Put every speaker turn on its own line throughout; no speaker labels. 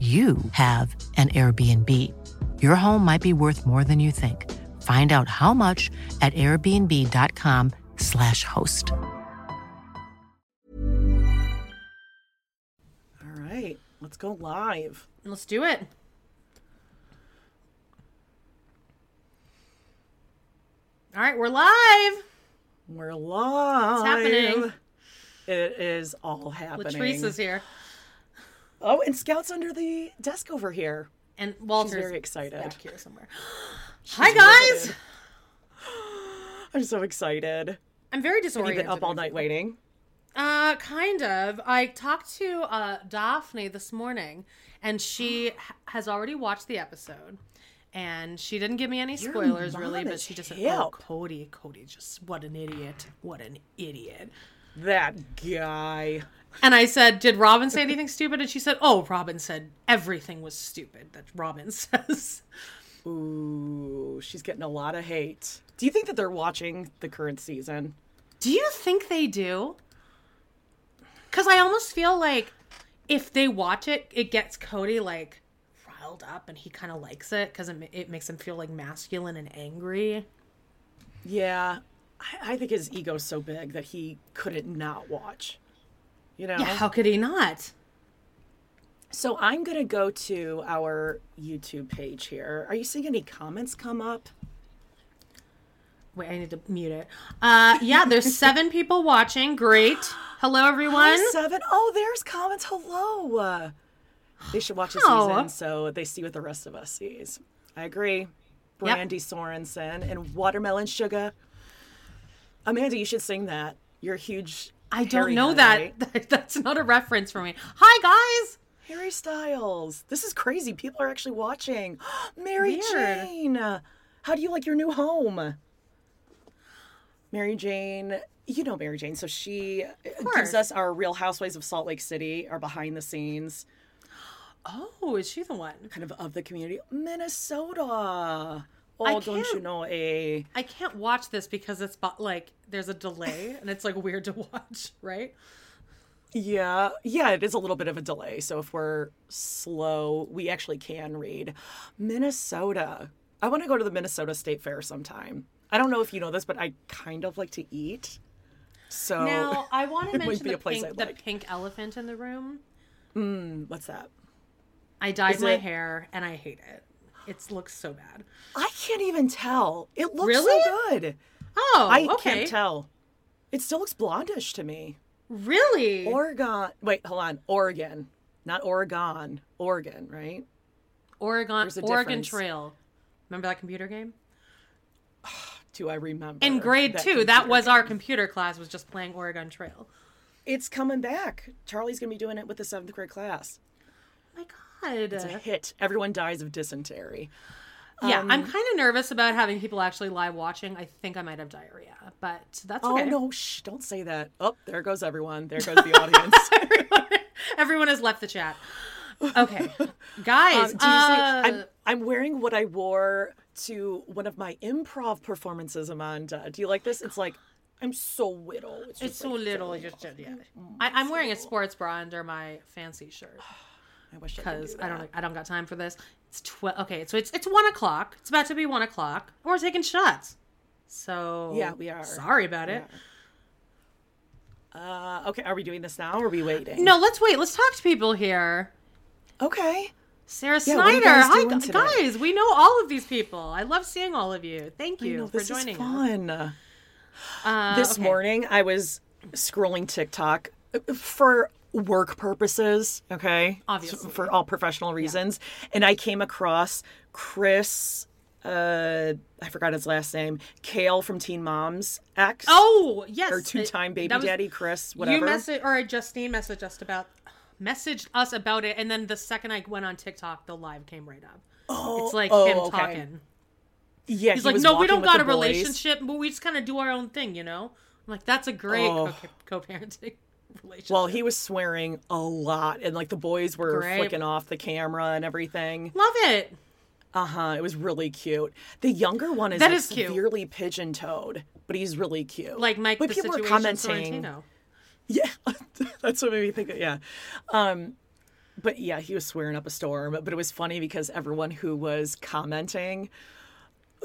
you have an Airbnb. Your home might be worth more than you think. Find out how much at airbnb.com/slash host.
All right, let's go live.
Let's do it. All right, we're live.
We're live.
happening.
It is all happening.
Latrice is here,
Oh, and Scout's under the desk over here.
and Walter's
She's very excited.
back here somewhere. Hi guys.
riveted. I'm so excited.
I'm very
You've
disoriented.
been up all night waiting.
Uh, kind of. I talked to uh, Daphne this morning, and she h- has already watched the episode. And she didn't give me any spoilers,
mom
really, but
is
she just said, "Oh,
hip."
Cody, Cody, just what an idiot! What an idiot!"
That guy.
And I said, "Did Robin say anything stupid?" And she said, "Oh, Robin said everything was stupid that Robin says."
Ooh, she's getting a lot of hate. Do you think that they're watching the current season?
Do you think they do? Because I almost feel like if they watch it, it gets Cody like riled up, and he kind of likes it because it, ma- it makes him feel like masculine and angry.
Yeah. I, I think his ego's so big that he couldn't not watch. You know?
Yeah, how could he not?
So I'm going to go to our YouTube page here. Are you seeing any comments come up?
Wait, I need to mute it. Uh, yeah, there's seven people watching. Great. Hello, everyone.
Hi, seven. Oh, there's comments. Hello. Uh, They should watch the
Wow.
season so they see what the rest of us sees. I agree. Brandy Sorensen and Watermelon Sugar. Amanda, you should sing that. You're a huge.
I
Harry
don't know
head,
that.
right?
That's not a reference for me. Hi, guys.
Harry Styles. This is crazy. People are actually watching. Mary
Weird.
Jane. How do you like your new home? Mary Jane, you know Mary Jane. So she uh,
course.
gives us our Real Housewives of Salt Lake City, our behind the scenes
Oh, is she the one?
kind of of the community. Minnesota. Oh,
I
don't you
can't-
know a
I can't watch this because it's bu- like there's a delay and it's like weird to watch, right?
Yeah, yeah, it is a little bit of a delay. So if we're slow, we actually can read. Minnesota. I want to go to the Minnesota State Fair sometime. I don't know if you know this, but I kind of like to eat. So
Now I want to
It might
mention
be
the
a place
pink,
I'd
the
like. Hmm,
pink elephant in the room.
what's that?
I dyed
Is
my
it-
hair and I hate it. It looks so bad.
I can't even tell. It looks so
Really?
good.
Oh,
I
okay.
can't tell. It still looks blondish to me.
Really?
Oregon. Wait, hold on. Oregon. Not Oregon. Oregon, right?
Oregon,
a
Oregon
difference.
Trail. Remember that computer game?
Do I remember?
In grade
that
two, that
computer
was our computer class. Was just playing Oregon Trail.
It's coming back. Charlie's gonna be doing it with the seventh grade class.
Oh my god.
It's a hit. Everyone dies of dysentery. Um,
yeah, I'm kind of nervous about having people actually live watching. I think I might have diarrhea, but that's
Oh
okay.
no, shh, don't say that. Oh, there goes everyone. There goes the audience.
Everyone has left the chat. Okay, guys.
Um, do you see-
uh,
I'm, I'm wearing what I wore to one of my improv performances, Amanda. Do you like this? It's like I'm so little. It's,
It's
just
so
like-
little. I just yeah. I, I'm wearing a sports bra under my fancy shirt
I wish I could
because
do
I don't. I don't got time for this. It's twelve. Okay, so it's it's one o'clock. It's about to be one o'clock. and We're taking shots. So
Yeah, we are.
Sorry about it.
that. Uh, okay, are we doing this now? or Are we waiting?
No, let's wait. Let's talk to people here.
Okay.
Sarah
Yeah, what are you
Snyder.
guys
Hi,
doing
gu-
today?
guys. We know all of these people. I love seeing all of you. Thank
I
you
know,
for
this
joining us.
is fun.
Uh,
this
okay.
morning I was scrolling TikTok uh, for work purposes, okay?
Obviously.
For all professional reasons. And I came across Chris uh I forgot his last name, Kale from Teen Moms X.
Oh yes,
or two time
it-
baby
that was-
daddy Chris, whatever.
You message or Justine messaged us about messaged us about it, and then the second I went on TikTok, the live came right up. Oh, it's like
oh,
him
okay.
talking.
yeah,
He's
he
like,
was
no, we
walking
don't
with
got
the
a
boys."
relationship, but we just kind of do our own thing, you know. I'm like, that's a great
Oh.
co- co-parenting relationship.
Well, he was swearing a lot, and like the boys were
Great.
flicking off the camera and everything.
love it.
Uh huh. It was really cute. The younger one is
That
like,
is cute.
severely pigeon toed, but he's really cute.
Like Mike,
but
the
people
situation
were commenting.
Sorrentino.
Yeah, that's what made me think. Of, yeah, um, but yeah, he was swearing up a storm. But it was funny because everyone who was commenting,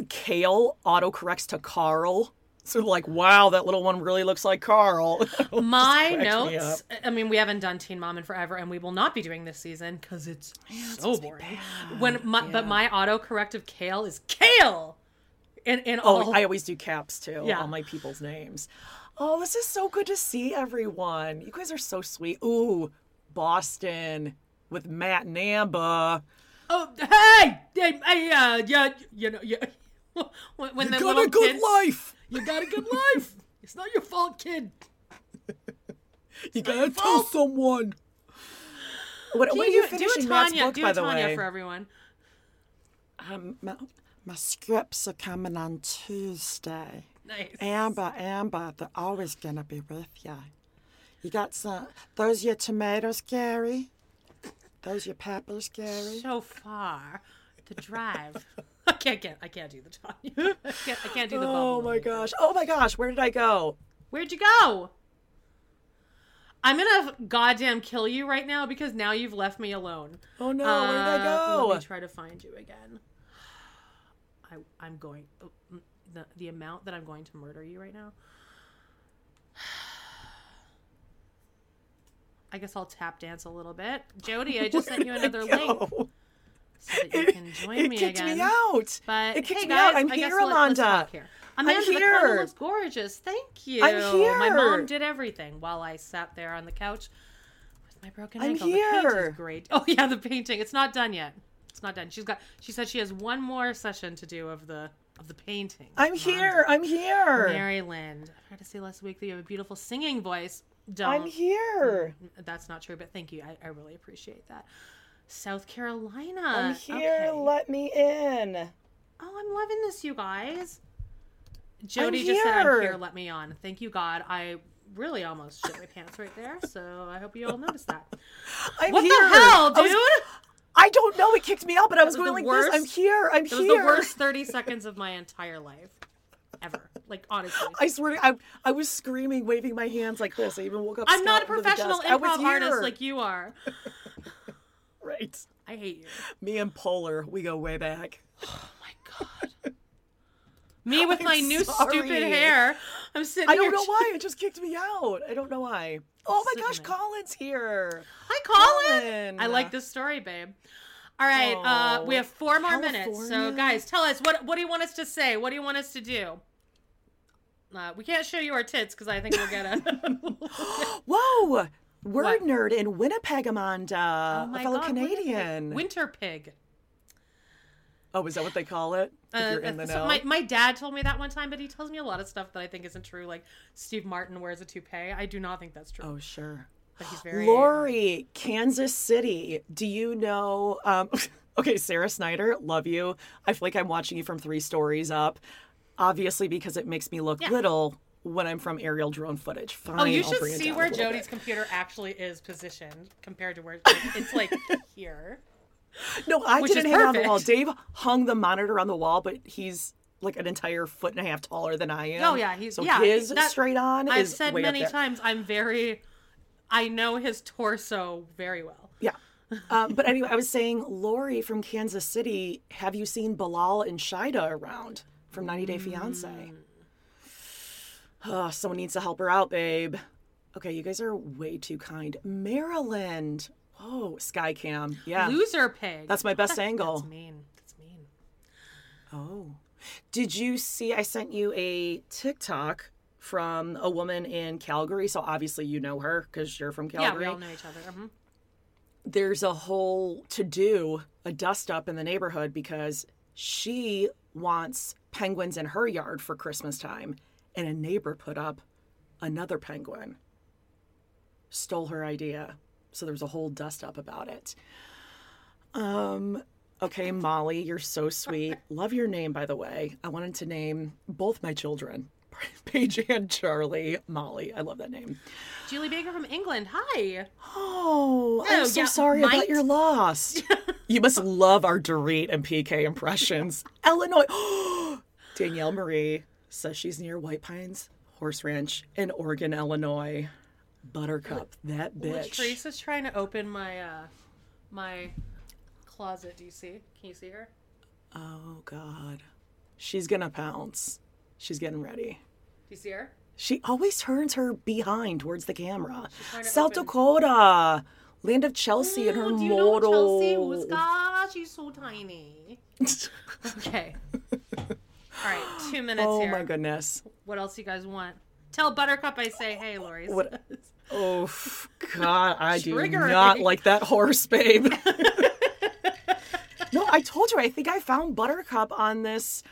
Kale autocorrects to Carl. So like, wow, that little one really looks like Carl.
My
cracks me
notes. I mean, we haven't done Teen Mom in forever, and we will not be doing this season because it's so boring. When my, but my autocorrective kale is kale, and and
Oh,
all
I always do caps too.
Yeah.
All my people's names. Oh, this is so good to see everyone. You guys are so sweet. Ooh, Boston with Matt and Amba.
oh hey, hey, hey, uh, yeah, you know, yeah. When, when the
Got
little
a good
kid,
life.
you got a good life. It's not your fault, kid.
You gotta tell someone. What, what are you finishing
a
Matt's
Tanya,
book,
do
by
a
the
Tanya
way?
for everyone.
Um, my, my scripts are coming on Tuesday.
Nice.
Amber, Amber, they're always gonna be with you. You got some? Those your tomatoes, Gary? Those your peppers, Gary?
so far the drive. I can't get. I can't do the Tanya. I can't, I can't do the bubble.
Oh my gosh. Oh my gosh. Where did I go?
Where'd you go? I'm gonna goddamn kill you right now because now you've left me alone.
Oh no. where did I
Uh,
go?
Let me try to find you again. I, I'm going. oh, mm, The, the amount that I'm going to murder you right now. I guess I'll tap dance a little bit. Jody, I just sent you
Where'd I
another link
go?
so that you can join
it
me
kicked
again.
me out.
But
it kicked
Uh, hey,
me out.
guys,
I'm
I guess
here,
let- let's
Alonda.
talk here. Amanda, the
here.
color was gorgeous. Thank you. My
here.
mom did everything while I sat there on the couch with my broken
I'm
ankle. The
here.
painting's great. Oh yeah, the painting. It's not done yet. It's not done. She's got. She said she has one more session to do of the of the painting.
I'm
Amanda.
here. I'm here.
Mary Lind. I heard to say last week that you have a beautiful singing voice. Don't.
I'm here.
That's not true, but thank you. I, I really appreciate that. South Carolina.
I'm here.
Okay.
Let me in.
Oh, I'm loving this, you guys. Jody just said, I'm
here."
here, let me on. Thank you, God. I really almost shit my pants right there, so I hope you all noticed that.
I'm
what
here.
the hell,
I
dude?
was- I don't know. It kicked me out, but I was
was
going
the
like this. I'm
worst-
here. I'm
It
here.
was the worst 30 seconds of my entire life ever. Like, honestly.
I swear to I, I was screaming, waving my hands like this. I even woke up.
I'm not a
scouting to the
professional
desk. I was
improv artist
here.
like you are.
Right.
I hate you.
Me and Polar, we go way back.
Oh, my God. Me with
I'm
my new stupid
sorry.
hair. I'm sitting
I
here.
don't know why. It just kicked me out. I don't know why. Oh my
Sitting
gosh,
there.
Colin's here.
Hi, Colin.
Colin.
I like this story, babe. All right, uh, we
Oh,
have four more minutes. So,
California.
guys, tell us what what do you want us to say? What do you want us to do? Uh, we can't show you our tits because I think we'll get a
Whoa. Word
What?
nerd in Winnipeg, Amanda,
Oh
a
my
fellow
God, Winnipeg.
Canadian.
winter pig.
oh, is that what they call it? If
Uh,
you're in the
so
know.
my my dad told me that one time, but he tells me a lot of stuff that I think isn't true. Like Steve Martin wears a toupee. I do not think that's true.
oh, sure.
but he's very
Lori, Kansas City. Do you know? Um, okay, Sarah Snyder, love you. I feel like I'm watching you from three stories up, obviously because it makes me look little when I'm from aerial drone footage. Fine,
Oh, you
I'll
should
bring it
see
down a
where
little bit.
Jody's computer actually is positioned compared to where it's like here.
No, I
which is
didn't hang on the wall.
perfect.
Dave hung the monitor on the wall, but he's like an entire foot and a half taller than I am.
Oh yeah, he's
so
yeah.
his
that-
straight on.
I've
is
said
way up
many
there.
times I'm very, I know his torso very well.
Yeah. Um, but anyway, I was saying, Lori from Kansas City, have you seen Bilal and Shida around from 90 Day Fiance?
Mm.
Oh, someone needs to help her out, babe. Okay, you guys are way too kind. Maryland. Oh, Skycam. Yeah.
Loser pig.
That's my best angle.
That's mean. That's mean.
Oh. Did you see? I sent you a TikTok from a woman in Calgary. So obviously you know her because you're from Calgary.
Yeah, we all know each other. Mhm.
There's a whole to do, a dust up in the neighborhood because she wants penguins in her yard for Christmas time. And a neighbor put up another penguin, stole her idea. So there was a whole dust up about it. Um, okay, Molly, you're so sweet. Love your name, by the way. I wanted to name both my children, Paige and Charlie. Molly, I love that name.
Julie Baker from England. Hi. Oh,
Oh, I'm so
yeah,
sorry about
might.
your loss. you must love our Dorit and PK impressions. Illinois. Danielle Marie says she's near White Pines, Horse Ranch, in Oregon, Illinois. Buttercup, that
Which
bitch.
Teresa's trying to open my uh my closet. Do you see? Can you see her?
Oh, God. She's going to pounce. She's getting ready.
Do you see her?
She always turns her behind towards the camera.
trying to
South
open-
Dakota, land of Chelsea and her
Ooh, do you
model.
know Chelsea? was God, she's so tiny. okay. All right, two minutes
oh
here.
my goodness.
What else you guys want? Tell Buttercup I say hey, Lori.
What- Oh f- God, I do
Triggering.
not like that horse, babe. no, I told you. I think I found Buttercup on this,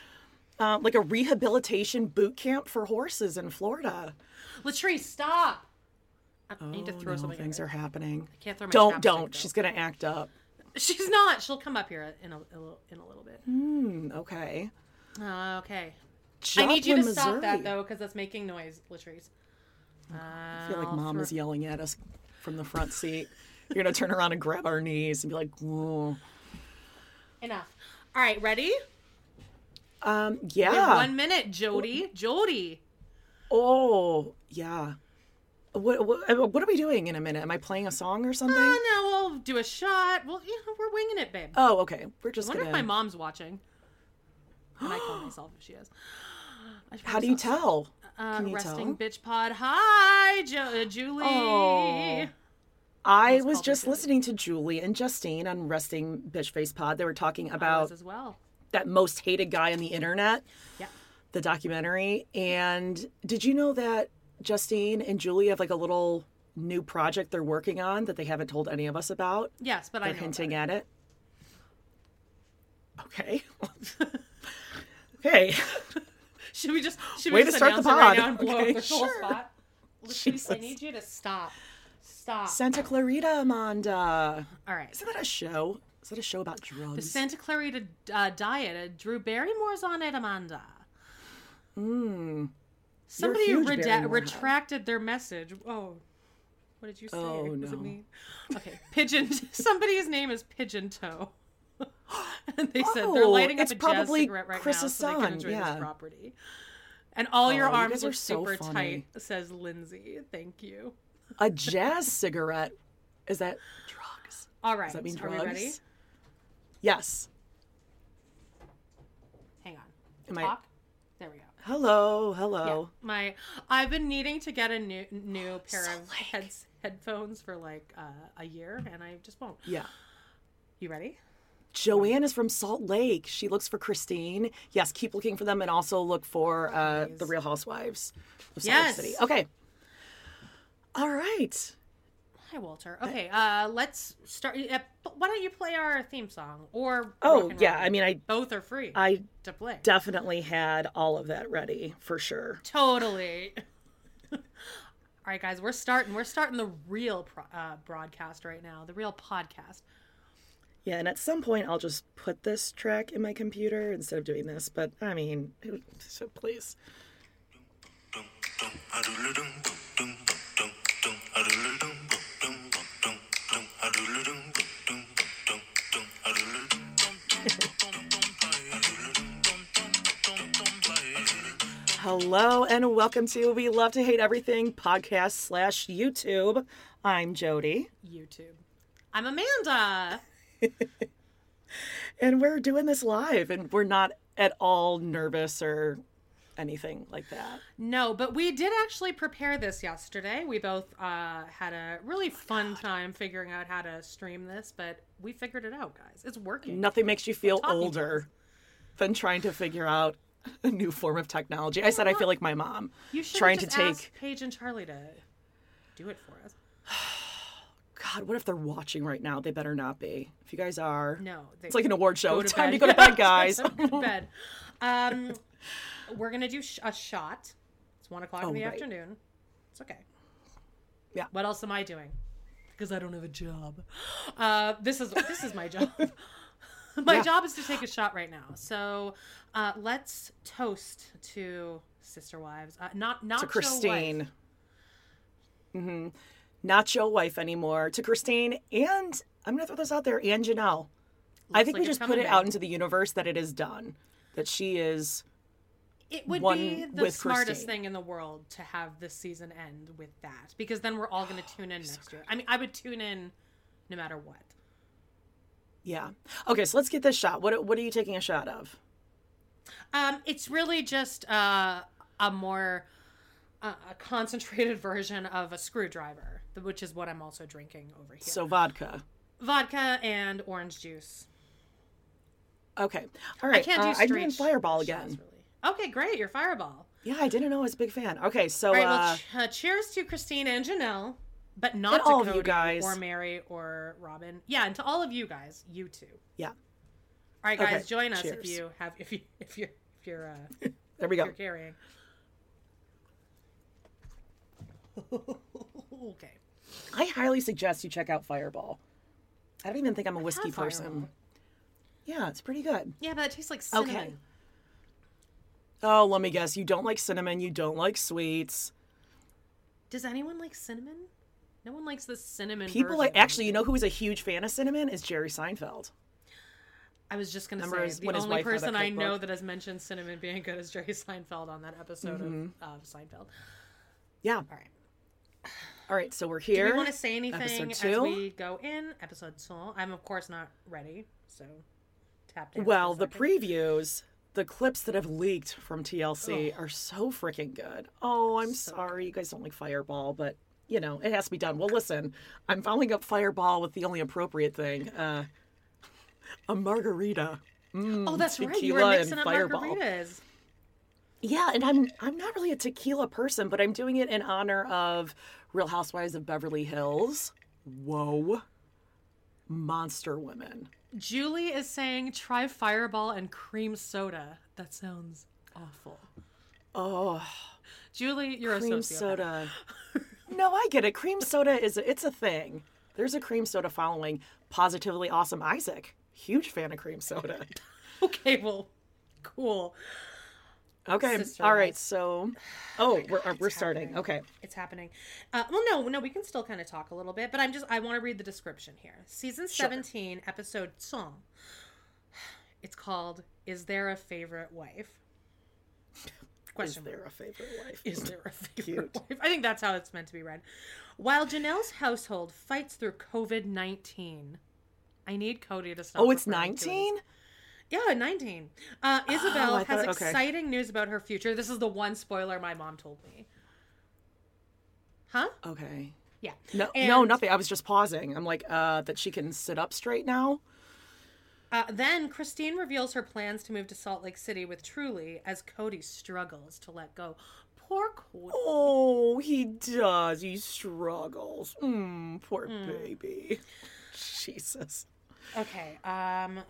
uh, like a rehabilitation boot camp for horses in Florida.
Latrice, stop. I I need to throw
Oh, No,
something. at
things
her.
are happening.
can't throw my
don't,
chapstick,
don't.
though.
She's gonna act up.
She's not. She'll come up here in a, in a little- in a little bit.
Hmm, Okay.
Uh, okay.
Joplin,
I need you to
Missouri.
stop that though, because that's making noise, Latrice. Oh,
I feel like mom is yelling at us from the front seat. You're gonna turn around and grab our knees and be like, "Whoa." e-
Enough. All right, ready?
Um,
We
yeah.
have One minute, Jody. Jody.
Oh, yeah. What, uh, what what are we doing in a minute? Am I playing a song or something?
Oh no, we'll do a shot. Well, you know, we're winging it, babe.
Oh, okay. We're
I
just
wonder
gonna.
if my mom's watching. And I call myself if she is. I should
How do
probably
you
stop.
tell?
Uh,
Can you
resting
tell?
bitch pod. Hi, jo- uh, Julie.
Oh. I
Let's
was
call them
just
Julie.
listening to Julie and Justine on Resting Bitch Face Pod. They were talking
Ours
about
as well.
that most hated guy on the internet,
Yeah.
the documentary. And did you know that Justine and Julie have like a little new project they're working on that they haven't told any of us about?
Yes, but I
They're
know.
hinting
about
at it. Okay. okay.
it. Should we just should
Way
we
to
just
start the
announce it right
pod.
now and blow
Okay,
up the whole
sure.
spot? Latrice, I
Jesus.
need you to stop. Stop.
Santa Clarita, Amanda.
Ah. All right.
Isn't that a show? Is that a show about drugs?
The Santa Clarita uh, Diet. Uh, Drew Barrymore's on it, Amanda.
Hmm.
Somebody
huge
reda-
Barrymore head.
retracted their message. Oh, what did you say?
Oh,
Was it
no.
me? Okay, pigeon. somebody's name is Pigeon Toe. and they said they're
Oh,
lighting up
it's
a jazz
probably
cigarette right now,
Chris's
so they can
son,
enjoy
yeah.
this property. And all your
Oh, you
arms
guys are
are
so
super
funny.
tight, says Lindsay. Thank you.
a jazz cigarette. Is that drugs?
All right,
Does that mean
are
drugs?
we ready?
Yes.
Hang on.
Am I-
Talk. There we go.
Hello, hello.
my I've been needing to get a new new pair of heads headphones for like uh, a year, and I just won't.
Yeah.
You ready?
Joanne is from Salt Lake. She looks for Christine. Yes, keep looking for them and also look for uh, the Real Housewives of Salt
Oh, Yes.
Lake City. Okay. All right.
Hi, Walter. Okay, uh, let's start. Uh, why don't you play our theme song or?
Oh,
rock and
yeah.
roll?
I mean, I
both are free.
I
to play
definitely had all of that ready for sure.
totally. All right, guys, we're starting. We're starting the real pro- uh, broadcast right now. The real podcast.
Yeah, and at some point I'll just put this track in my computer instead of doing this, but I mean, so please. Hello and welcome to We Love to Hate Everything podcast slash YouTube. I'm Jody,
YouTube. I'm Amanda.
and we're doing this live, and we're not at all nervous or anything like that.
No, but we did actually prepare this yesterday. We both uh, had a
Oh
really fun time figuring out how to stream this, but we figured it out, guys. It's working.
Nothing makes you feel
talking
older than trying to figure out a new form of technology. I said I feel like my mom
You should
trying
just
to take
ask Paige and Charlie to do it for us.
God, what if they're watching right now? They better not be. If you guys are,
No, they,
it's like an award show.
go
It's time
bed.
to go to bed, guys.
Time to go to bed. Um, we're gonna do sh- a shot. It's one o'clock in the
Oh, right.
afternoon. It's okay.
Yeah.
What else am I doing? Because I don't have a job. Uh, this is this is my job. my
Yeah.
job is to take a shot right now. So uh, let's toast to sister wives. Uh, not not
to Christine. hmm Not your wife anymore. To Christine, and I'm gonna throw this out there, and Janelle. I think
like
we
it's
just put
coming
it
back.
out into the universe that it is done. That she is.
It would
one
be the
with
smartest
Christine.
thing in the world to have this season end with that because then we're all going to tune in next year. I mean, I would tune in no matter what.
Yeah. Okay, so let's get this shot. What What are you taking a shot of?
Um, it's really just uh, a more uh, a concentrated version of a screwdriver, th- which is what I'm also drinking over here.
So vodka.
vodka and orange juice.
Okay. All right.
I can't
uh,
do
I'm
straight
doing Fireball
shots,
again.
really. Okay, great. You're Fireball.
Yeah, I didn't know. I was a big fan. Okay, so
All right.
uh,
Well, ch- uh, cheers to Christine and Janelle, but not
And
to
all of you
Cody
guys.
or Mary or Robin. Yeah, and to all of you guys, you two.
yeah,
All right,
Okay,
guys, join us if
cheers.
you have if you if you're if you're uh, if
there we go.
you're carrying. okay.
I highly suggest you check out Fireball. I don't even think I'm a whiskey
had Fireball.
person. Yeah, it's pretty good.
Yeah, but that tastes like
Okay.
cinnamon.
Oh, let me guess. You don't like cinnamon. You don't like sweets.
Does anyone like cinnamon? No one likes the cinnamon.
People
version
like
of it.
actually. You know who is a huge fan of cinnamon is Jerry Seinfeld.
I was just gonna
Remember
say
his-
the
when his
only
wife had that
person I know
cookbook?
that has mentioned cinnamon being good is Jerry Seinfeld on that episode
Mm-hmm.
of, of Seinfeld.
Yeah. All
All right.
right. So we're here.
Do we want to say anything as
two?
we go in episode two? I'm of course not ready, so tap dance.
Well, the
pre.
previews, the clips that have leaked from TLC are so freaking good. Oh, I'm sorry. You guys don't like Fireball, but you know, it has to be done. Well, listen, I'm following up Fireball with the only appropriate thing uh, a margarita. Mm,
Oh, that's right. You were
tequila
mixing
and
up
Fireball.
margaritas.
Yeah, and I'm I'm not really a tequila person, but I'm doing it in honor of Real Housewives of Beverly Hills. Whoa. Monster women.
Julie is saying try Fireball and cream soda. That sounds awful.
Oh,
Julie, you're a
cream
sociopath.
soda. no, I get it. Cream soda is it's a thing. There's a cream soda following. Positively awesome Isaac, huge fan of cream soda.
Okay, well, cool.
Okay,
Sister
all right.
wives.
So, oh, we're uh, we're starting. Okay,
It's happening. Uh, well, no, no, we can still kind of talk a little bit, but I'm just I want to read the description here. Season 17, episode 10. It's called "Is There a Favorite Wife?"
is
Question mark.
there a favorite wife?
Is there a favorite wife? I think that's how it's meant to be read. While Janelle's household fights through COVID 19, I need Cody to stop.
Oh, it's
referring to it as-
19.
Yeah, 19. Uh, Isabel
Oh, I
has
thought- okay.
exciting news about her future. This is the one spoiler my mom told me. Huh?
Okay.
Yeah.
No, no,
And,
nothing. I was just pausing. I'm like, uh, that she can sit up straight now.
Uh, then Christine reveals her plans to move to Salt Lake City with Truly as Cody struggles to let go. Poor Cody.
Oh, he does. He struggles. Mm, poor baby. Jesus.
Okay. Um, let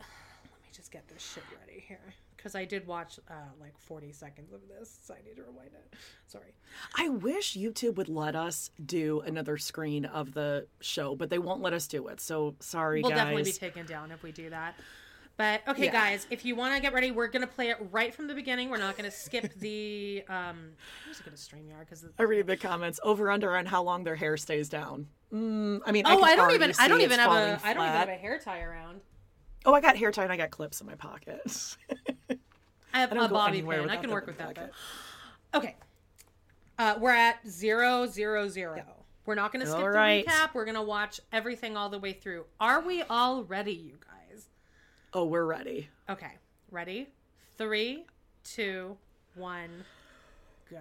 me just get this shit ready here because I did watch uh, like 40 seconds of this, so I need to rewind it. Sorry.
I wish YouTube would let us do another screen of the show, but they won't let us do it. So sorry,
We'll
guys.
definitely be taken down if we do that. But okay,
Yeah.
guys, if you want to get ready, we're gonna play it right from the beginning. We're not gonna skip the. Um, I'm just gonna stream yard because.
I read the comments over under on how long their hair stays down. Mm, I mean, I,
Oh,
can
I don't
already
even.
See
I don't
it's
even have
falling
a. I don't even
flat.
have a hair tie around.
Oh, I got hair tie and I got clips in my pocket.
I have
I don't
a
go
bobby
anywhere
pin. I
without
can
them
work
in
with
my
that though.
pocket.
Okay. Uh, we're at zero zero zero. We're not going to skip
All
the
right.
recap. We're going to watch everything all the way through. Are we all ready, you guys?
Oh, we're ready.
Okay, ready? Three, two, one, go.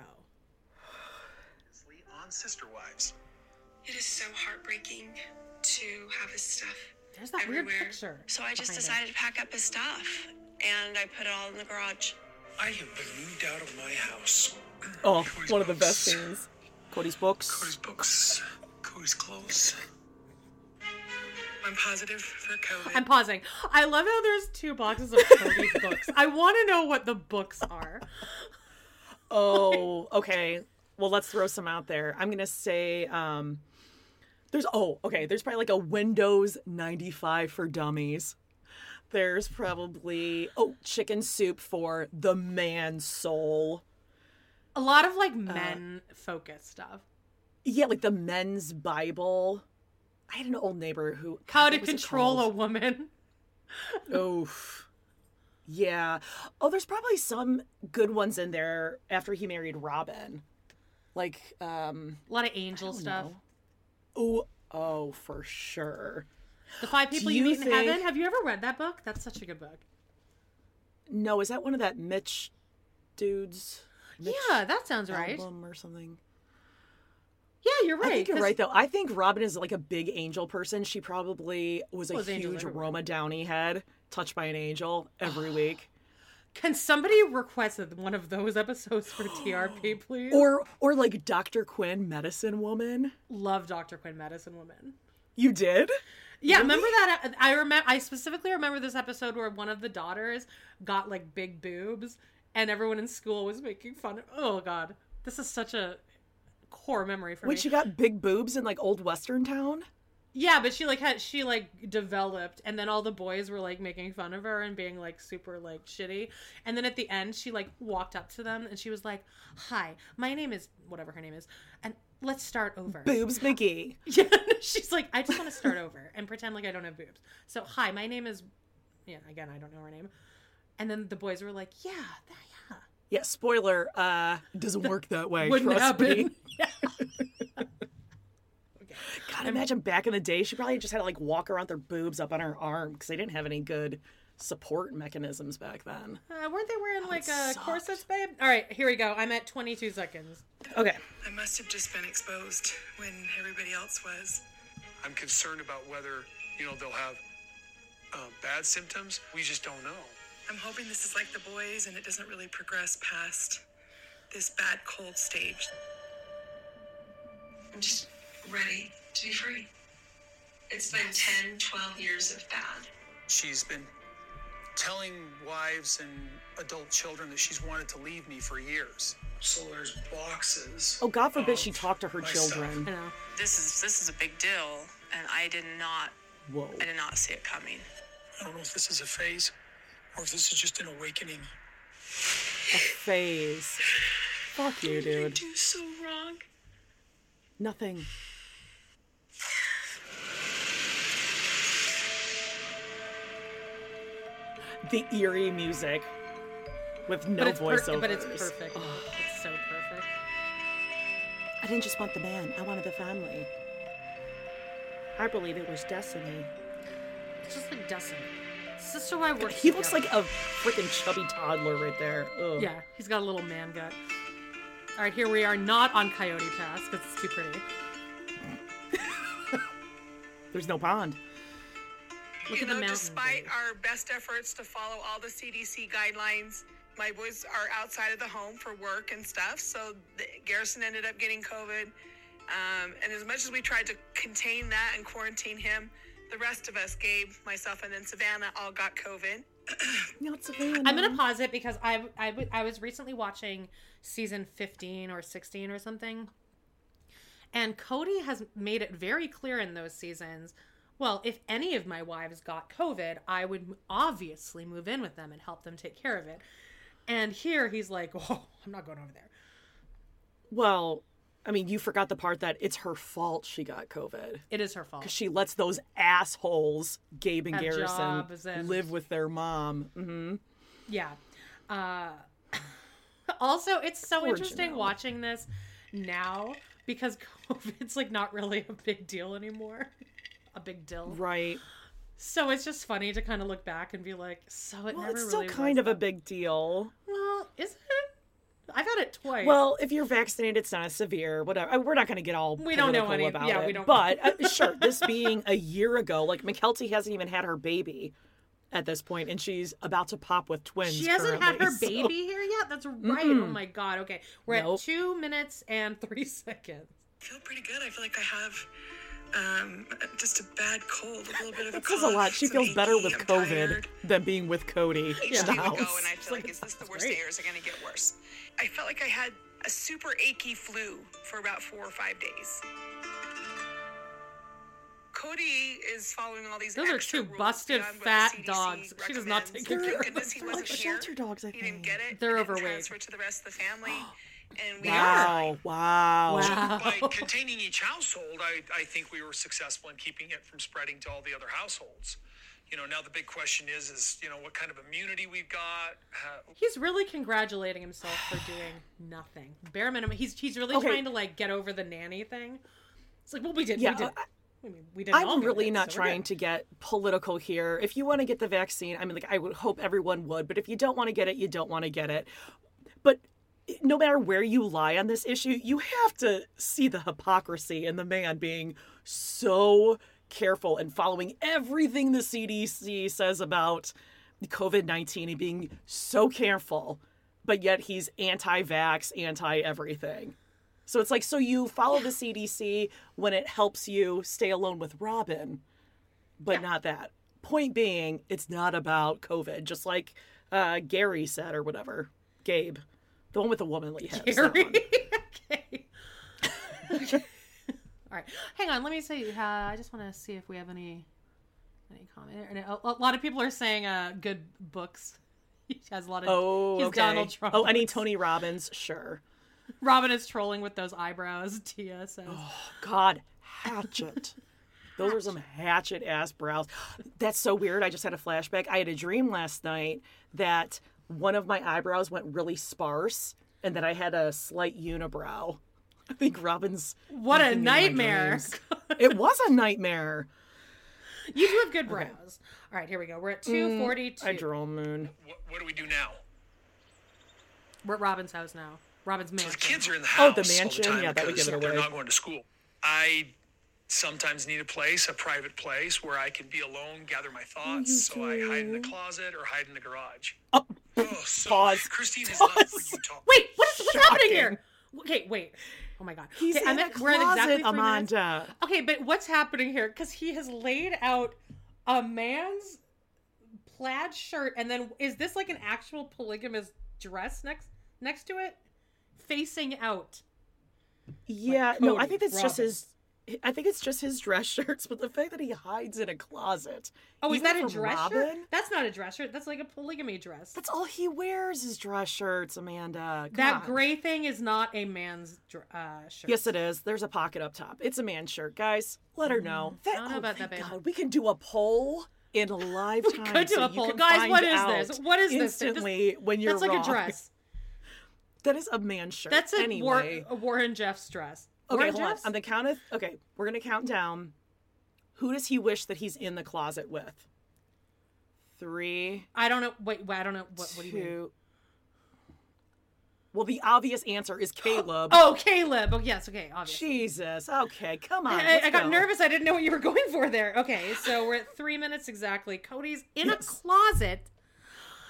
on Sister Wives.
It is so heartbreaking to have his stuff
There's that
everywhere.
weird picture.
So I just
behind it.
decided to pack up his stuff and I put it all in the garage.
I have been moved out of my house.
Oh,
Cody's
one of the
books.
best scenes. Cody's books.
Cody's books, Cody's clothes. I'm positive for COVID.
I'm pausing. I love how there's two boxes of Cody books. I want to know what the books are.
Oh, okay. Well, let's throw some out there. I'm gonna say um, there's oh, okay. There's probably like a Windows 95 for dummies. There's probably oh, chicken soup for the man soul.
A lot of
Uh,
like men focused stuff.
Yeah, like the men's Bible. I had an old neighbor who
How to
what was it
control a
called?
woman.
Oof. Yeah. Oh, there's probably some good ones in there after he married Robin. Like, um,
A lot of angel stuff.
oh, oh, for sure.
The Five People You,
you
Meet in
think-
Heaven. Have you ever read that book? That's such a good book.
No, is that one of that Mitch dudes? Mitch
yeah, that sounds right.
album or something.
Yeah, you're right.
I think you're
'cause
right, though. I think Robin is like a big angel person. She probably was a
Oh, there's angels
huge
everywhere.
Roma Downey head touched by an angel every week.
Can somebody request that one of those episodes for TRP, please?
Or, or like Dr. Quinn, medicine woman.
love Dr. Quinn, Medicine Woman.
You did?
Yeah, remember that? I remember. I specifically remember this episode where one of the daughters got like big boobs, and everyone in school was making fun. of Oh God, this is such a core memory for
When
me.
she got big boobs in like old Western town?
yeah, but she like had she like developed, and then all the boys were like making fun of her and being like super like shitty. And then at the end, she like walked up to them and she was like, "Hi, my name is whatever her name is, and let's start over."
Boobs McGee.
Yeah, she's like, I just want to start over and pretend like I don't have boobs. So, hi, my name is. Yeah, again, I don't know her name. And then the boys were like, Yeah, that, yeah.
Yeah, spoiler, uh doesn't work that way.
Wouldn't
trust
happen.
me. God, imagine back in the day, she probably just had to like walk around their boobs up on her arm because they didn't have any good support mechanisms back then.
Uh, weren't they wearing like uh,
sucked.
corsets, babe? All right, here we go. I'm at 22 seconds.
Okay.
I must have just been exposed when everybody else was.
I'm concerned about whether, you know, they'll have uh, bad symptoms. We just don't know.
I'm hoping this is like the boys and it doesn't really progress past this bad cold stage. I'm just ready to be free. It's been 10, 12 years of bad.
She's been telling wives and adult children that she's wanted to leave me for years. So there's boxes.
Oh, God forbid
of
she talked to her
my stuff.
children.
You know,
This is this is a big deal and I did not
Whoa.
I did not see it coming.
I don't know if this is a phase or if this is just an awakening.
A phase. Fuck you, dude.
do so wrong.
Nothing. The eerie music with no
but, it's per-
voiceovers.
but it's perfect. It's so perfect.
I didn't just want the man, I wanted the family. I believe it was destiny.
It's just like Dustin. Sister, why works.
He looks like
together.
a freaking chubby toddler right there. Ugh.
Yeah, he's got a little man gut. All right, here we are, not on Coyote Pass because it's too pretty.
There's no pond.
Look
you
at the
know,
mountain.
despite our best efforts to follow all the CDC guidelines, my boys are outside of the home for work and stuff. So the, Garrison ended up getting COVID. Um, and as much as we tried to contain that and quarantine him, the rest of us, Gabe, myself, and then Savannah, all got COVID.
Not Savannah.
I'm gonna pause it because I, I w- I was recently watching season 15 or 16 or something, and Cody has made it very clear in those seasons. Well, if any of my wives got COVID, I would obviously move in with them and help them take care of it. And here he's like, "Oh, I'm not going over there."
Well, I mean, you forgot the part that it's her fault she got COVID.
It is her fault.
Because she lets those assholes, Gabe and
Have jobs
Garrison,
and-
live with their mom. Mm-hmm.
Yeah. Uh, also, it's so
Poor
interesting
Janelle.
watching this now because COVID's like not really a big deal anymore. a big deal.
Right.
So it's just funny to kind of look back and be like, so it
Well,
never
it's
really
still kind
was
of a
that-
big deal.
Well, is it? I've had it twice.
Well, if you're vaccinated, it's not as severe. Whatever. I- We're not going to get all
We don't know
political
any-
about
yeah,
it.
we don't-
But uh, sure, this being a year ago, like McKelty hasn't even had her baby at this point, and she's about to pop with twins.
she hasn't had
currently,
her
so-
baby here yet. That's right. Oh my god. Okay, we're
Nope.
at two minutes and three seconds.
feel pretty good. I feel like I have um, just a bad cold, a little bit of a
That
cough.
says a lot. She
some
feels better
achy,
with
I'm
COVID
tired.
than being with Cody
Each
in
day
the
we go,
house.
and I feel like, is this the worst day or is it going to get worse? I felt like I had a super achy flu for about four or five days. Cody is following all these.
Those are
extra
two
rules
busted
beyond what the
fat
CDC
dogs. She does not
recommends.
take
Thank
care of
goodness he
They're like
wasn't here.
shelter dogs, I
He didn't
think.
get it.
They're
He didn't
overweight.
Transfer to the rest of the family, and we are
Wow! Wow!
Wow.
By containing each household, I, I think we were successful in keeping it from spreading to all the other households. You know, now the big question is, is you know, what kind of immunity we've got. Uh,
He's really congratulating himself for doing nothing. Bare minimum. He's he's really
Okay.
trying to like get over the nanny thing. It's like, well, we did.
Yeah,
we did.
I-
I mean, we did.
I'm really not trying to get political here. If you want to get the vaccine, I mean, like, I would hope everyone would, but if you don't want to get it, you don't want to get it. But eh, no matter where you lie on this issue, you have to see the hypocrisy in the man being so careful and following everything the CDC says about COVID 19 and being so careful, but yet he's anti vax, anti everything. So it's like, so you follow the CDC when it helps you stay alone with Robin, but not that. Point being, it's not about COVID, just like uh, Gary said or whatever. Gabe, the one with the womanly hips. that
Gary.
one.
okay. All right. Hang on. Let me see. Uh, I just want to see if we have any any comment. And a, a lot of people are saying uh, good books. He has a lot of.
Oh,
he's
okay.
Donald Trump.
Oh, any Tony Robbins? Sure.
Robin is trolling with those eyebrows. Tia says.
God, hatchet. Those are some hatchet ass brows. That's so weird. I just had a flashback. I had a dream last night that one of my eyebrows went really sparse and that I had a slight unibrow. I think Robin's.
What a
using me in my
nightmare.
dreams. it was a nightmare.
You do have good brows. All right, here we go. We're at 242.
Mm, I draw a moon.
what, what do we do now?
We're at Robin's house now. Robin's
The
mansion.
kids are in the
Oh,
house.
the
all
mansion?
time
Yeah, that would
because
give it
They're
away.
not going to school. I sometimes need a place, a private place where I can be alone, gather my thoughts.
Mm-hmm.
So I hide in the closet or hide in the garage. Oh, so
Pause.
Christine has left for Utah.
Wait, what is what's happening
Shocking.
here? Okay, wait. Oh my god.
He's
okay,
in
I'm
the
at- we're at exactly
closet,
three minutes.
Amanda.
Okay, but what's happening here? Because he has laid out a man's plaid shirt, and then is this like an actual polygamous dress next next to it, facing out?
Yeah, no, I
Cody
think that's just
Robin.
his. I think it's just his dress shirts, but the fact that he hides in a closet.
Oh, is
even
that a
from
dress shirt?
Robin,
That's not a dress shirt. That's like a polygamy dress.
That's all Oh, he wears is dress shirts, Amanda. Come
that
on.
gray thing is not a man's dr- uh, shirt.
Yes, it is. There's a pocket up top. It's a man shirt, guys. Let her know.
Mm,
That,
I don't know
oh,
about
thank
that, babe.
God. We can do a poll in live time.
could do
so
a
you
poll.
can
Guys,
find
what is
out
this? What is this? This-
instantly when you're
That's like
wrong.
a dress.
That is a man shirt.
That's a,
anyway.
War- a Warren Jeffs dress.
Okay,
Warren
hold on.
Jeffs?
On the count of okay, we're gonna count down. Who does he wish that he's in the closet with? Three,
I don't know. Wait, wait, I don't know. What, what do you mean?
two. Well, the obvious answer is Caleb.
Oh, Caleb. Oh, yes. Okay, obviously.
Jesus. Okay, come on.
I, I-
let's
I got
go.
nervous. I didn't know what you were going for there. Okay, so we're at three minutes exactly. Cody's in a
Yes.
closet.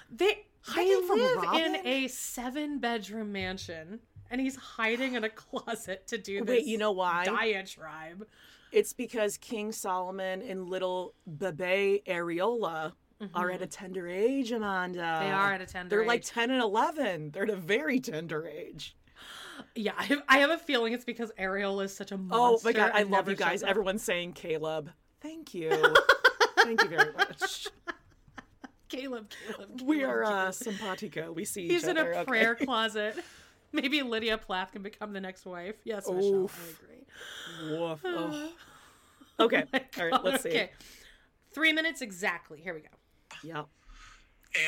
They, they
Hiding from
live
Robin?
in a seven bedroom mansion, and he's hiding in a closet to do this.
Wait, you know why?
Diatribe.
It's because King Solomon and little Bebe Areola are at a tender age, Amanda.
Mm-hmm. They are at a tender
They're like
age.
10 and 11. They're at a very tender age.
Yeah, I have, I have a feeling it's because Ariel is such a
Oh
monster.
my God, I
and
love
never
you guys.
shows up.
Everyone's saying Caleb. Thank you. Thank you very much.
Caleb, Caleb, Caleb.
We are uh, simpatico. We see
He's
each
in a
other. okay.
prayer closet. Maybe Lydia Plath can become the next wife. Yes, Michelle,
Oof.
I agree.
Woof. Oh. Okay. All right. Let's see.
Oh Okay, three minutes exactly. Here we go.
Yep.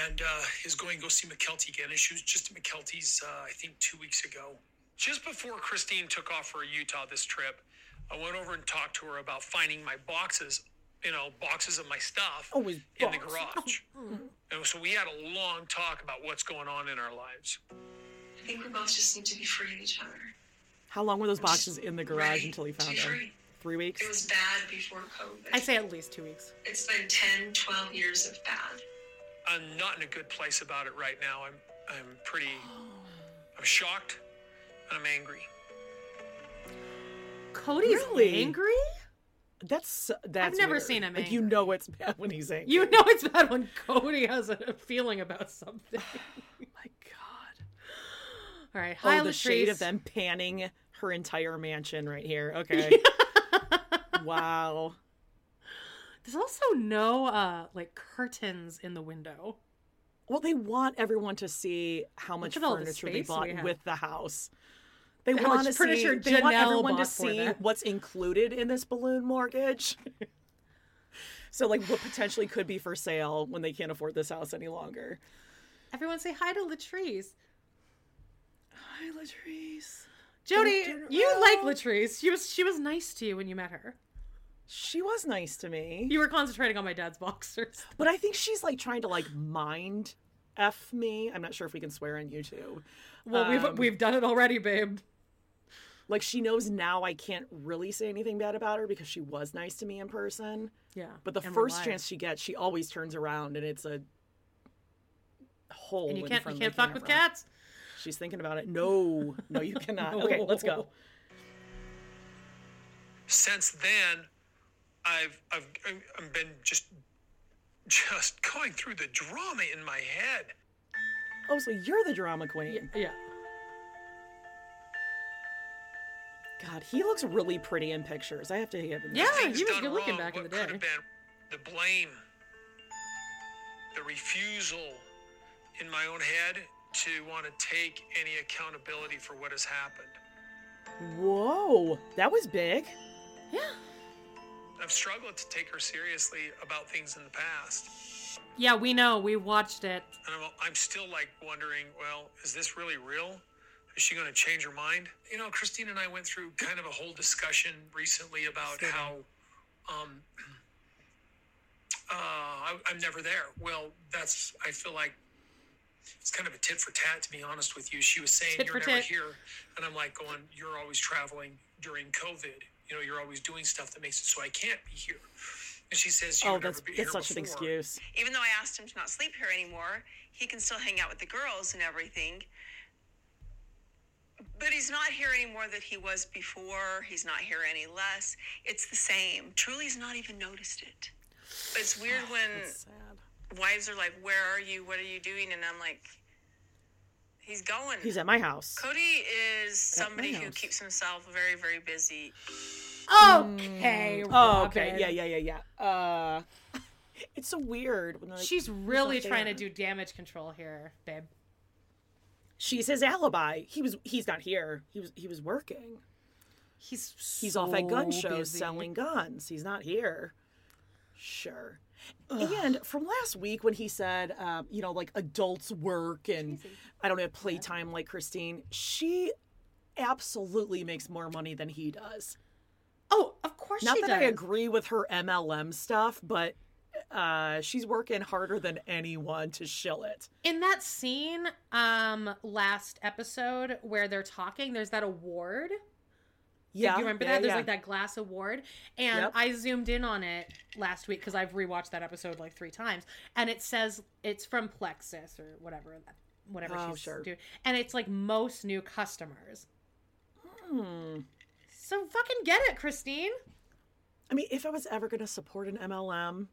and uh, is going to go see McKelty again. And she was just at McKelty's, uh, I think, two weeks ago. Just before Christine took off for Utah this trip, I went over and talked to her about finding my boxes, you know, boxes of my stuff
Always
in the
boxes.
Hmm.
garage. And so we had a long talk about what's going on in our lives.
I think we both just need to be free of each other.
How long were those boxes in the garage
Right,
until he
to
found
be
them?
free.
Three weeks?
It was bad before COVID.
I say at least two weeks.
it's been 10, 12 years of bad.
I'm not in a good place about it right now. I'm I'm pretty I'm shocked and I'm angry.
Cody's
Really?
angry?
That's that's.
never
weird.
seen him
Like you
angry.
know it's bad when he's angry.
You know it's bad when Cody has a feeling about something.
Oh my god.
All right.
Oh,
Hi,
the shade
Latrice.
of them panning her entire mansion right here. Okay. wow.
There's also no uh like curtains in the window.
Well, they want everyone to see how much
at all the
furniture they
space
bought
we have.
with the house. They
How
want to
much
see.
furniture
They want
Janelle
everyone to
bought for
see
them.
what's included in this balloon mortgage. so, like, what potentially could be for sale when they can't afford this house any longer?
Everyone say hi to Latrice.
Hi, Latrice.
Jody,
turn
you like
around.
Latrice. She was she was nice to you when you met her.
She was nice to me.
You were concentrating on my dad's boxers.
But I think she's like trying to like mind f me. I'm not sure if we can swear on YouTube. Um,
Well, we've we've done it already, babe.
Like she knows now I can't really say anything bad about her because she was nice to me in person.
Yeah.
But the
Ah, and we're
first
live.
chance she gets, she always turns around and it's a hole.
and you
in
can't
front
you can't
of
fuck
the
with
camera.
cats.
She's thinking about it. No, no, you cannot. Okay, let's go.
Since then, I've I've I've been just just going through the drama in my head.
Oh, so you're the drama queen.
Yeah.
God, he looks really pretty in pictures. I have to give him.
Yeah,
that.
things
he was
done
good looking
wrong,
back in the
what
day.
could have been the blame, the refusal in my own head to want to take any accountability for what has happened.
Whoa, that was big.
Yeah.
I've struggled to take her seriously about things in the past.
Yeah, we know. We watched it.
And I'm, I'm still like wondering, well, is this really real? Is she going to change her mind? You know, Christine and I went through kind of a whole discussion recently about how um, uh, I, I'm never there. Well, that's, I feel like it's kind of a tit for tat, to be honest with you. She was saying,
Tit
you're
for
never
tat.
here. And I'm like, going, you're always traveling during COVID. You know, you're always doing stuff that makes it so I can't be here. And she says, you
Oh,
would
that's
never be
that's
here
such an
before.
excuse.
Even though I asked him to not sleep here anymore, he can still hang out with the girls and everything. But he's not here any more than he was before. He's not here any less. It's the same. Truly's not even noticed it. It's weird when
Sad.
wives are like, Where are you? What are you doing? And I'm like, He's going.
He's at my house.
Cody is somebody who
house.
keeps himself very, very busy.
Okay.
Oh, okay.
Robin.
Yeah, yeah, yeah, yeah. Uh, it's so weird. When they're like,
She's really
not
trying to do
there.
damage control here, babe.
she's his alibi. He was. He's not here. He was. He was working.
He's
He's off at gun
so
shows
busy.
selling guns. He's not here. Sure. And from last week when he said, um, you know, like adults work and I don't have playtime like Christine, she absolutely makes more money than he does.
Oh, of course
Not
she
that
does.
I agree with her MLM stuff, but uh, she's working harder than anyone to shill it.
In that scene, um, last episode where they're talking, there's that award. Do
Yeah,
you remember
yeah,
that? There's
yeah.
like that glass award, and
Yep.
I zoomed in on it last week because I've rewatched that episode like three times, and it says it's from Plexus or whatever, that- whatever
Oh,
she's
sure.
doing, and it's like most new customers.
Hmm.
So fucking get it, Christine.
I mean, if I was ever going to support an MLM,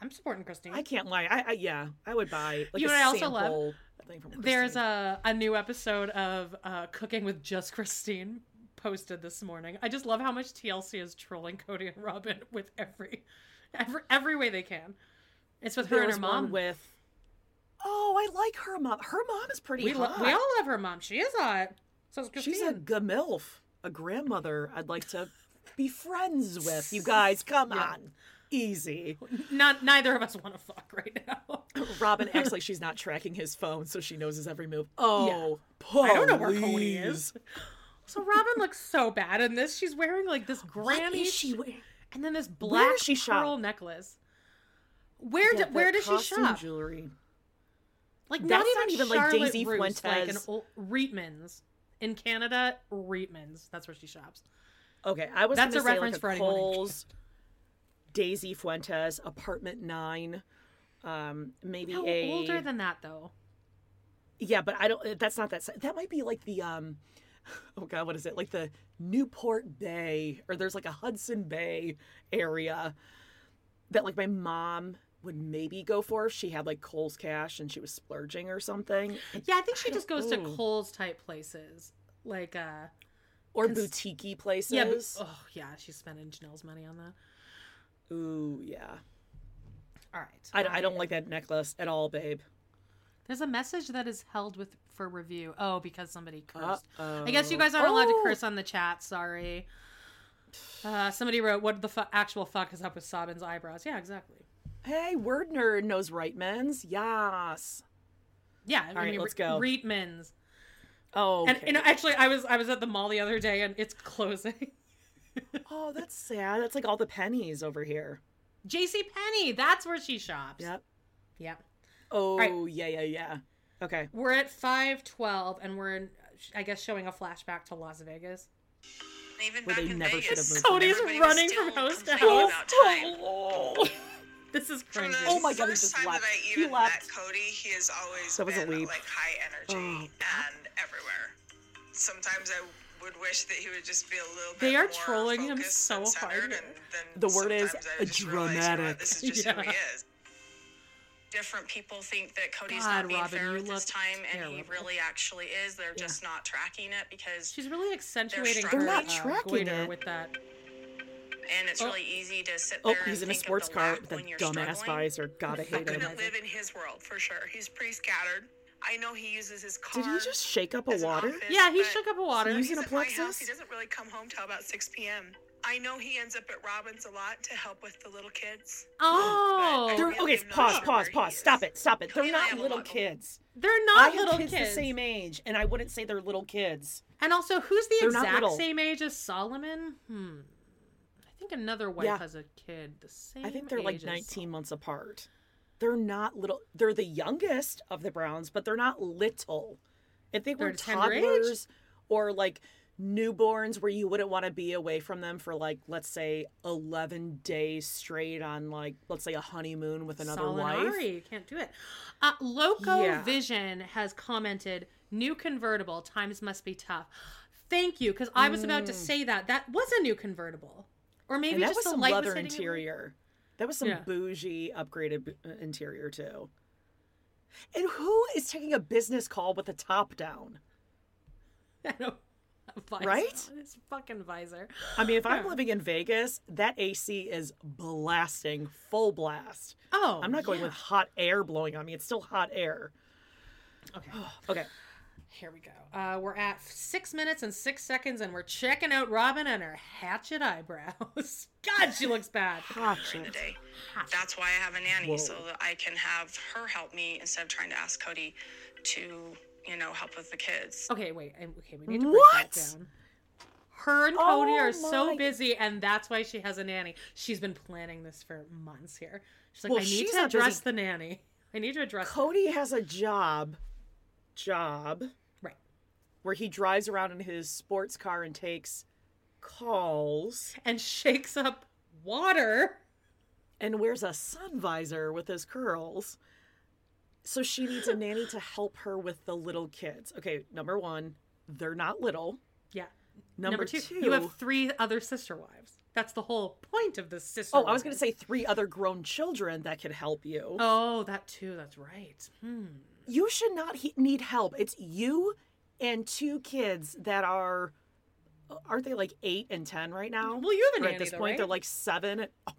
I'm supporting Christine.
I can't lie. I, I yeah, I would buy like
You
a
know what I also love?
sample thing from
There's
Christine.
a, a new episode of uh, Cooking with Just Christine posted this morning. I just love how much TLC is trolling Cody and Robin with every every, every way they can. It's with her
There
and
was
her
one
mom.
with. Oh, I like her mom. Her mom is pretty
we, lo-
hot.
we all love her mom. She is hot. So is Christine.
She's a gamilf, a grandmother. I'd like to be friends with. You guys, come on, easy.
Not, neither of us want to fuck right now.
Robin acts like she's not tracking his phone, so she knows his every move. Oh,
I don't know where Cody
please.
is. So Robin looks so bad in this. She's wearing like this
What
granny
is she wearing?
and then this
Where
black
is she shot?
pearl necklace. Where
Yeah,
do, where
that
does she
costume
shop?
Jewelry.
Like
That's
not even,
not even, like,
Charlotte
Daisy
Roos, like an
Fuentes.
old Reitman's in Canada. Reitman's. That's where she shops.
Okay, I was
That's
gonna
a
say, like,
reference for anyone who-
Kohl's, Daisy Fuentes, apartment nine, um, maybe
No,
a
older than that though.
yeah, but I don't. eh, That's not that. si- That might be like the um, oh god, what is it? Like the Newport Bay, or there's like a Hudson Bay area that like my mom would maybe go for if she had like Kohl's cash and she was splurging or something,
Yeah, I think she just goes to
ooh.
Kohl's type places. Like uh
or boutiquey places.
yeah, but, oh yeah, she's spending Janelle's money on that.
Ooh, yeah.
All right.
I, I don't like that necklace at all, babe.
There's a message that is held with for review. Oh, because somebody cursed. I guess you guys aren't allowed to
Oh.
curse on the chat. Sorry. Uh, somebody wrote, "What the fu- actual fuck is up with Sabin's eyebrows?" Yeah, exactly.
Hey, word nerd knows Reitman's. Yes.
Yeah, I mean,
right, let's go.
Reitman's.
Oh,
And, and actually, I was I was at the mall the other day, and it's closing.
oh, that's sad. That's like all the pennies over here.
J.C. Penney, that's where she shops.
Yep.
Yep.
Oh,
right.
yeah, yeah, yeah. Okay.
We're at five twelve, and we're in, I guess showing a flashback to Las Vegas.
And Even
Where
back
they
in
never should have
Vegas,
moved.
Cody's
everybody was
running
still
from house to
complaining
house.
about time. oh.
This is
From
crazy.
the
Oh my God, he
first
just
time
left.
that I
He
even
left.
met Cody, he has always
That was a
been
leap. Oh,
like high energy and everywhere. Sometimes I would wish that he would just be a little bit
They are
more
trolling him
focused
so
and centered,
hard.
and then
The word is
sometimes I would just realize, you know what,
dramatic.
this is just who
Yeah.
he is. Different people think that Cody's
God,
not being
Robin,
fair
you
with his
looked
time, and he
terrible.
really actually is. They're just not tracking it because
She's really accentuating
They're
her
not
uh,
tracking
goiter
it.
with that.
and it's
Oh.
really easy to sit
Oh,
there.
he's in
and
a
think of
sports
the
car
lack
with a
when you're
dumbass
struggling.
visor. Gotta
I
hate him.
couldn't live in his world for sure. He's pretty scattered. I know he uses his car.
Did he just shake up a
as an
water?
office,
Yeah, he
but
shook up a water.
So
when
you-
He's
Using a
at my house.
plexus?
He doesn't really come home till about 6 p.m. I know he ends up at Robin's a lot to help with the little kids.
oh,
But I
They're,
really
okay,
am not
pause,
sure
pause,
where
pause.
he
Stop
is.
it, stop it. They're
Cody and I
not
have a
little
lot of-
kids.
they're
I
not
have
little
kids,
kids.
the same age, and I wouldn't say they're little kids.
And also, who's the
They're not
exact
little.
same age as Solomon? Hmm. I think another wife
Yeah.
has a kid the same.
I think they're like
age as
19 months apart. They're not little. They're the youngest of the Browns, but they're not little. If they were
They're tender age?
toddlers or like newborns where you wouldn't want to be away from them for like, let's say 11 days straight on like, let's say a honeymoon with another
Solonari.
wife.
You can't do it. Uh, Loco
Yeah.
Vision has commented, "New convertible. Times must be tough." Thank you, because I was about to say that that was a new convertible, or maybe
Mm. And that
just
was
the
some
light
leather
was hitting it.
interior. That was some
Yeah.
bougie upgraded b- uh, interior too. And who is taking a business call with the top down?
I know. A visor.
Right?
This fucking visor.
I mean, if I'm living in Vegas, that AC is blasting full blast.
Oh,
I'm not going
yeah.
with hot air blowing on me. It's still hot air.
Okay.
Okay.
Here we go. Uh, we're at six minutes and six seconds, and we're checking out Robin and her hatchet eyebrows. God, she looks bad.
during the day. That's why I have a nanny so that I can have her help me instead of trying to ask Cody to, you know, help with the kids.
Okay, wait. I'm- Okay, we need to break
What?
that down. Her and Cody
Oh
are so
my-
busy, and that's why she has a nanny. She's been planning this for months here. She's like,
Well,
I need
she's
to
not busy.
address the nanny. I need to address her."
Cody has a job, job
Right.
where he drives around in his sports car and takes calls
And shakes up water.
and wears a sun visor with his curls. So she needs a nanny to help her with the little kids. Okay, number one, they're not little.
Yeah.
Number,
two,
two,
you have three other sister wives. That's the whole point of the sister.
Oh, I was going
wives.
to say three other grown children that could help you.
Oh, that too. That's right. Hmm.
you should not he- need help. It's you and two kids that are aren't they like 8 and 10 right now?
Well, you're the
Or
nanny,
at this
though,
point they're
right?
like 7. and- oh,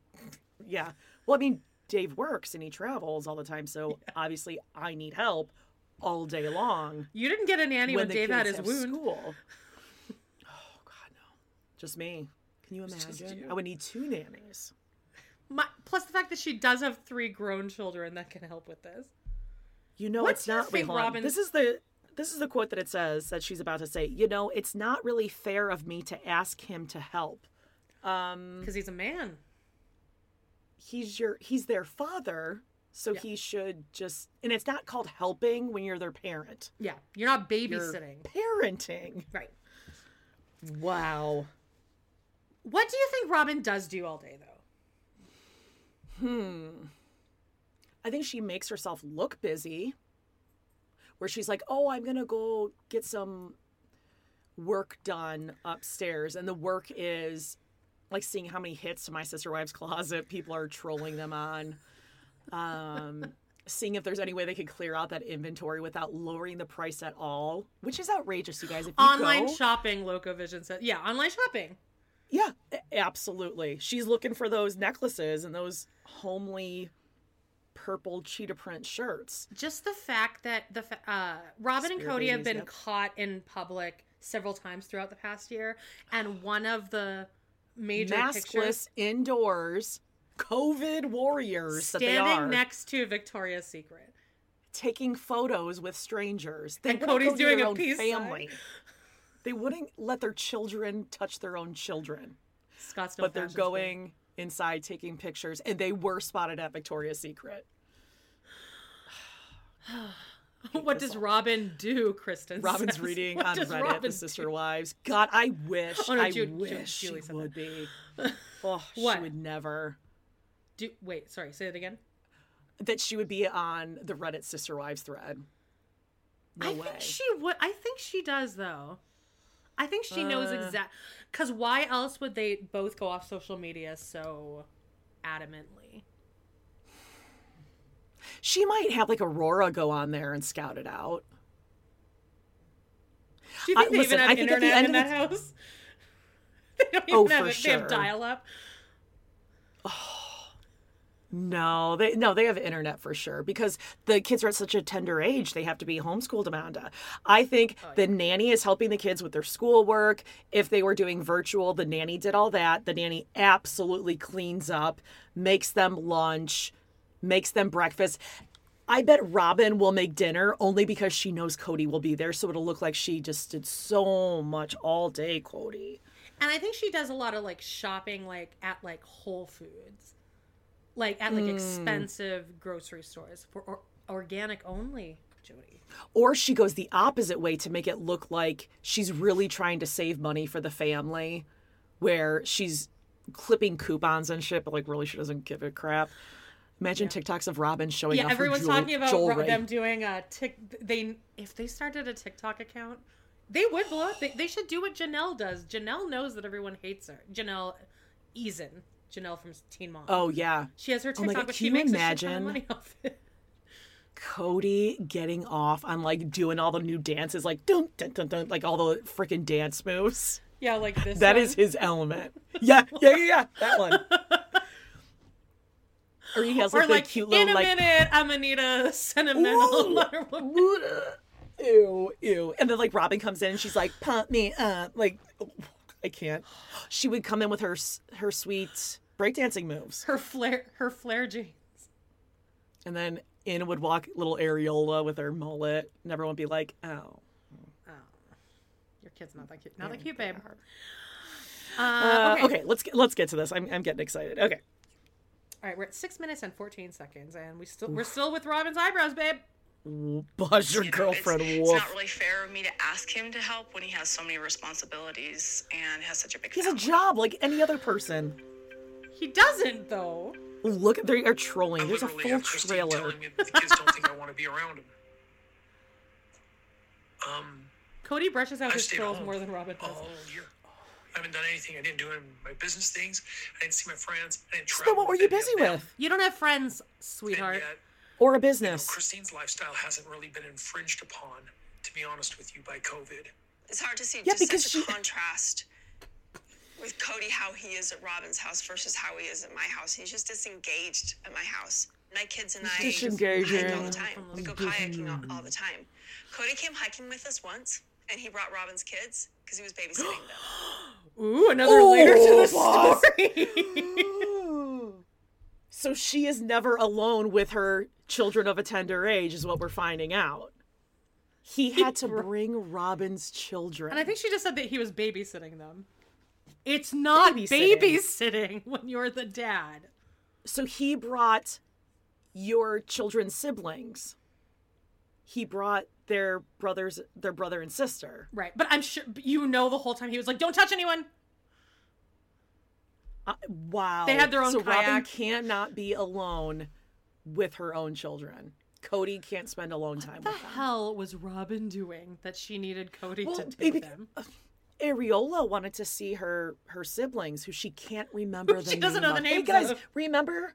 yeah. Well, I mean, Dave works and he travels all the time, so obviously I need help all day long
You didn't get a nanny when,
the
Dave had his
kids have
wound.
School. Oh god, no. Just me. Can you imagine? I would need two nannies.
My, plus the fact that she does have three grown children that can help with this.
You know,
What's
it's
your
not. Wait,
thing,
hold on.
Robin?
This is the this is the quote that it says that she's about to say. You know, it's not really fair of me to ask him to help. Um,
Because he's a man.
He's your he's their father, So he should just, and it's not called helping when you're their parent.
Yeah, you're not
You're
babysitting.
parenting.
Right.
Wow.
What do you think Robin does do all day though?
Hmm. I think she makes herself look busy, where she's like, oh, I'm going to go get some work done upstairs. And the work is like seeing how many hits to my sister wife's closet people are trolling them on. Um, seeing if there's any way they could clear out that inventory without lowering the price at all, which is outrageous, you guys. If you
Online
go-
shopping, Locovision says. Yeah, online shopping.
Yeah, a- absolutely. She's looking for those necklaces and those homely purple cheetah print shirts.
Just the fact that the fa- uh, Robin and
Spear
Cody have
babies,
been
yep.
caught in public several times throughout the past year, and one of the major pictures
Maskless indoors, COVID warriors that they are,
standing next to Victoria's Secret.
taking photos with strangers. They
And
wouldn't
Cody's
go to
doing
their
a
own
peace sign.
family. They wouldn't let their children touch their own children,
Scottsdale,
but they're
Fashion Square.
going inside taking pictures, and they were spotted at Victoria's Secret.
what does Robin do, Kristen?
Robin's
says.
reading
What
on
does
Reddit,
Robin
the Sister Wives. God, I wish,
Oh, no,
I
Jude- Jude-
wish
Julie
she
said
would be. Oh,
What?
she would never.
Do, wait, sorry, say that again.
That she would be on the Reddit Sister Wives thread. No
I
way.
think she would. I think she does though. I think she knows
Uh.
exact. Because why else would they both go off social media so adamantly?
She might have like Aurora go on there and scout it out.
Do you
I-
think they
listen,
even have
I think at the
internet
end
in that
of the-
house? They don't even
Oh,
have
for
it. They have
sure.
dial up.
No, they no, they have internet for sure because the kids are at such a tender age; they have to be homeschooled. Amanda, I think the nanny is helping the kids with their schoolwork. If they were doing virtual, the nanny did all that. The nanny absolutely cleans up, makes them lunch, makes them breakfast. I bet Robin will make dinner only because she knows Cody will be there, so it'll look like she just did so much all day, Cody.
And I think she does a lot of like shopping, like at like Whole Foods, like at like
Hmm.
expensive grocery stores for or- organic only. Jody,
or she goes the opposite way to make it look like she's really trying to save money for the family where she's clipping coupons and shit but like really she doesn't give a crap imagine tiktoks of robin showing
yeah,
off her
everyone's
jewel-
talking about ro-
jewelry.
them doing a tick. They if they started a TikTok account, they would blow up. They, they should do what Janelle does. Janelle knows that everyone hates her. Janelle Eason, Janelle from Teen Mom.
oh yeah
She has her
Oh my
TikTok,
God,
but
can
she
you
makes a shit ton
imagine?
of money off it.
cody getting off on like doing all the new dances like dun dun dun dun like all the freaking dance moves
Yeah, like this.
That
one.
is his element. Yeah, yeah, yeah, yeah. That one. Or he has
Or
like,
like,
the cute little
in a
like
minute, I'm gonna need a sentimental. letter woman.
ew, ew. And then like Robin comes in and she's like, pump me up. Like, I can't. She would come in with her s- her sweet breakdancing moves.
her flare, her flare jeans.
And then in would walk little Areola with her mullet. And everyone would be like, oh.
Your kid's not that cute. Not that cute, babe.
Uh,
Uh, okay.
okay. let's get, let's get to this. I'm, I'm getting excited. Okay.
All right, we're at six minutes and fourteen seconds, and we still we're still with Robin's eyebrows, babe.
Buzz your
You know, it's-
girlfriend,
it's,
Wolf.
not really fair of me to ask him to help when he has so many responsibilities and has such a big
he has a
family.
job like any other person.
He doesn't though.
Look, they are trolling.
I
There's a
literally
full
have Christine
trailer.
telling me that the kids don't think I want to be around him. Um,
Cody brushes out
I've
his
stayed
curls
home Oh,
more than Robin does.
all year. I haven't done anything. I didn't do any of my business things. I didn't see my friends. I didn't travel.
Then what were
with
you
any of
busy
them.
with?
You don't have friends,
And
sweetheart.
yet,
Or a
you know,
business?
Christine's lifestyle hasn't really been infringed upon, to be honest with you, by COVID.
It's hard to see
Yeah,
just
because
such
she-
a contrast with Cody how he is at Robin's house versus how he is at my house. He's just disengaged at my house. My kids and I hike all
disengaging.
the time. We go kayaking all, all the time. Cody came hiking with us once, and he brought Robin's kids because he was babysitting them.
Ooh, another layer to the
boss.
story.
So she is never alone with her children of a tender age, is what we're finding out. He had to bring Robin's children.
and I think she just said that he was babysitting them. It's not
Babysitting.
babysitting when you're the dad.
so he brought your children's siblings. He brought their brothers, their brother and sister.
Right. But I'm sure but you know the whole time he was like, don't touch anyone.
I, wow.
They had their own
so Robin
kayak.
cannot be alone with her own children. Cody can't spend alone time
What
with
the
them.
hell was Robin doing that she needed Cody
Well,
to take
maybe-
them?
Ariola wanted to see her her siblings, who she can't remember. The
She doesn't know
name
the
of. Hey
names
guys,
of.
remember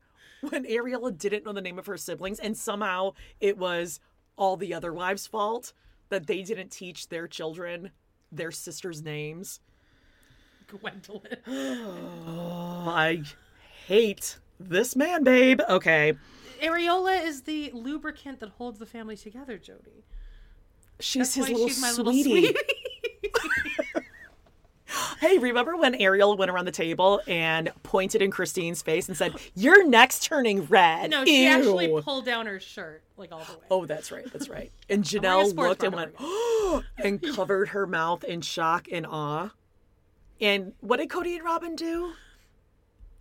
when Ariola didn't know the name of her siblings, and somehow it was all the other wives' fault that they didn't teach their children their sisters' names.
Gwendolyn.
I hate this man, babe. Okay,
Areola is the lubricant that holds the family together, Jody.
she's his
Why
little,
she's my little
sweetie. Hey, remember when Ariel went around the table and pointed in Christine's face and said, "Your neck's turning red."
No, she
Ew.
actually pulled down her shirt like all the way.
Oh, that's right. That's right. And
wearing a
Janelle
sports
looked and
bra,
went, oh, and covered her mouth in shock and awe. And what did Cody and Robin do?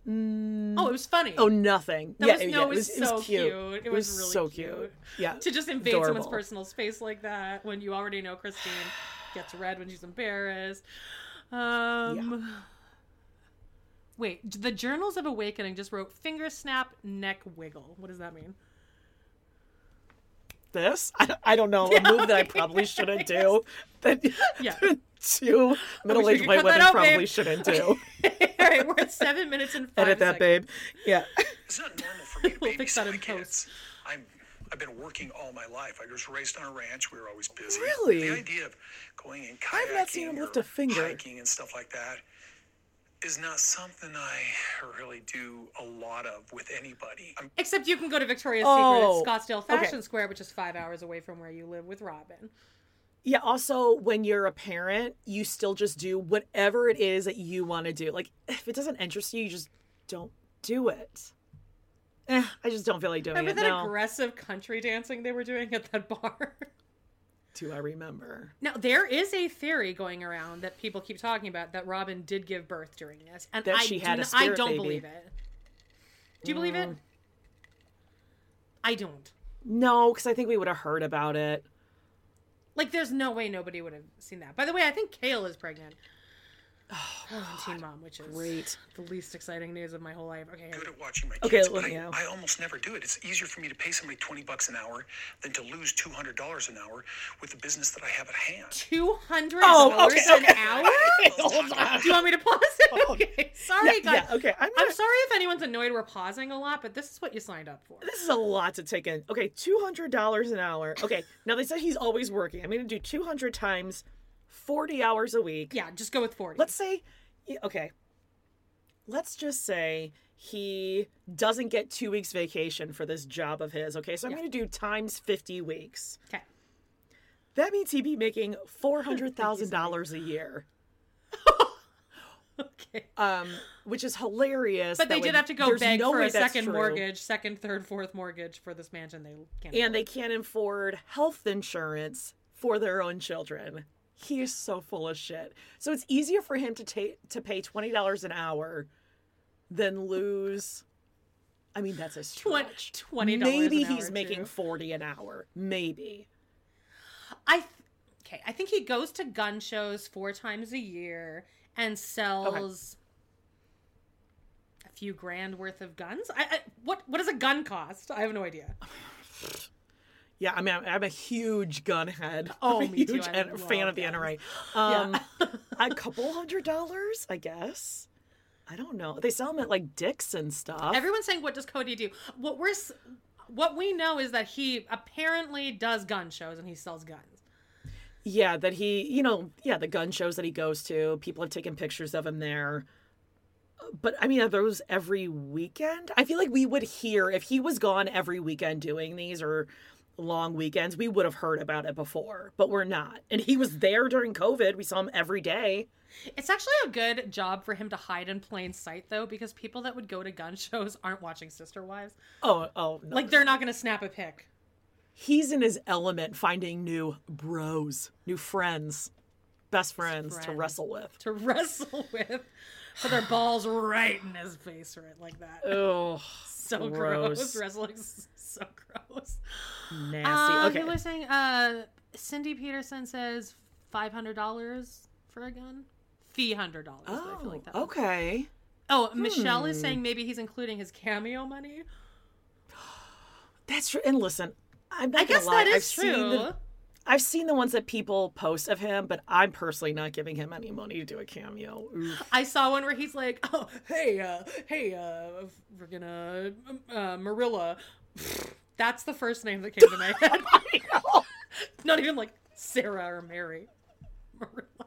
Oh, it was funny.
Oh, nothing.
That
yeah,
was-
yeah,
no, it was so cute. It
It
was
was
really
so
cute.
cute. Yeah.
to just invade someone's
adorable.
personal space like that when you already know Christine gets red when she's embarrassed. Um, Wait, the Journals of Awakening just wrote finger snap, neck wiggle. What does that mean?
This, I, I don't know, a move that I probably shouldn't do. That
Yeah.
two middle aged
could
white
cut that
women
out,
probably
babe.
shouldn't do.
All right, we're at seven minutes and five
Edit that,
seconds.
babe. Yeah.
It's not normal for me to
We'll fix that
babysit
in
my
post.
kids. I'm, I've been working all my life. I was raised on a ranch. We were always busy.
Really?
The idea of going and kayaking
I've not seen him
or
lift a finger.
hiking and stuff like that is not something I really do a lot of with anybody. I'm
Except you can go to Victoria's
Oh,
Secret at Scottsdale
okay.
Fashion Square, which is five hours away from where you live with Robin.
Yeah, also when you're a parent, you still just do whatever it is that you want to do. Like if it doesn't interest you, you just don't do it. Eh, I just don't feel like doing
Remember
it.
that
no.
aggressive country dancing they were doing at that bar?
Do I remember?
Now there is a theory going around that people keep talking about that Robin did give birth during this, and
That
I
she
do
had a
n- I
spirit
don't
baby.
believe it. Do you believe it?
Mm.
I don't.
No, because I think we would have heard about it.
Like, there's no way nobody would have seen that. By the way, I think Kale is pregnant. Oh, and Teen Mom, which is
Great.
the least exciting news of my whole life. Okay,
good at watching my
Okay,
kids,
look
but I,
now.
I almost never do it. It's easier for me to pay somebody 20 bucks an hour than to lose $200 an hour with the business that I have at hand.
two hundred
Oh,
dollars
okay,
an
okay.
hour.
Hold on.
Do you want me to pause it? Okay, sorry
yeah,
guys.
yeah, okay. I'm
I'm
gonna-
sorry if anyone's annoyed we're pausing a lot, but this is what you signed up for.
This is a lot to take in. Okay, two hundred dollars an hour. Okay, now they said he's always working. I'm going to do two hundred times forty hours a week.
Yeah, just go with forty.
let's say y- okay let's just say he doesn't get two weeks vacation for this job of his okay so i'm going to do times 50 weeks
Okay.
that means he'd be making $400000 a year
Okay.
um, which is hilarious
But they
that
did
would-
have to go
there's
beg
no
for
way
a
that's
second
true.
mortgage, second, third, fourth mortgage for this mansion. They can't.
and they can't afford health insurance for their own children he is so full of shit so it's easier for him to take to pay $20 an hour than lose i mean that's a
afford.
stretch.
Twen- twenty dollars.
maybe
an hour,
he's making
too.
40 an hour maybe
I th- okay. I think he goes to gun shows four times a year and sells a few grand worth of guns. I, I what what does a gun cost? I have no idea.
yeah i mean i'm, I'm a huge gun head
Oh,
I'm a
me too.
huge
I
en- fan
love
of the
guns.
nra um a couple hundred dollars i guess i don't know they sell them at like dicks and stuff
Everyone's saying, "What does Cody do?" What we're s- what we know is that he apparently does gun shows and he sells guns.
yeah that he you know yeah the gun shows that he goes to people have taken pictures of him there but i mean are those every weekend i feel like we would hear if he was gone every weekend doing these or long weekends we would have heard about it before but we're not and he was there during covid we saw him every day
It's actually a good job for him to hide in plain sight, though, because people that would go to gun shows aren't watching Sister Wives.
oh oh no.
Like, they're not going to snap a pic.
he's in his element finding new bros new friends best friends, to
Friends.
wrestle with
to wrestle with. So their balls right in his face, right like that.
oh
so gross.
Gross.
Wrestling's so gross.
Nasty.
Uh,
okay.
Who was saying? Uh, Cindy Peterson says five hundred dollars for a gun. Fee hundred dollars. I feel like that. was-
okay. Hmm.
Oh, Michelle is saying maybe he's including his cameo money.
That's true. And listen, I'm not
I guess
gonna lie.
that is
I've
true.
Seen the, I've seen the ones that people post of him, but I'm personally not giving him any money to do a cameo. Oof.
I saw one where he's like, "Oh, hey, uh, hey, uh, we're gonna um, uh, Marilla." That's the first name that came to my head. Not even like Sarah or Mary. Marilla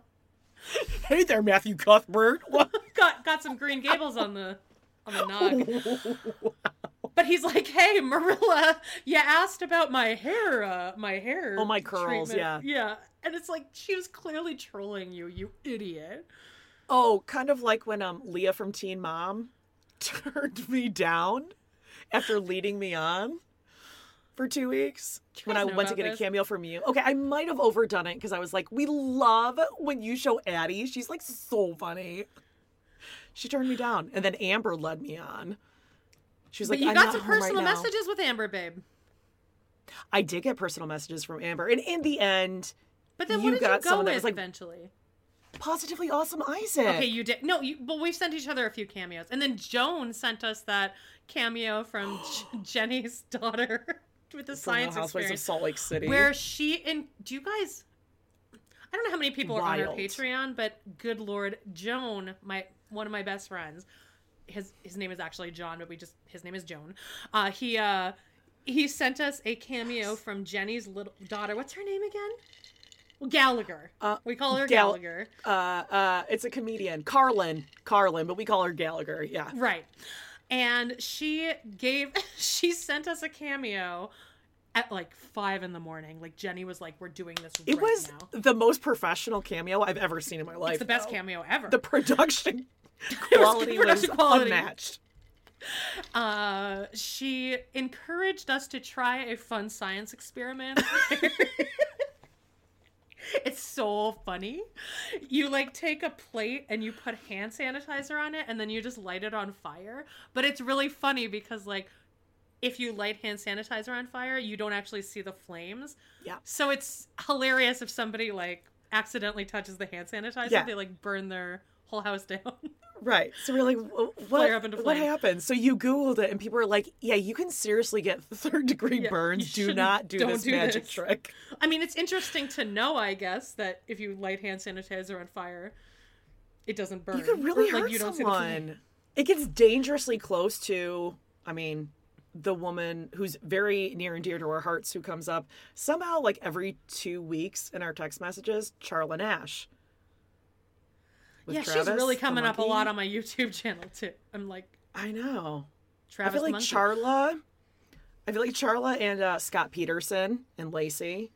Hey there, Matthew Cuthbert. What?
got got some Green Gables on the on the nog. But he's like, "Hey, Marilla, you asked about my hair, uh, my hair.
Oh, my curls,
treatment." yeah." And it's like she was clearly trolling you, you idiot.
Oh, kind of like when um Leah from Teen Mom turned me down after leading me on for two weeks
you
when
guys
I
know
went to
about
get
this?
a cameo from you. Okay, I might have overdone it because I was like, we love when you show Addie. She's like so funny. She turned me down, and then Amber led me on. She was
But
like,
you
"I'm
got
not
some
home right
personal
now."
messages with Amber, babe.
I did get personal messages from Amber, and in the end,
But then
You
what did
got
you go
someone that
with
was like-
eventually?
positively awesome Isaac.
Okay, you did. No, you, but we've sent each other a few cameos, and then Joan sent us that cameo from J- Jenny's daughter with the
From Real
science
Housewives of
experience,
Salt Lake City.
where she and do you guys? I don't know how many people are on our
Wild.
Patreon, but good lord, Joan, my one of my best friends, his his name is actually John, but we just his name is Joan. Uh, he uh he sent us a cameo from Jenny's little daughter. What's her name again? Well, Gallagher.
Uh.
we call her
Gal-
Gallagher.
uh, uh, it's a comedian, Carlin, Carlin, but we call her Gallagher. Yeah.
Right. And she gave, she sent us a cameo at like five in the morning. Like Jenny was like, we're doing this
It
right
was
now.
the most professional cameo I've ever seen in my life.
It's the best
though.
cameo ever.
The production
It was
quality was,
production quality.
unmatched.
Uh, she encouraged us to try a fun science experiment. it's so funny. You like take a plate and you put hand sanitizer on it and then you just light it on fire. But it's really funny because like if you light hand sanitizer on fire, you don't actually see the flames.
Yeah.
So it's hilarious if somebody like accidentally touches the hand sanitizer,
Yeah.
they like burn their whole house down.
Right. So we're like, "Wh-
Flare up into
what, what
flame.
happened? So you Googled it, and people were like, yeah, you can seriously get third degree
you
burns. Do
shouldn't-
not do
don't
this
do
magic
this.
trick.
I mean, it's interesting to know, I guess, that if you light hand sanitizer on fire, it doesn't burn.
You could really
Or,
hurt
see the flame.
someone. It gets dangerously close to, I mean, the woman who's very near and dear to our hearts who comes up somehow like every two weeks in our text messages, Charla Nash. With
yeah,
Travis,
she's really
the
coming up a lot
monkey.
on my YouTube channel too. I'm like
I know. I
Travis
feel
the
like
monkey.
Charla. I feel like Charla and uh, Scott Peterson and Lacey,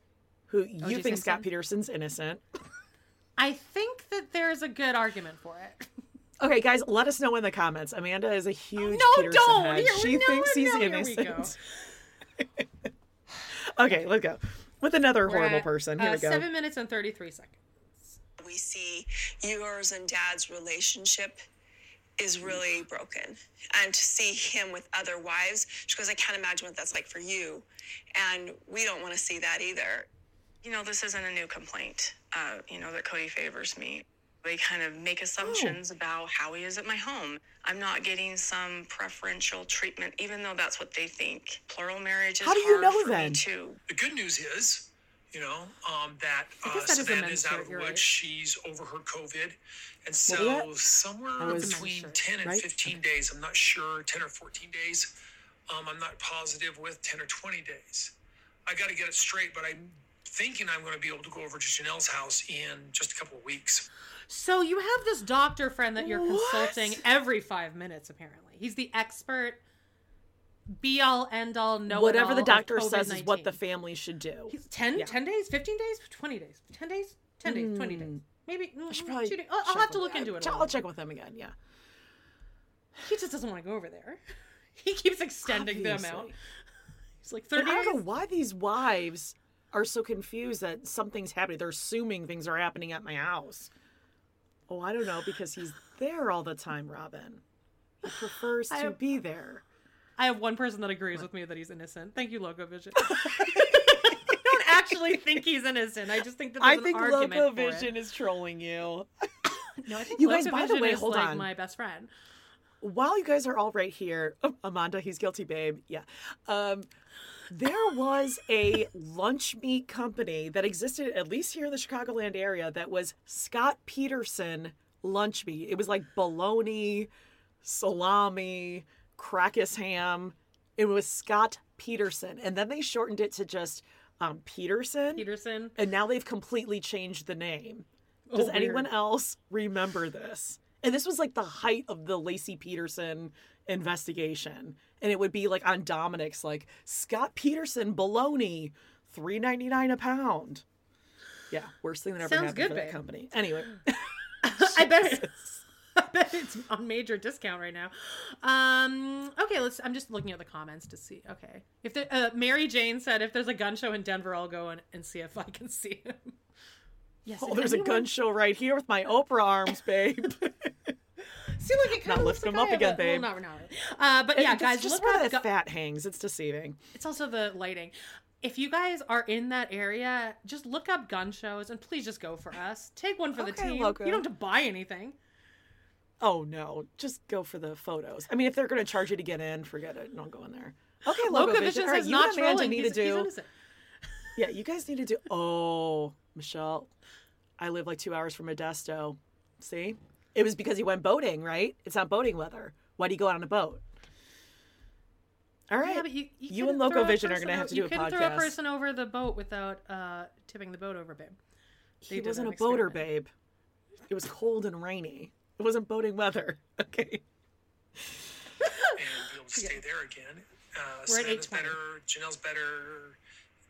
who you
do you
think,
think
Scott
so?
Peterson's innocent.
I think that there's a good argument for it.
Okay, guys, let us know in the comments. Amanda is a huge
no,
Peterson
don't!
head.
Here we-
she
no,
thinks
no,
he's
here we
innocent. okay, let's go with another horrible
We're at,
person. Here
uh,
we go.
Seven minutes and thirty-three seconds.
we see yours and dad's relationship is really broken and to see him with other wives she goes i can't imagine what that's like for you and we don't want to see that either
You know, this isn't a new complaint, uh, you know, that Cody favors me. They kind of
Oh.
make assumptions about how he is at my home. I'm not getting some preferential treatment, even though that's what they think. Plural marriage is
How do you
hard
know
for me,
then?
too.
The good news is, you know, um, that uh,
guess that is a
Savannah
men's
is out
shirt,
of
you're
work.
right.
She's over her COVID. And
What
so
was that?
somewhere
was- It's a men's
between
shirt,
10 and
right?
15 days, I'm not sure, 10 or 14 days, um, I'm not positive with 10 or 20 days. I got to get it straight, but I'm thinking I'm going to be able to go over to Janelle's house in just a couple of weeks.
So you have this doctor friend that you're
What?
consulting every five minutes. Apparently, he's the expert, be all, end all, know
Whatever the doctor says is what the family should do.
10, 10 days, 15 days, 20 days, 10 days, 10 days, 20 days. Maybe mm,
Hmm. should probably
two days. I'll, I'll
check
have to
with-
look into it. a
I'll
little
check with them again. Yeah.
bit. He just doesn't want to go over there. He keeps extending the amount.
Obviously.
He's like
And
30
I don't know
days.
why these wives are so confused that something's happening. They're assuming things are happening at my house. Oh, I don't know because he's there all the time, Robin. He prefers to be there.
I have one person that agrees with me that he's innocent. Thank you, Locovision. I don't actually think he's innocent. I just think that there's
I
an
think
argument for it.
Locovision is trolling you.
No, I think
You guys, by the
Locovision
way,
is,
hold
like,
on.
My best friend.
While you guys are all right here, oh, Amanda, he's guilty, babe. Yeah. Um, there was a lunch meat company that existed, at least here in the Chicagoland area, that was Scott Peterson lunch meat. It was like bologna, salami, crackus ham. It was Scott Peterson. And then they shortened it to just um, Peterson.
Peterson.
and now they've completely changed the name. Does
Oh, weird.
anyone else remember this? And this was like the height of the Lacey Peterson investigation. And it would be like on Dominic's like Scott Peterson baloney, three ninety nine a pound. Yeah, worst thing that ever
Sounds
happened
good,
for that
babe.
company. Anyway,
I bet it's I bet it's on major discount right now. Um, okay, let's. I'm just looking at the comments to see. Okay, if the, uh, Mary Jane said if there's a gun show in Denver, I'll go and, and see if I can see him. Yes,
oh,
if
there's a
anyone-
gun show right here with my Oprah arms, babe.
See, look, it kind
Not
of looks
lifting
like
him up
I have
again,
a- Well, not, not really. Uh, but yeah,
It's
guys,
just
look
where
up.
that
gu-
fat hangs. It's deceiving.
It's also the lighting. If you guys are in that area, just look up gun shows and please just go for us. Take one for the
Okay,
team.
Loco.
You don't have to buy anything.
Oh no, just go for the photos. I mean, if they're going to charge you to get in, forget it. Don't go in there. Okay, Loco
Loco
Vision.
Vision
All right,
says
you
not
and Amanda
trolling.
need
He's,
to
he's
do.
innocent.
yeah, you guys need to do. Oh, Michelle, I live like two hours from Modesto. See, it was because he went boating, right? It's not boating weather. Why do you go out on a boat? All right,
Yeah, but you, you, couldn't
and Loco
throw a
Vision are
person
going to have
o-
to do
you
a
couldn't throw a
podcast.
person over the boat without uh, tipping the boat over, babe. They
he
did
wasn't
an
a boater,
experiment.
babe. It was cold and rainy. It wasn't boating weather. Okay.
and be able to stay there again. Uh,
We're at
Samantha's
8:20.
better, Janelle's better,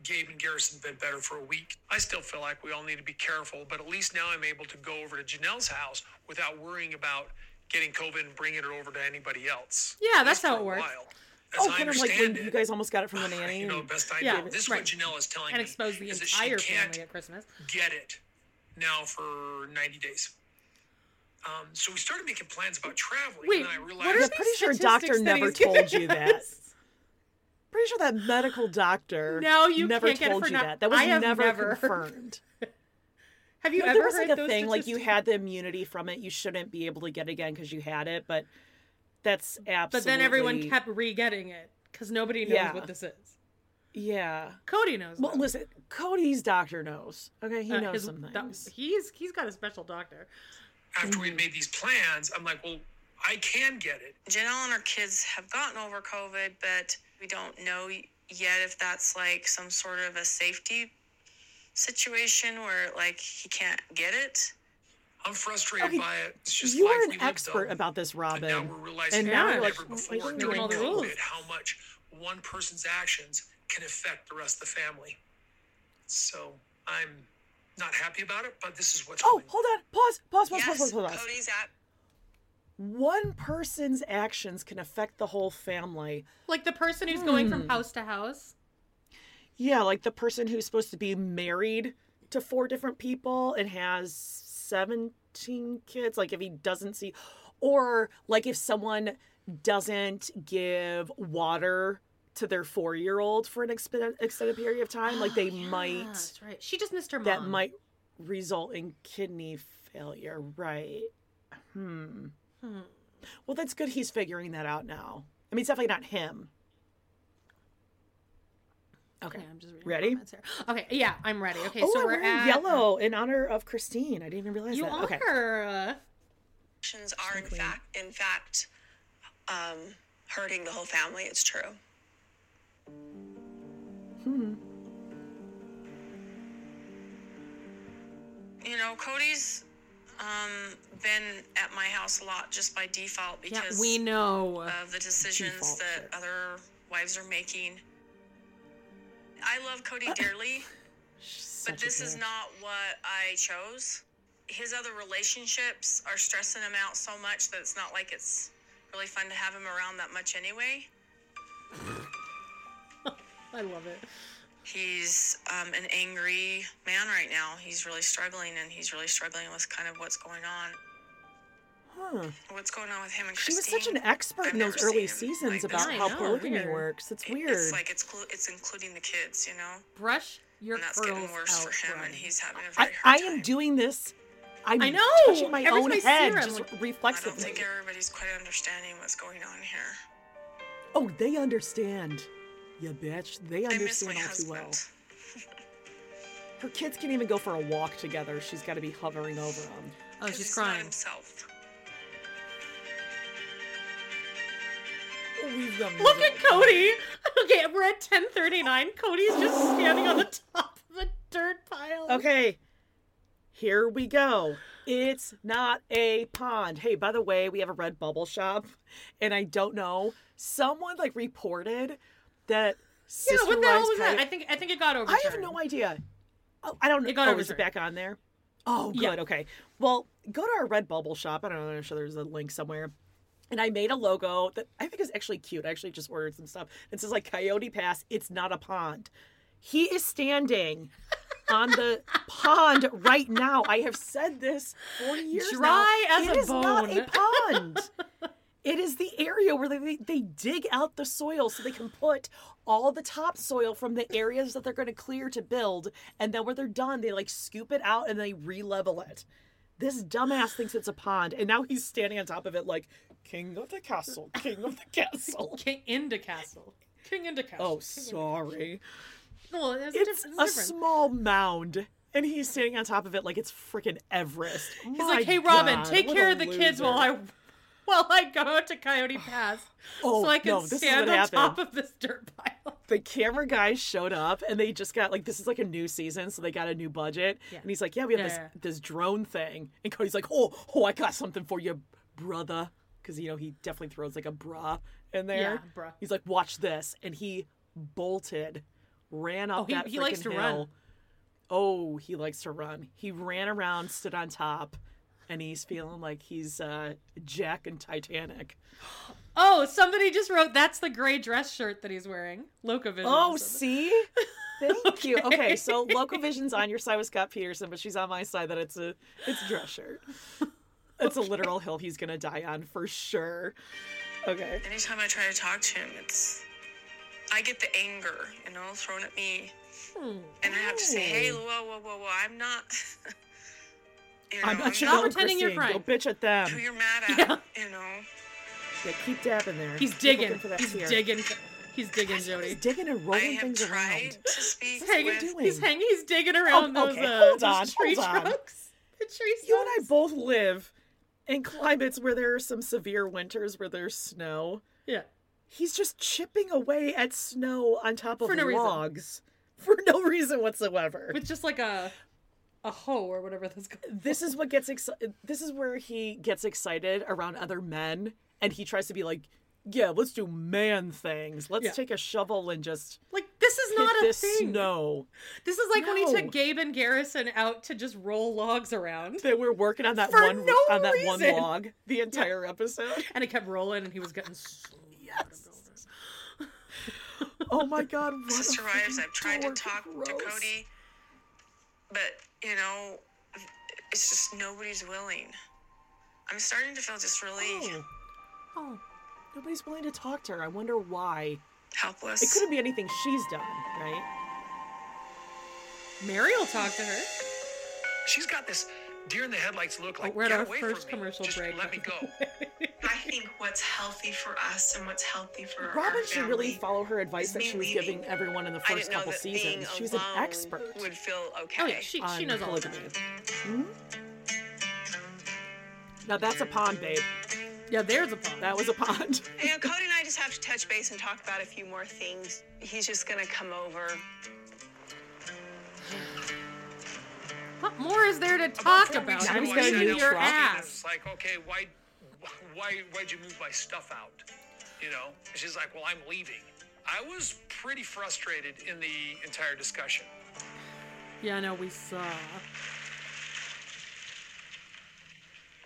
Gabe and Garrison have been better for a week. I still feel like we all need to be careful, but at least now I'm able to go over to Janelle's house without worrying about getting COVID and bringing it over to anybody else.
Yeah,
At
that's
least
how it
for a
works.
while. As
Oh,
I
kind of like
understand
when you
it,
guys almost got it from the nanny.
you know,
and-
best I
Yeah,
know. This is
right.
what Janelle is telling
and
me
expose the
is that she
entire
can't
family at Christmas.
get it now for 90 days. Um, so we started making plans about traveling,
Wait,
and then I
what
realized
are
I'm pretty sure a
statistics
doctor
that
never
he's giving
told you that. Pretty sure that medical doctor
No, you
never
can't get it
told
for
you
not-
that. That was
I have
never,
never.
confirmed.
Have you
Like,
ever
there was
heard
like a
those
thing like you
statistics?
had the immunity from it, you shouldn't be able to get it again because you had it, but that's
But
absolutely
then everyone kept re-getting it because nobody knows
Yeah.
what this is.
Yeah.
Cody knows.
Well,
though.
listen, Cody's doctor knows. Okay, he
Uh,
knows
his-
some
that-
things.
he's he's got a special doctor.
after we'd made these plans, I'm like, well, I can get it.
Janelle and her kids have gotten over COVID, but we don't know yet if that's like some sort of a safety situation where like he can't get it.
I'm frustrated
Okay,
by it. It's just
you
life
are
we
an
live,
expert
though.
about this,
And
Robin.
now we're realizing
And
now
now
you're
more
like,
than ever
we're
before
making
during
all the rules.
COVID how much one person's actions can affect the rest of the family. So I'm not happy about it, but this is what's
oh,
going on.
hold on. Pause, pause, pause,
Yes,
pause, pause, pause.
Oh,
pause.
Cody's app.
One person's actions can affect the whole family.
Like the person who's going
Hmm.
from house to house.
Yeah, like the person who's supposed to be married to four different people and has 17 kids. Like, if he doesn't see, or like if someone doesn't give water to their four year old for an expe- extended period of time, like they
Oh, Yeah,
might,
that's right. She just missed her mom.
that might result in kidney failure. Right. Hmm. Well, that's good he's figuring that out now. I mean, it's definitely not him. Okay.
Yeah, I'm just reading the
Ready?
comments here. Okay, yeah, I'm ready. Okay,
oh,
so
I'm
we're
wearing
at
yellow in honor of Christine. I didn't even realize
You
that.
are.
Okay.
Actions are in fact, in fact, um, hurting the whole family. It's true.
Hmm.
You know, Cody's um, been at my house a lot just by default
Yeah,
because
we know.
of the decisions
Default, sure.
that other wives are making. I love Cody dearly, but this is not what I chose. His other relationships are stressing him out so much that it's not like it's really fun to have him around that much anyway.
I love it.
He's um, an angry man right now. He's really struggling, and he's really struggling with kind of what's going on.
Huh.
what's going on with him and
She
Christine.
was such an expert
I've
in those
never
early
seen him
seasons
like
about
this.
I
how
know,
polygamy
weird.
works. It's
It-
weird.
It's like it's clu- it's including the kids, you know.
Brush your
and that's
curls
getting worse
out.
for him,
Robin.
and he's having a
I,
very
I
hard
am
time.
doing this. I'm
I know!
touching my
Every
own
time I see
head
her, I'm
just
like,
I don't
reflexively.
think everybody's quite understanding what's going on here.
Oh, they understand. You bitch. They
I miss
understand
my
all too
husband.
well. Her kids can even go for a walk together. She's got to be hovering over them.
Oh,
'Cause
she's
he's Not
crying.
himself.
Oh,
Look at Cody. Okay, we're at 10:39. Cody's just standing on the top of a dirt pile.
Okay. Here we go. It's not a pond. Hey, by the way, we have a red bubble shop, and I don't know. Someone like reported that.
Yeah,
Sister
what the hell
Wives
was that?
Coyote-
I think I think it got over.
I have no idea. Oh, I don't know.
It got
oh, is it
overturned.
back on there? Oh, good.
Yeah.
Okay. Well, go to our Redbubble shop. I don't know. I'm sure there's a link somewhere. And I made a logo that I think is actually cute. I actually just ordered some stuff. It says like Coyote Pass. It's not a pond. He is standing on the pond right now. I have said this 40 years
Dry
now.
as
It
a
is not a
bone.
pond. It is the area where they, they dig out the soil so they can put all the topsoil from the areas that they're going to clear to build. And then when they're done, they like scoop it out and they re level it. This dumbass thinks it's a pond. And now he's standing on top of it like, King of the castle, King of the castle.
King into castle. King into castle.
Oh, sorry.
Well, there's a
It's
diff-
a
there's a difference.
small mound. And he's standing on top of it like it's freaking Everest.
He's like, "Hey, Robin, take care of the kids while
I."
I while I go out to Coyote Pass,
Oh,
so I can
no, this is
stand on
what
top
happened.
of this dirt pile."
the camera guy showed up and they just got like this is like a new season, so they got a new budget. And he's like, Yeah, we have
Yeah,
this
yeah.
this drone thing. And Cody's like, Oh, oh, I got something for you, brother. Cause you know, he definitely throws like a bra in there.
Yeah, bruh.
He's like, Watch this. And he bolted, ran up
he-
that
he likes
freaking
to
hill.
run.
Oh, he likes to run. He ran around, stood on top, and he's feeling like he's uh, Jack and Titanic.
Oh, somebody just wrote that's the gray dress shirt that he's wearing. Locovision.
Oh,
also.
see? Thank you. Okay, so Locovision's on your side with Scott Peterson, but she's on my side that it's a it's a dress shirt. It's a literal hill he's gonna die on for sure. Okay.
Anytime I try to talk to him, it's I get the anger, you know, thrown at me, and I have to say, "Hey, whoa, whoa, whoa, whoa! I'm not." you know,
I'm not your
not
little
pretending you're
Christine. Go
crying.
bitch at them.
who you're mad at. You know,
Yeah, keep dabbing there.
He's
Keep
digging.
looking for that
He's
tear.
digging. He's digging, Jody.
He's digging and
I
rolling
have
things
tried
around.
to speak
He's hanging,
with.
doing?
he's hanging. He's digging around
Oh,
those,
okay,
uh,
hold
those
on,
tree
hold on.
trunks. The tree
You and I
trunks.
both live in climates where there are some severe winters where there's snow.
Yeah.
He's just chipping away at snow on top of
For no reason.
logs for no reason whatsoever.
With just like a a hoe or whatever that's called.
this is what gets excited. This is where he gets excited around other men, and he tries to be like, "Yeah, let's do man things. Let's
Yeah.
take a shovel and just
Like this is
hit
not a
this
thing.
snow."
This is like when he
No.
took Gabe and Garrison out to just roll logs around,
That we're working on that
For
one
no
on that one
reason.
log the entire episode.
and it kept rolling, and he was getting. So
Oh my god! What a
Sister Wives,
freaking
I've tried to
dork.
talk to
Gross.
Cody, but you know, it's just nobody's willing. I'm starting to feel just really
Oh. Oh. nobody's willing to talk to her. I wonder why.
helpless.
It couldn't be anything she's done, right?
Mary will talk to her.
She's got this deer in the headlights look like
we're at
get
our
away
first
from me.
commercial
Just
break,
Let
by
me go.
I think what's healthy for us and what's healthy for
Robin
our
should really
family-
follow her advice
is
that
me
she was
leaving.
giving everyone in the
I
first
didn't know
couple
that being
seasons. She was an
alone
expert.
Would feel okay.
Oh yeah, she
on
she knows all about
polygamy.
it.
Now that's a pond, babe.
Yeah, there's a pond.
That was a pond.
You know, Cody and I just have to touch base and talk about a few more things. He's just gonna come over.
What more is there to talk about?
Now
I'm
he's got a
eating
new
your
truck.
ass.
It's like, okay, why, why, why'd you move my stuff out? You know, and she's like, well, I'm leaving. I was pretty frustrated in the entire discussion.
Yeah, no, we saw.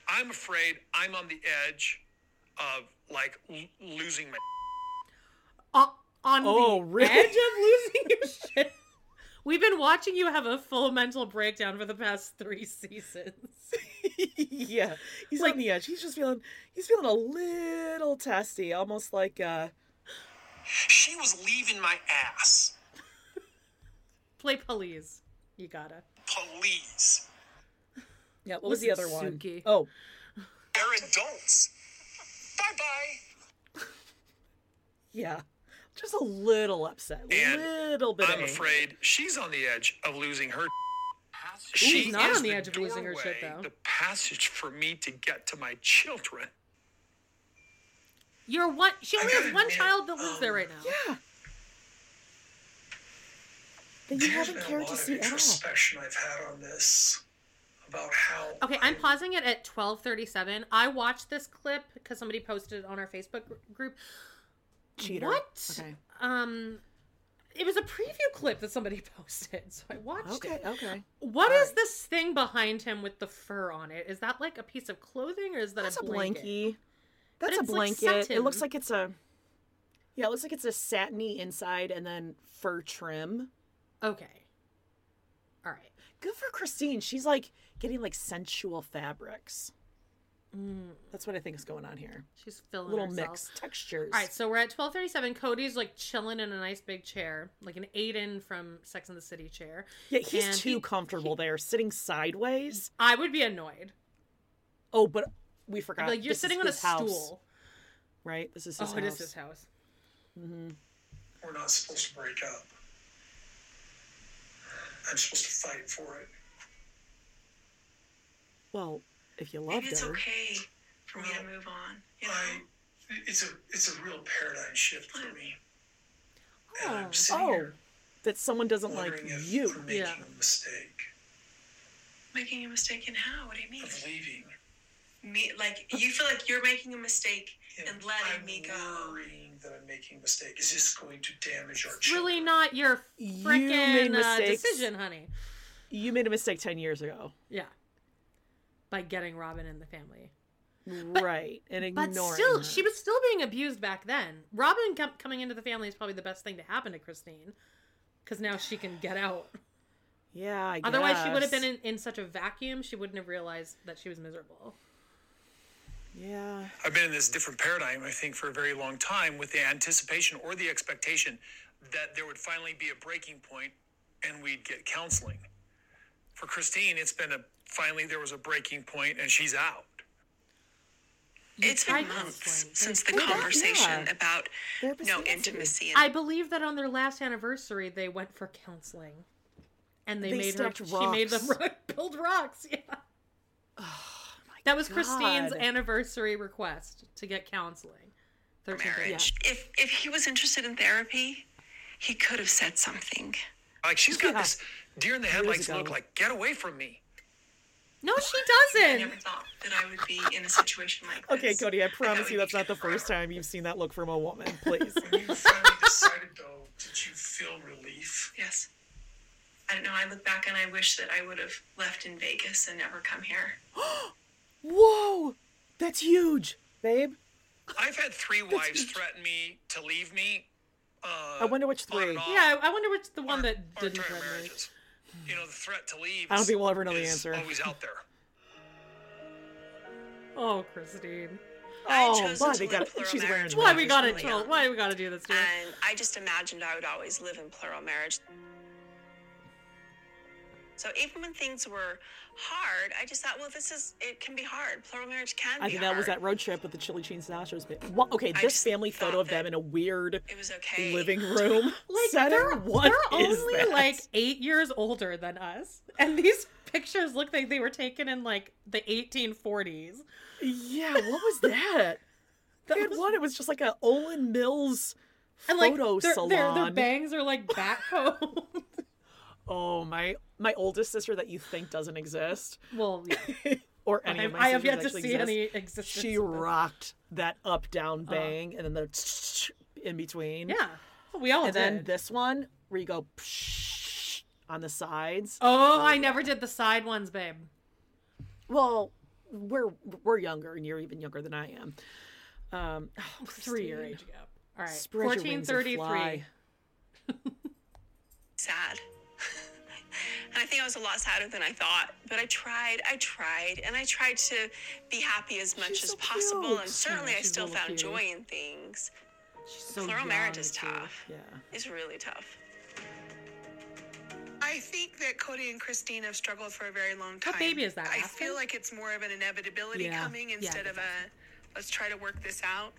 I'm afraid I'm on the edge of like l- losing my.
Uh, on
Oh,
the
really?
edge of losing your shit. We've been watching you have a full mental breakdown for the past three seasons.
yeah, he's on the edge. He's just feeling he's feeling a little testy, almost like uh
She was leaving my ass.
Play police. You gotta.
Please.
yeah. What was the
Listen,
other one?
Suki.
Oh,
They're adults. Bye bye.
yeah, just a little upset,
And
little bit. of
I'm
anger.
afraid she's on the edge of losing her.
She's not on the edge of losing her shit,
doorway,
though.
The passage for me to get to my children.
You're one. She only has one child that lives there right now.
That you haven't cared to see at all.
introspection I've had on this about how.
Okay, I'm pausing it at 12:37. I watched this clip because somebody posted it on our Facebook gr- group.
Cheater.
What?
Okay.
Um, it was a preview clip that somebody posted, so I watched
Okay.
it.
Okay.
What is this thing behind him with the fur on it? Is that like a piece of clothing or is that
That's a
a blanket?
blankie. That's a
it's, like,
blanket. it
satin.
looks like it's a. Yeah, it looks like it's a satiny inside and then fur trim.
Okay. All right.
Good for Christine. She's like getting like sensual fabrics. That's what I think is going on here.
Mm, She's filling
Little
herself.
mix textures.
All right, so we're at 12:37. Cody's like chilling in a nice big chair, like an Aiden from Sex and the City chair.
Yeah, he's
And
too
he-
comfortable there, sitting sideways.
I would be annoyed.
Oh, but we forgot.
Like you're
this is
sitting on a
his house,
stool.
right? This is
Oh,
his house. Mm-hmm.
it is his house.
We're not supposed to break up. I'm supposed to fight for it.
Well, if you
Maybe
loved
it's
her,
okay for me to move on. You know?
I, it's a it's a real paradigm shift for me. And I'm sitting
oh,
here
that someone doesn't like
wondering if
you.
we're making
Yeah.
a mistake
Making a mistake in how? What do you mean?
of leaving.
Me, like you feel like you're making a mistake and letting
I'm
me go.
worrying that I'm making a mistake. Is this going to damage our
It's really
children?
not your
You made
freaking uh,
mistakes.
decision, honey.
You made a mistake ten years ago,
Yeah. By getting Robin in the family.
right? And
But
ignoring.
still,
her.
she was still being abused back then. Robin com- coming into the family is probably the best thing to happen to Christine because now she can get out.
Yeah. I
Otherwise, she would have
guess.
been in, in such a vacuum, she wouldn't have realized that she was miserable.
Yeah.
I've been in this different paradigm, I think, for a very long time with the anticipation or the expectation that there would finally be a breaking point and we'd get counseling. For Christine, it's been a finally there was a breaking point and she's out.
It's
tried
been
to
months
explain.
since the conversation
yeah.
about
Therapist
no
therapy.
intimacy. And
I believe that on their last anniversary, they went for counseling, and they,
They
made her.
stacked
She made them
rocks.
ro- build rocks. Yeah. that was Christine's
God.
anniversary request to get counseling. Thirteen
marriage. If if he was interested in therapy, he could have said something.
Like she's got this deer in the headlights
ago.
look like, get away from me.
No, she
I
doesn't.
never thought that I would be in a situation like this.
Okay, Cody. I promise
would
you, that's
be
not the first time you've seen that look from a woman. Please.
You finally decided though, did you feel relief?
Yes. I don't know. I look back and I wish that I would have left in Vegas and never come here.
Whoa, that's huge, babe.
I've had three wives threaten me to leave me. Uh,
I wonder which
on and
three.
off.
Yeah, I wonder which the one
Aren't-
that
aren't
didn't.
trying
threaten her.
marriages. You know, the threat to leave.
I don't
is-
think we'll ever know the
is
answer.
Always out there.
Oh, Christine.
I had
Oh,
chosen
but
to
they
live
got
plural
She's wearing.
marriage.
Why we got
really
to
young.
Why we got to do this? To her?
And I just imagined I would always live in plural marriage. So even when things were hard, I just thought, well, this is, it can be hard. Plural marriage can
I
be
think that was
hard.
that road trip with the chili cheese nachos. Bit. Wha- Okay,
I
this
just
family photo
thought
of them
that
in a weird
It was okay.
living room
Like
setting.
they're,
What
they're
is
only
that?
like eight years older than us, and these pictures look like they were taken in like the 1840s.
Yeah, what was that? They had
was-
one. It was just like a Olin Mills
And like
photo
their,
salon.
Their, their bangs are like back home.
oh my! My oldest sister that you think doesn't exist,
well, yeah.
or
I
any of
have,
my
I have yet to
sisters
see
actually
any
exist,
existence.
She
of this.
rocked that up down bang, and then the in between.
Yeah, we all
and
did.
then this one where you go psh, on the sides.
oh, I never did the side ones, babe.
Well, we're we're younger, and you're even younger than I am. Um,
Three year Oh, age gap. All right,
Spread your wings and
1433.
fly.
sad. And I think I was a lot sadder than I thought, but I tried, I tried, and I tried to be happy as much as possible. And certainly, I
she's
still
really
found
cute.
joy in things.
She's so
Plural
young,
marriage is
too.
tough.
Yeah.
It's really tough.
I think that Cody and Christine have struggled for a very long time.
baby is that,
I
Aspen?
feel like it's more of an inevitability
Yeah.
coming
Yeah,
instead of
that's
a let's try to work this out.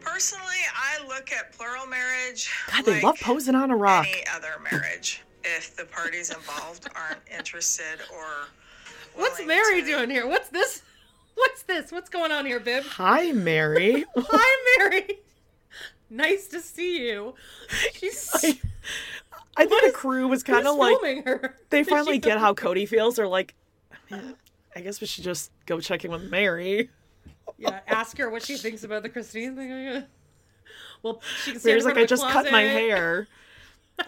Personally, I look at plural marriage.
God, they love posing on a rock.
any other marriage if the parties involved aren't interested or
What's
willing
Mary
to-
doing here? What's this? What's this? What's going on here, Bib?
Hi, Mary.
Hi, Mary. Nice to see you. She's
I think the crew was kind of
who's
like
filming her.
they
Is she
finally get
filming-
how Cody feels. They're like, "Man, I guess we should just go check in with Mary.
Yeah, ask her what she thinks about the Christine thing. Well, she can stand
Mary's
in front
like,
of
I
a
just cut my
closet."
hair.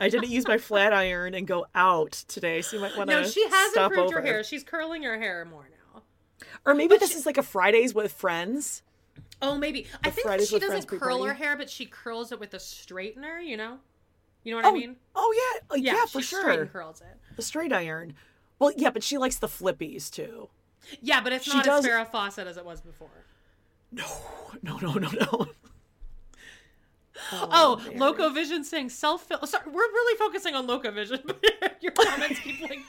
I didn't use my flat iron and go out today, so you might want to
No, she has
stop
improved
over.
her hair. She's curling her hair more now.
Or maybe this is like a Fridays with friends.
Oh, maybe. I think
Fridays
she
with Friends
doesn't curl
pre-party.
her hair, but she curls it with a straightener. You know, you know what
oh,
I mean?
oh yeah, uh, yeah, for
she straight
sure.
and curls it.
The straight iron. Well, yeah, but she likes the flippies too.
Yeah, but it's
She
not
does-
as Farrah Fawcett as it was before.
No, no, no, no.
Oh, Loco Vision saying self film. Sorry, we're really focusing on Loco Vision. but Your comments keep like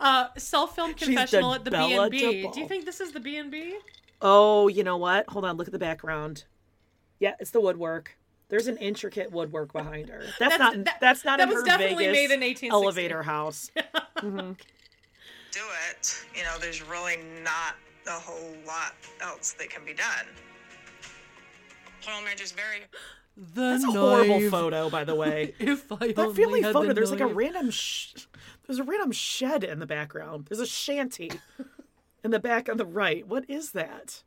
uh, self film
the
confessional at the B
Bella
and B. Do you
DeBall.
think this is the B and B?
Oh, you know what? Hold on, look at the background. Yeah, it's the woodwork. There's an intricate woodwork behind her. That's,
That's-
not.
that-
that's not
that
in
was
her
definitely
Vegas
made in 1860.
elevator house. Mm-hmm.
do it, you know, there's really not a whole lot else that can be done.
Plural marriage is very
The
That's a horrible photo, by the way.
If I
that family photo. There's like a random. Sh- there's a random shed in the background. There's a shanty in the back on the right. What is that?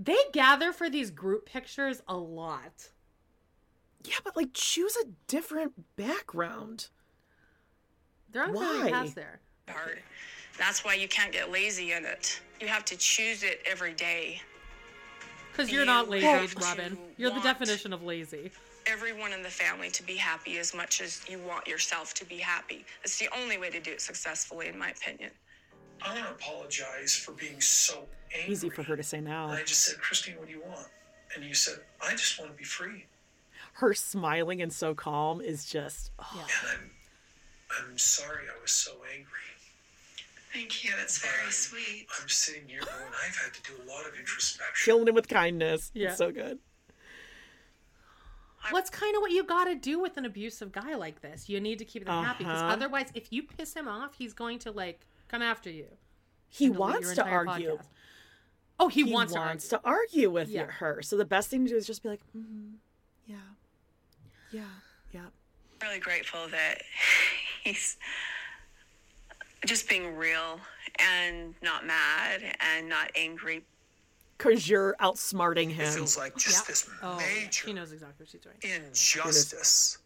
They gather for these group pictures a lot.
Yeah, but like choose a different background.
They're on Clearly
Why?
Pass there.
hard. That's why you can't get lazy in it. You have to choose it every day.
Because you're
You
not lazy,
have to
Robin. You're the
want-
definition of lazy.
Everyone in the family to be happy as much as you want yourself to be happy. It's the only way to do it successfully, in my opinion.
I want to apologize for being so angry.
Easy for her to say now.
And I just said, Christine, what do you want? And you said, I just want to be free.
Her smiling and so calm is just.
And I'm, I'm sorry I was so angry.
Thank you. That's very sweet.
I'm sitting here going, I've had to do a lot of introspection.
killing him with kindness.
Yeah.
It's so good.
What's kind of what you got to do with an abusive guy like this? You need to keep them happy because
Uh-huh.
otherwise, if you piss him off, he's going to like come after you.
He
and delete
wants
your
to
entire
argue.
podcast. Oh, he,
He
wants,
wants,
to.
to, argue. with
Yeah.
her. So the best thing to do is just be like, mm yeah, yeah, yeah.
really grateful that he's just being real and not mad and not angry.
Because you're outsmarting
It
him.
feels like just this
argue. Oh, yeah.
major
she knows exactly what she's doing.
injustice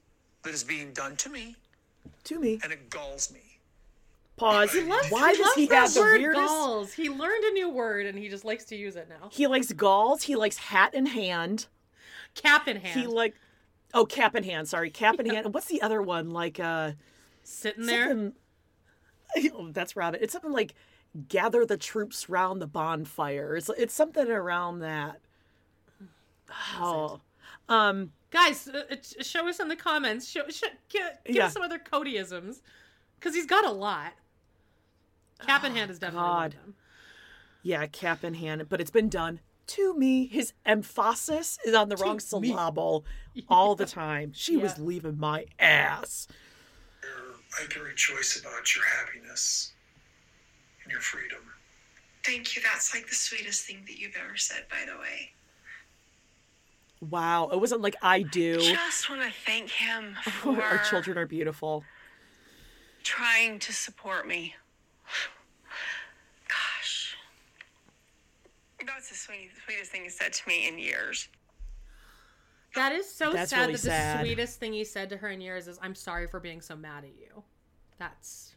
that is being done to me,
to me.
and it galls me.
Pause. Why
he
does
loves
he
that
have the
word
weirdest?
galls. He learned a new word and he just likes to use it now.
He likes galls. He likes hat in hand.
Cap in hand,
He like, oh, cap in hand. Sorry, cap in hand. And what's the other one? Like, uh,
sitting there.
something. Oh, that's Robin. It's something like gather the troops round the bonfire. It's it's something around that. Oh,
Guys, uh, uh, sh- show us in the comments. Show, sh- give, give
Yeah.
us some other Codyisms, because he's got a lot. Cap in hand is definitely one of
Oh, God.
them.
yeah, cap in hand. But it's been done to me. His emphasis is on the wrong syllable all the time. She was
Yeah.
leaving my ass.
I can rejoice about your happiness and your freedom.
Thank you. That's like the sweetest thing that you've ever said, by the way.
Wow, it wasn't like I do.
Just want to thank him for
Our children are beautiful.
trying to support me. Gosh. That's the sweet, sweetest thing you said to me in years.
That is so
That's
sad
really
that the
sad.
sweetest thing he said to her in years is, I'm sorry for being so mad at you. That's.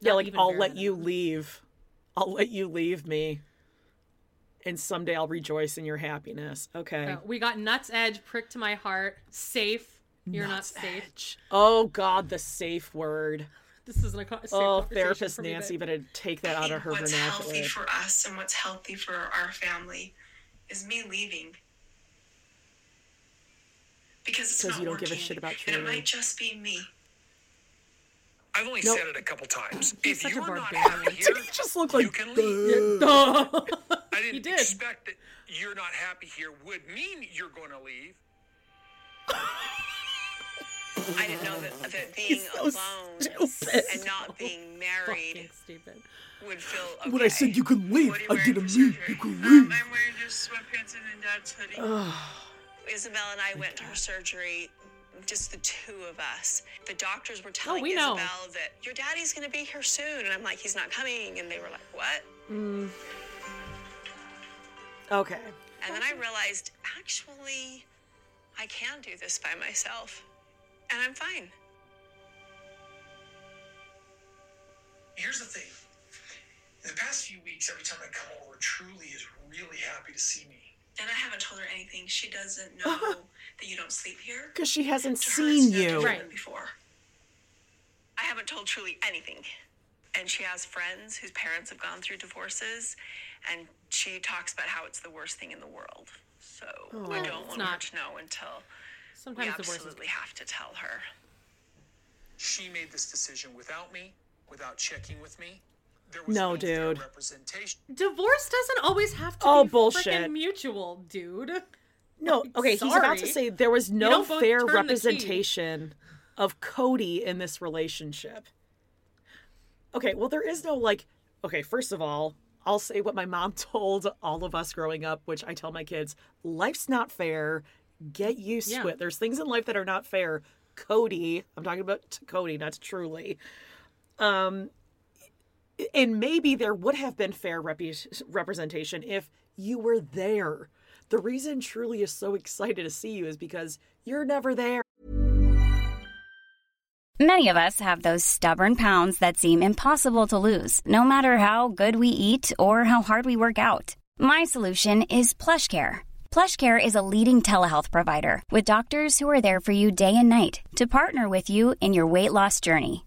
Yeah, like
even
I'll
bare
let you
minimum.
leave. I'll let you leave me. And someday
Oh.
I'll rejoice in your happiness. Okay.
uh, we got Nuts Edge, Prick to My Heart, Safe, You're not safe.
Oh God, the safe word.
This isn't a co- safe
Oh,
conversation
therapist
for me,
Nancy
babe.
better take that out of her
what's healthy
vernacular.
for us and what's healthy for our family is me leaving because it's
Because
not
you don't give a
working,
shit about
and it
Truman.
might just be me
I've only
Nope.
said it a couple times. If
such a
you're not
barbarian.
happy
Did
here,
he just look like
you can leave. I didn't
did.
expect that you're not happy here would mean you're going to leave.
i didn't know that, that being
so
alone
stupid.
and not being married
Fucking stupid.
would feel okay.
When I said you could leave,
What are you
I
wearing
didn't
for
mean
surgery?
you could
Um,
leave.
I'm wearing just sweatpants and a dad's hoodie.
Oh.
Isabel and I went to her surgery, just the two of us. The doctors were
Oh,
telling
we know.
Isabel that your daddy's going to be here soon, and I'm like, he's not coming, and they were like, what?
Okay.
And then I realized, actually, I can do this by myself, and I'm fine.
Here's the thing. In the past few weeks, every time I come over, Truly is really happy to see me.
And I haven't told her anything. She doesn't know that you don't sleep here.
Because she hasn't
to her, it's
seen
no
you.
different than Before. I haven't told Truly anything. And she has friends whose parents have gone through divorces, and she talks about how it's the worst thing in the world. So I don't want her
not.
to know until we
Sometimes the voice is
absolutely have to tell her.
She made this decision without me, without checking with me. There was
No,
no, fair
dude.
representation.
Divorce doesn't always have to
Oh,
be
bullshit.
freaking mutual, dude.
No, okay, he's about to
sorry.
say there was no
don't both
fair
turn the key.
representation of Cody in this relationship. Okay, well, there is no like, okay, first of all, I'll say what my mom told all of us growing up, which I tell my kids life's not fair. Get used
Yeah.
to it. There's things in life that are not fair. Cody, I'm talking about to Cody, not to truly. Um, and maybe there would have been fair repu- representation if you were there. The reason Truly is so excited to see you is because you're never there.
Many of us have those stubborn pounds that seem impossible to lose, no matter how good we eat or how hard we work out. My solution is PlushCare. PlushCare is a leading telehealth provider with doctors who are there for you day and night to partner with you in your weight loss journey.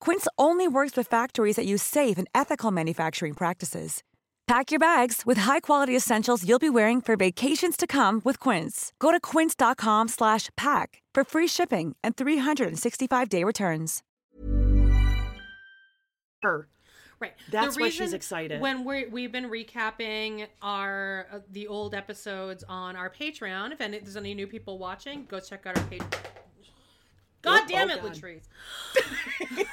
Quince only works with factories that use safe and ethical manufacturing practices. Pack your bags with high-quality essentials you'll be wearing for vacations to come with Quince. Go to quince.com slash pack for free shipping and 365-day returns.
Her.
Right.
That's
the
why she's
reason
excited.
When we we've been recapping our uh, the old episodes on our Patreon. If any, there's any new people watching, go check out our Patreon. God
Oh,
damn
oh
it,
God.
Latrice.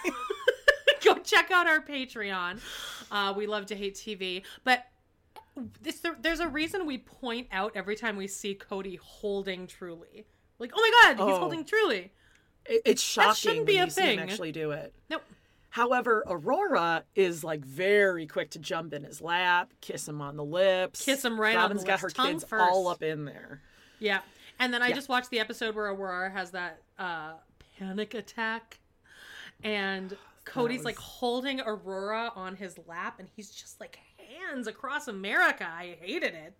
go check out our Patreon. Uh, we love to hate TV, but this, there, there's a reason we point out every time we see Cody holding Truly. Like, oh my God, he's
Oh.
holding Truly.
It- it's shocking
shouldn't
when
be a
you see him
thing.
actually do it.
Nope.
However, Aurora is like very quick to jump in his lap, kiss him on the lips.
Kiss him right on the
Robin's got
lips,
her
tongue
kids
first.
all up in there.
Yeah. And then I
Yeah.
just watched the episode where Aurora has that uh, panic attack. And Cody's
was-
like holding Aurora on his lap, and he's just like hands across America. I hated it.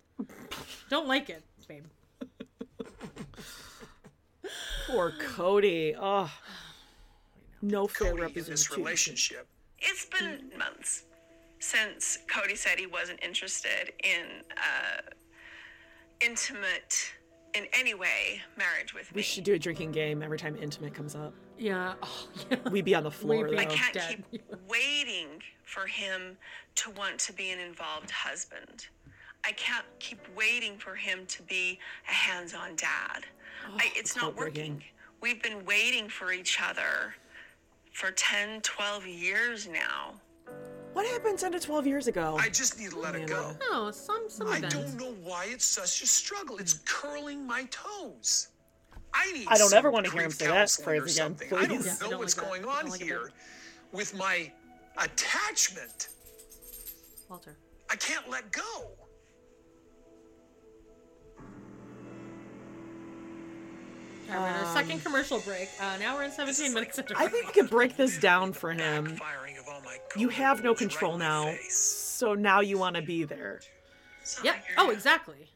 Don't like it, babe.
Poor Cody. Oh, no fair
Cody in this
representation.
relationship.
It's been months since Cody said he wasn't interested in uh, intimate, in any way, marriage with
We
me.
should do a drinking game every time intimate comes up.
Yeah. Oh, yeah.
We'd be on the floor.
be
though.
I can't
dead.
keep waiting for him to want to be an involved husband. I can't keep waiting for him to be a hands on dad.
Oh,
I, it's not working. We've been waiting for each other for 10, 12 years now.
What happened 10 to 12 years ago?
I just need to let it
Oh.
go.
No, Oh, some some
I
events.
don't know why it's such a struggle. It's curling my toes. I need.
I don't
some
ever wanna hear him
grief
say that
counseling or
phrase again,
something. I don't
please. Yeah, I
know
don't
what's
like that.
going
I don't
on
like it,
here with my attachment.
Walter.
I can't let go.
All right, our second commercial break. Uh, now we're in 17 minutes. into
Um, I think we could break this down for him.
Backfiring of all my
You have no
codes right
control
in my
now,
face.
so now you want to be there.
Yeah. Oh, exactly.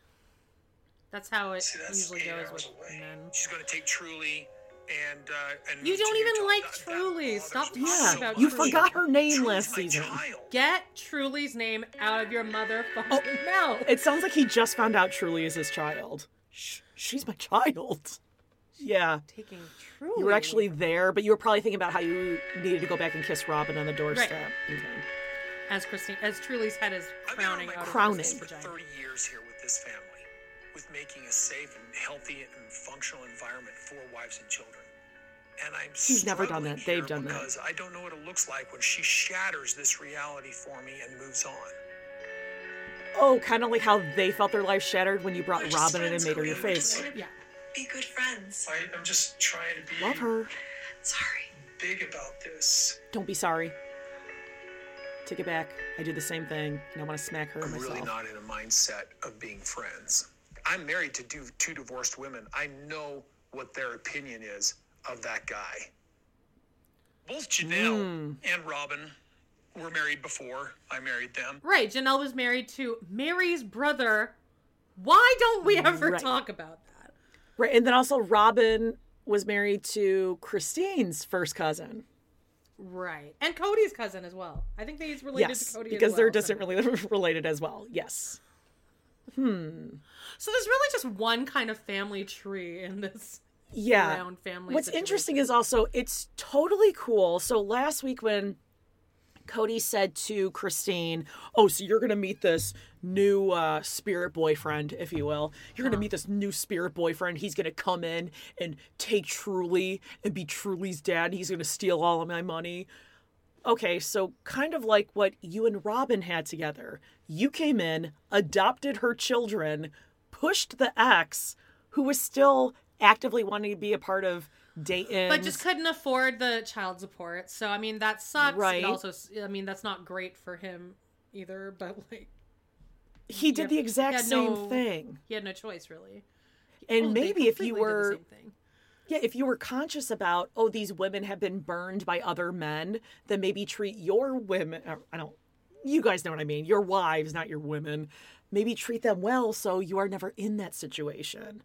That's how it
See, that's
usually
eight
goes
hours
with
away.
men.
She's going to take Truly and uh, and
You
move to
don't even
Utah.
like
That- that
Truly.
bothers
Stop
me
talking
so
about
much.
You
Truly.
forgot her name
Truly's
last
my
season.
child.
Get Truly's name out of your motherfucking
Oh.
mouth.
It sounds like he just found out Truly is his child. Shh, she's my child. Yeah.
taking Truly.
You were actually there, but you were probably thinking about how you needed to go back and kiss Robin on the doorstep. Okay.
as Christine as Truly's head is
I've been on
crowning
my
out of
Crowning.
Christine's
for
vagina.
30 years here with this family, with making a safe and healthy and functional environment for wives and children. And I'm
He's never done
struggling
that. They've
here
done that.
because I don't know what it looks like when she shatters this reality for me and moves on.
Oh, kind of like how they felt their life shattered when you
We're
brought
just
Robin in and
friends,
made her
Cody.
your
We just
face.
wanna
Yeah.
Be good friends.
I, I'm just trying to be
Love her.
Sorry.
big about this.
Don't be sorry. Take it back. I did the same thing, and I want to smack her
I'm
myself.
really not in a mindset of being friends. I'm married to do, two divorced women. I know what their opinion is of that guy. Both Janelle
Hmm.
and Robin were married before I married them.
Right, Janelle was married to Mary's brother. Why don't we ever
Right.
talk about that?
Right, and then also Robin was married to Christine's first cousin.
Right. And Cody's cousin as well. I think that he's related
Yes,
to Cody as
because they're
well, so-
distant rela- related as well. Yes. Hmm.
So there's really just one kind of family tree in this.
yeah
around family
what's
situation.
interesting is also it's totally cool so last week when cody said to christine oh so you're gonna meet this new uh, spirit boyfriend if you will you're gonna meet this new spirit boyfriend he's gonna come in and take truly and be truly's dad he's gonna steal all of my money okay so kind of like what you and robin had together you came in adopted her children pushed the ex who was still actively wanting to be a part of Dayton.
But just couldn't afford the child support. So I mean that sucks.
Right.
It also I mean that's not great for him either, but like
he did the exact
had
same
no-
thing.
he had no choice really.
And
Well, they
maybe if
completely
you
did the
were
same thing.
yeah, if you were conscious about oh these women have been burned by other men, then maybe treat your women or, I don't you guys know what I mean, your wives, not your women. Maybe treat them well so you are never in that situation.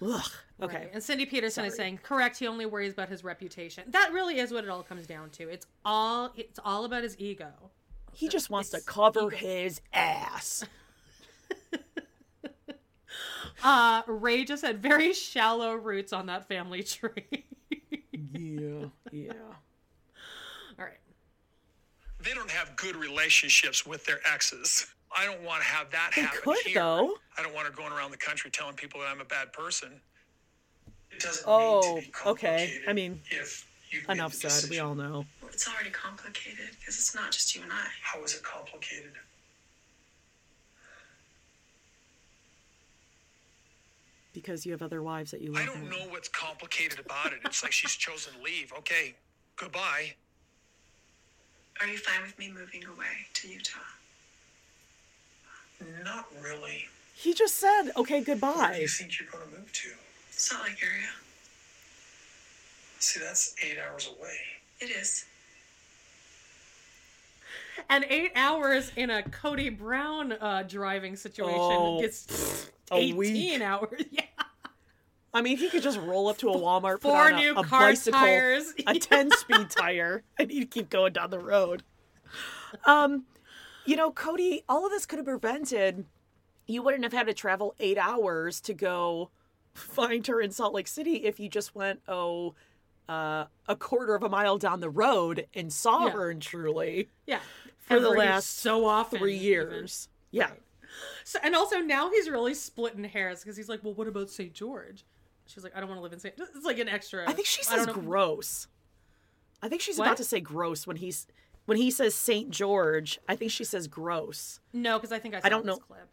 Ugh. Okay.
Right. And Cindy Peterson is saying, correct, he only worries about his reputation. That really is what it all comes down to. It's all it's all about his ego.
He just wants to cover his ass.
Uh Ray just had very shallow roots on that family tree.
Yeah. Yeah.
all right.
They don't have good relationships with their exes. I don't want to have that
They
happen
could
here.
though.
I don't want her going around the country telling people that I'm a bad person. It doesn't
Oh,
need to be
okay. I
complicated
mean,
if you've made
enough
the
said. We
decision.
all know.
Well, it's already complicated because it's not just you and I.
How is it complicated?
because you have other wives that you love.
I don't know what's complicated about it. It's like she's chosen to leave. Okay, goodbye.
Are you fine with me moving away to Utah?
Not really.
He just said, okay,
Where do
goodbye.
you think you're going to move to?
Salt Lake area.
See, that's eight hours away.
It is.
And eight hours in a Cody Brown uh, driving situation
Oh,
gets
a
18
week.
hours. Yeah.
I mean, he could just roll up to a Walmart, put
four
on a,
new
a
car
bicycle,
tires.
a ten-speed tire. I need to keep going down the road. Um, you know, Cody, all of this could have prevented. You wouldn't have had to travel eight hours to go find her in Salt Lake City if you just went oh uh, a quarter of a mile down the road and saw
Yeah.
her in Truly
Yeah.
for the
Every
last
so often
three
even.
years. Yeah.
So, and also now he's really splitting hairs because he's like, well, what about St. George? She's like, I don't want to live in St. It's like an extra.
I think she
don't
says
know-
gross. I think she's
What?
about to say gross when he's when he says Saint George. I think she says gross.
No, because I think I, saw
don't
this
know-
clip.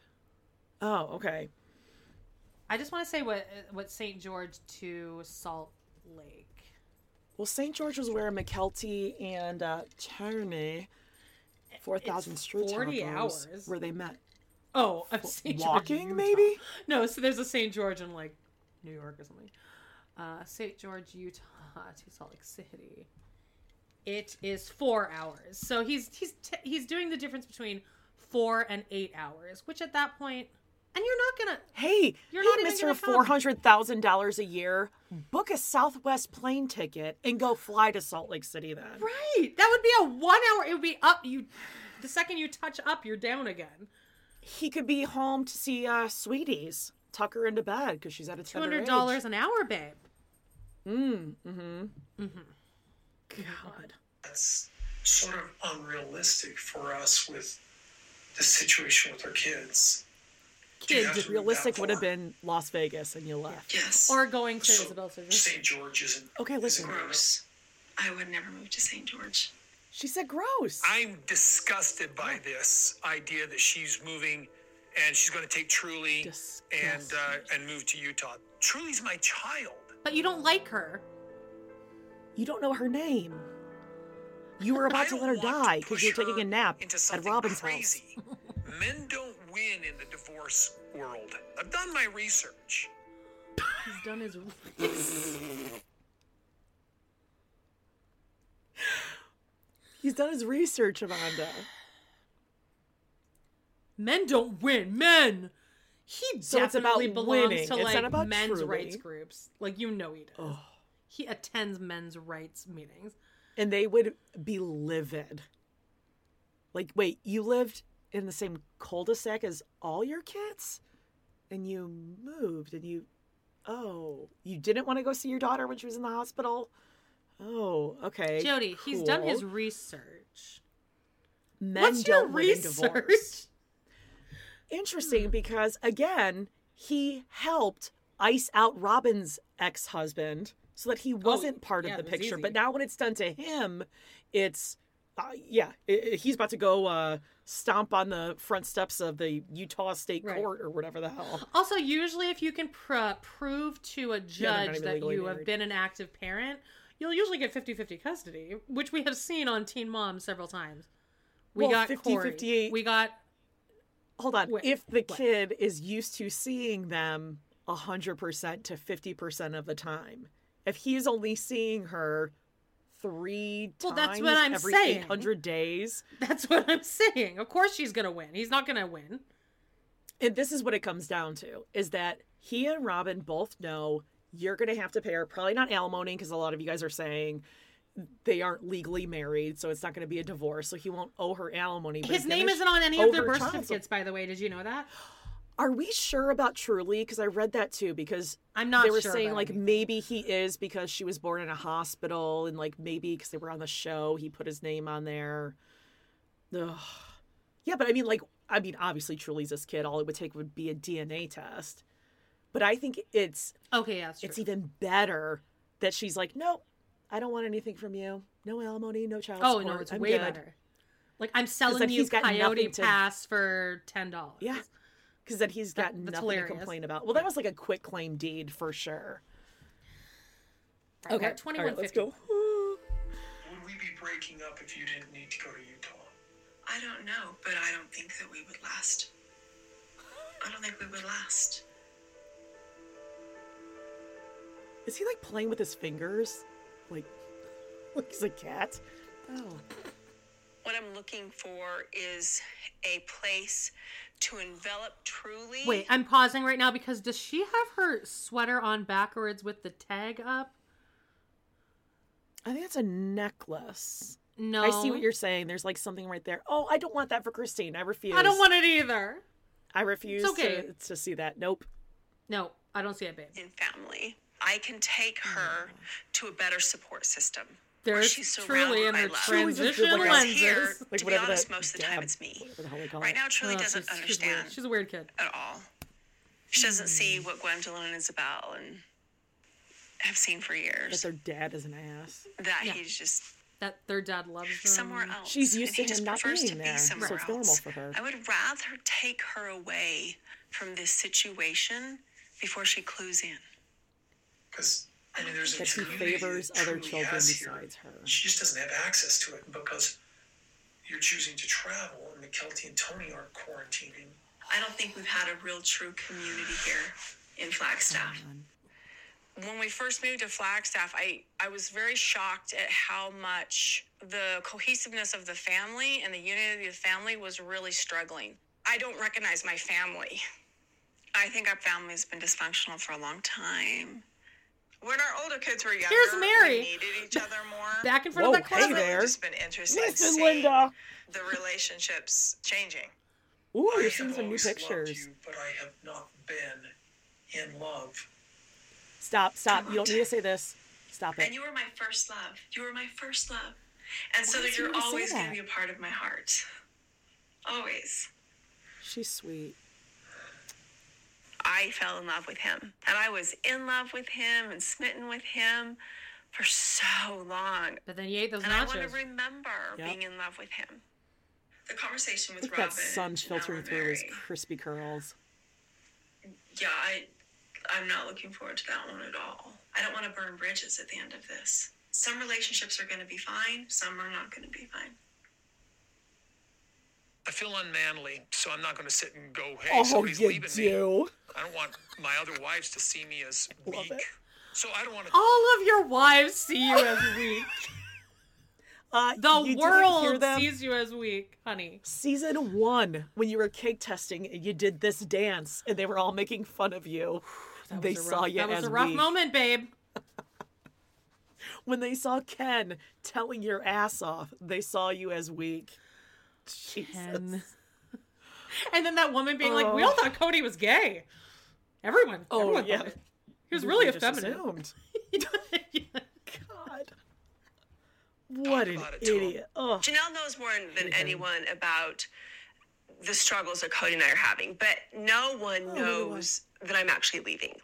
Oh, okay.
I just want to say what uh, what St. George to Salt Lake.
Well, Saint George was where McKelty and uh, Tony, four thousand street
40
tacos,
hours.
where they met.
Oh, I'm St. George. in
Walking,
Utah.
maybe.
No, so there's a St. George in like New York or something. Uh, St. George, Utah to Salt Lake City. It is four hours. So he's he's t- he's doing the difference between four and eight hours, which at that point, and you're not gonna.
Hey,
You're
he
not even
missed her
gonna come.
four hundred thousand dollars a year. Book a Southwest plane ticket and go fly to Salt Lake City then.
Right, that would be a one hour. It would be up. You, the second you touch up, you're down again.
He could be home to see uh, sweeties. Tuck her into bed because she's at a
Two
tender
hundred
age.
dollars an hour, babe.
Mm, mm-hmm.
God.
That's sort of unrealistic for us with the situation with our kids. Do you have
Kids,
to move that
realistic would have
far?
been Las Vegas, and you left.
Yes.
Or going to
So,
Isabel Surgery.
St. George isn't.
Okay, listen.
gross. I would never move to St. George.
She said gross.
I'm disgusted by this idea that she's moving and she's going to take Truly and uh, and move to Utah. Truly's my child.
But you don't like her.
You don't know her name. You were
I
about to let her
don't want
die
to
because you
push
were taking
her
a nap
into
at
something
Robin's house.
crazy. Men don't win in the divorce world. I've done my research.
He's done his.
He's done his research, Amanda.
men don't win. Men. He
So it's about
definitely belongs
winning.
to
It's
like
not about
men's
truly.
rights groups. Like you know he does. He attends men's rights meetings.
And they would be livid. Like, wait, you lived in the same cul-de-sac as all your kids? And you moved and you oh, you didn't want to go see your daughter when she was in the hospital? Oh, okay.
Jody, he's done
cool.
his research.
Men
What's your
don't win in divorce.
research? Hmm.
interesting because again he helped ice out robin's ex-husband so that he wasn't part
Oh, yeah,
of the
it was
picture
easy.
but now when it's done to him it's uh, yeah i i- he's about to go uh, stomp on the front steps of the utah state
Right.
court or whatever the hell
Also, usually if you can pr- prove to a
not
judge
even
that
legally
you have
married.
been an active parent, you'll usually get 50-50 custody, which we have seen on Teen Mom several times. We
Well,
got
50,
Corey.
58.
We got
hold on
Wait,
if the
what?
kid is used to seeing them 100% to 50% of the time if he's only seeing her three
Well,
times
that's what I'm
every
saying.
800 days
That's what I'm saying. Of course she's gonna win. He's not gonna win.
and this is what it comes down to is that he and robin both know you're going to have to pay her probably not alimony because a lot of you guys are saying they aren't legally married so it's not going to be a divorce so he won't owe her alimony but
His
he's gonna
name
sh-
isn't on any of their
owe her
birth
child support.
certificates, by the way. Did you know that?
are we sure about truly because i read that too because
I'm not
they were
sure
saying
about
like
anything.
maybe he is because she was born in a hospital and like maybe because they were on the show he put his name on there Ugh. yeah but i mean like i mean obviously truly's this kid all it would take would be a dna test but i think it's
Okay, yeah, that's true.
it's even better that she's like no i don't want anything from you no alimony no child
oh
support
no, it's
I'm
way
good.
better. Like I'm
then
selling you
he's got
Coyote
nothing to-
Pass for ten dollars.
Yeah. because then he's got
That- that's
nothing
hilarious.
to complain about well that was like a quick claim deed for sure
Okay. Twenty one
All right,
fifty.
let's go.
we be breaking up if you didn't need to go to Utah?
I don't know, but I don't think that we would last. I don't think we would last.
Is he like playing with his fingers? Like, like he's a cat? Oh.
What I'm looking for is a place to envelop truly.
Wait, I'm pausing right now because does she have her sweater on backwards with the tag up?
I think that's a necklace.
No.
I see what you're saying. There's like something right there. Oh, I don't want that for Christine. I refuse.
I don't want it either.
I refuse
It's okay.
to, to see that. Nope.
No, I don't see it, babe.
in family. I can take
Hmm.
her to a better support system. where
There's
she's
truly
surrounded
in
by
her
love.
transition
Whereas here,
lenses.
Like,
to be
whatever
honest,
that
most of the
dab-
time it's me.
Whatever the hell they call
Right
it.
now, Truly
Oh,
doesn't
she's- she's
understand
weird. She's a weird kid.
at all. She doesn't
Mm.
see what Gwendolyn is about and have seen for
But
years.
their dad is an ass.
That
Yeah.
he's just
That their dad loves them.
somewhere else.
She's used to
and he
him
just
not
prefers
being
to
there,
Be
so
somewhere
it's normal
else.
for her.
I would rather take her away from this situation before she clues in.
Because I mean, there's a
That he
community
favors
that
other
truly
children
has here.
besides her.
She just doesn't have access to it because you're choosing to travel, and McKelty and Tony aren't quarantining.
I don't think we've had a real true community here in Flagstaff.
when we first moved to Flagstaff, I, I was very shocked at how much the cohesiveness of the family and the unity of the family was really struggling. I don't recognize my family.
I think our family's been dysfunctional for a long time.
When our older kids were younger,
Here's Mary.
we needed each other more.
Back in front
Whoa,
of that
hey
closet.
there.
It's been interesting
Listen,
seeing
Linda.
the relationships changing.
Ooh,
I
you're
have
seeing some new
always loved
pictures.
you, but I have not been in love.
Stop, stop. You don't need to say this. Stop it.
And you were my first love. You were my first love. And so
Why did you
you're
even say
always going
that?
to be a part of my heart. Always.
She's sweet.
I fell in love with him. And I was in love with him and smitten with him for so long.
But then you ate those
And I want to
nachos.
remember
Yep.
being in love with him. The conversation with
Look at
Robin.
that sun
and
filtering
Ellen
through his
Mary.
crispy curls.
Yeah, I, I'm not looking forward to that one at all. I don't want to burn bridges at the end of this. Some relationships are going to be fine, some are not going to be fine.
I feel unmanly, so I'm not going to sit and go, "Hey,
Oh,
somebody's
you
leaving me."
do.
I don't want my other wives to see me as
Love
weak.
it.
So I don't want to.
All of your wives see you as weak.
Uh,
The
you didn't hear
world
them.
sees you as weak, honey.
Season one, when you were cake testing, you did this dance, and they were all making fun of you.
That
They
was a rough,
saw you
That was
as
a rough
weak.
moment, babe.
When they saw Ken telling your ass off, they saw you as weak. Jesus.
And then that woman being like, "We all thought Cody was gay." Everyone,
Oh,
everyone
yeah.
thought it. He was really
You just
effeminate.
assumed.
Yeah.
God. What an
about it to him.
idiot. Oh,
Janelle knows more than anyone about the struggles that Cody and I are having, but no one knows that I'm actually leaving.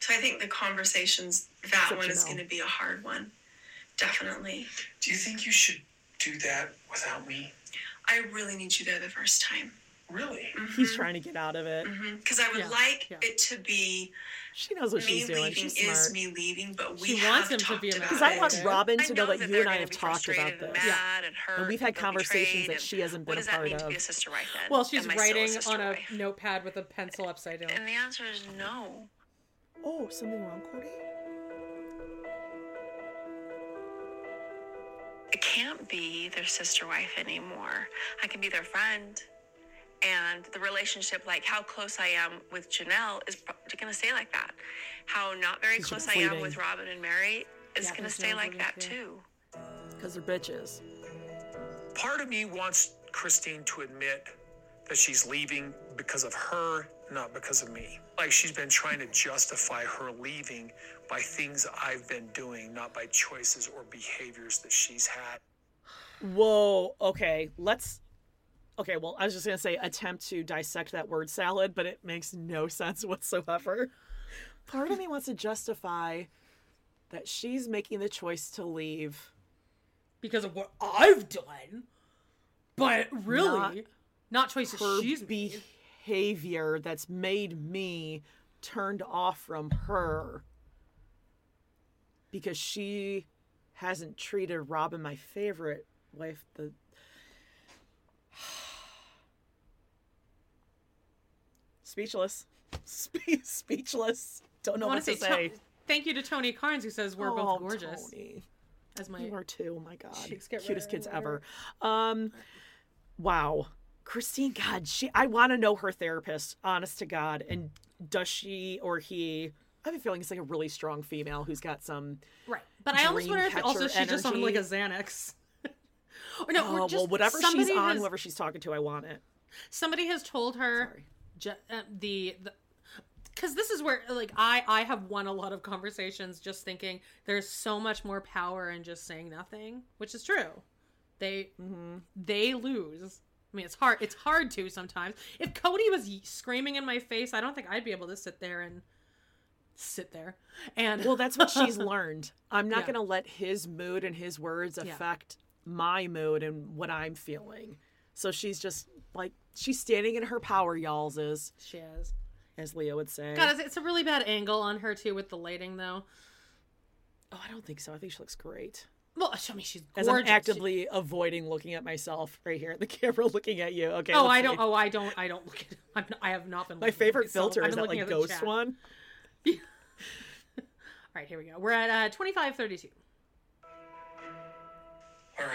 So I think the conversations, that one is going to be a hard one. Definitely.
Do you think you should do that without me?
I really need you there the first time. Mm-hmm.
Really?
he's trying to get out of it.
Because I would
Yeah,
like
yeah.
it to be
She knows what
me
she's doing.
leaving
She's
is
smart.
me leaving, but we
She
have
wants him to
talked
be a
about
Because
man.
I
it.
want Robin to
I
know,
know
that
that
you and
they're
I
gonna
have
be
talked
frustrated
about
and
this.
mad and hurt
And we've had
they'll be
conversations
betrayed,
that she
and
hasn't
what
been a
does that
part
mean to be
of.
a sister wife then?
Well, she's
Am I still
writing
sister
on a
wife?
notepad with a pencil upside down.
And the answer is no.
Oh, something wrong, Cody?
I can't be their sister wife anymore. I can be their friend. And the relationship, like how close I am with Janelle, is going to stay like that. How not very
Because you're
close I am
pleading.
with Robin and Mary is
Yeah,
going to
because
stay
Janelle's
like
leaving
that
too.
too.
Because they're bitches.
Part of me wants Christine to admit that she's leaving because of her, not because of me. Like she's been trying to justify her leaving by things I've been doing, not by choices or behaviors that she's had.
Whoa. Okay. Let's. Okay. Well, I was just going to say attempt to dissect that word salad, but it makes no sense whatsoever. Part of me wants to justify that she's making the choice to leave.
because of what I've done. But really, not, choices
her
she's made.
behavior that's made me turned off from her because she hasn't treated Robin, my favorite wife, the speechless, Spe- speechless. Don't know what
Honestly,
to say.
To- thank you to Tony Carnes who says we're
Oh,
both gorgeous.
Tony.
As my
You are too. Oh my god,
cheeks get
cutest
redder
kids
and redder.
ever. Um, wow, Christine. God, she. I want to know her therapist. Honest to God, and does she or he? I have a feeling it's like a really strong female who's got some.
Right. But I almost
dream
wonder if also
catcher
she's just on
energy.
like a Xanax. or no, or
Oh,
just
well, whatever she's
somebody
on,
has-
whoever she's talking to, I want it.
somebody has told her ju- uh, the because this is where like i i have won a lot of conversations just thinking there's so much more power in just saying nothing which is true they
Mm-hmm.
they lose i mean it's hard it's hard to sometimes if cody was y- screaming in my face i don't think i'd be able to sit there and sit there and
Well, that's what she's learned. I'm not
Yeah.
going to let his mood and his words
Yeah.
affect my mood and what I'm feeling. So she's just like she's standing in her power, y'all's is
she is
as Leo would say.
god it's- it's a really bad angle on her too with the lighting though
Oh, I don't think so. I think she looks great.
well i mean she's
As
gorgeous
I'm actively avoiding looking at myself right here at the camera, looking at you. Okay.
oh,
let's
I
see.
don't. Oh, I don't. I don't look at. I'm, not- I have not been.
My
looking at
favorite
myself.
filter
I've
is
been
that
looking
like
at the
ghost
chat. All
one.
right, here we go. We're at uh, 2532.
All right.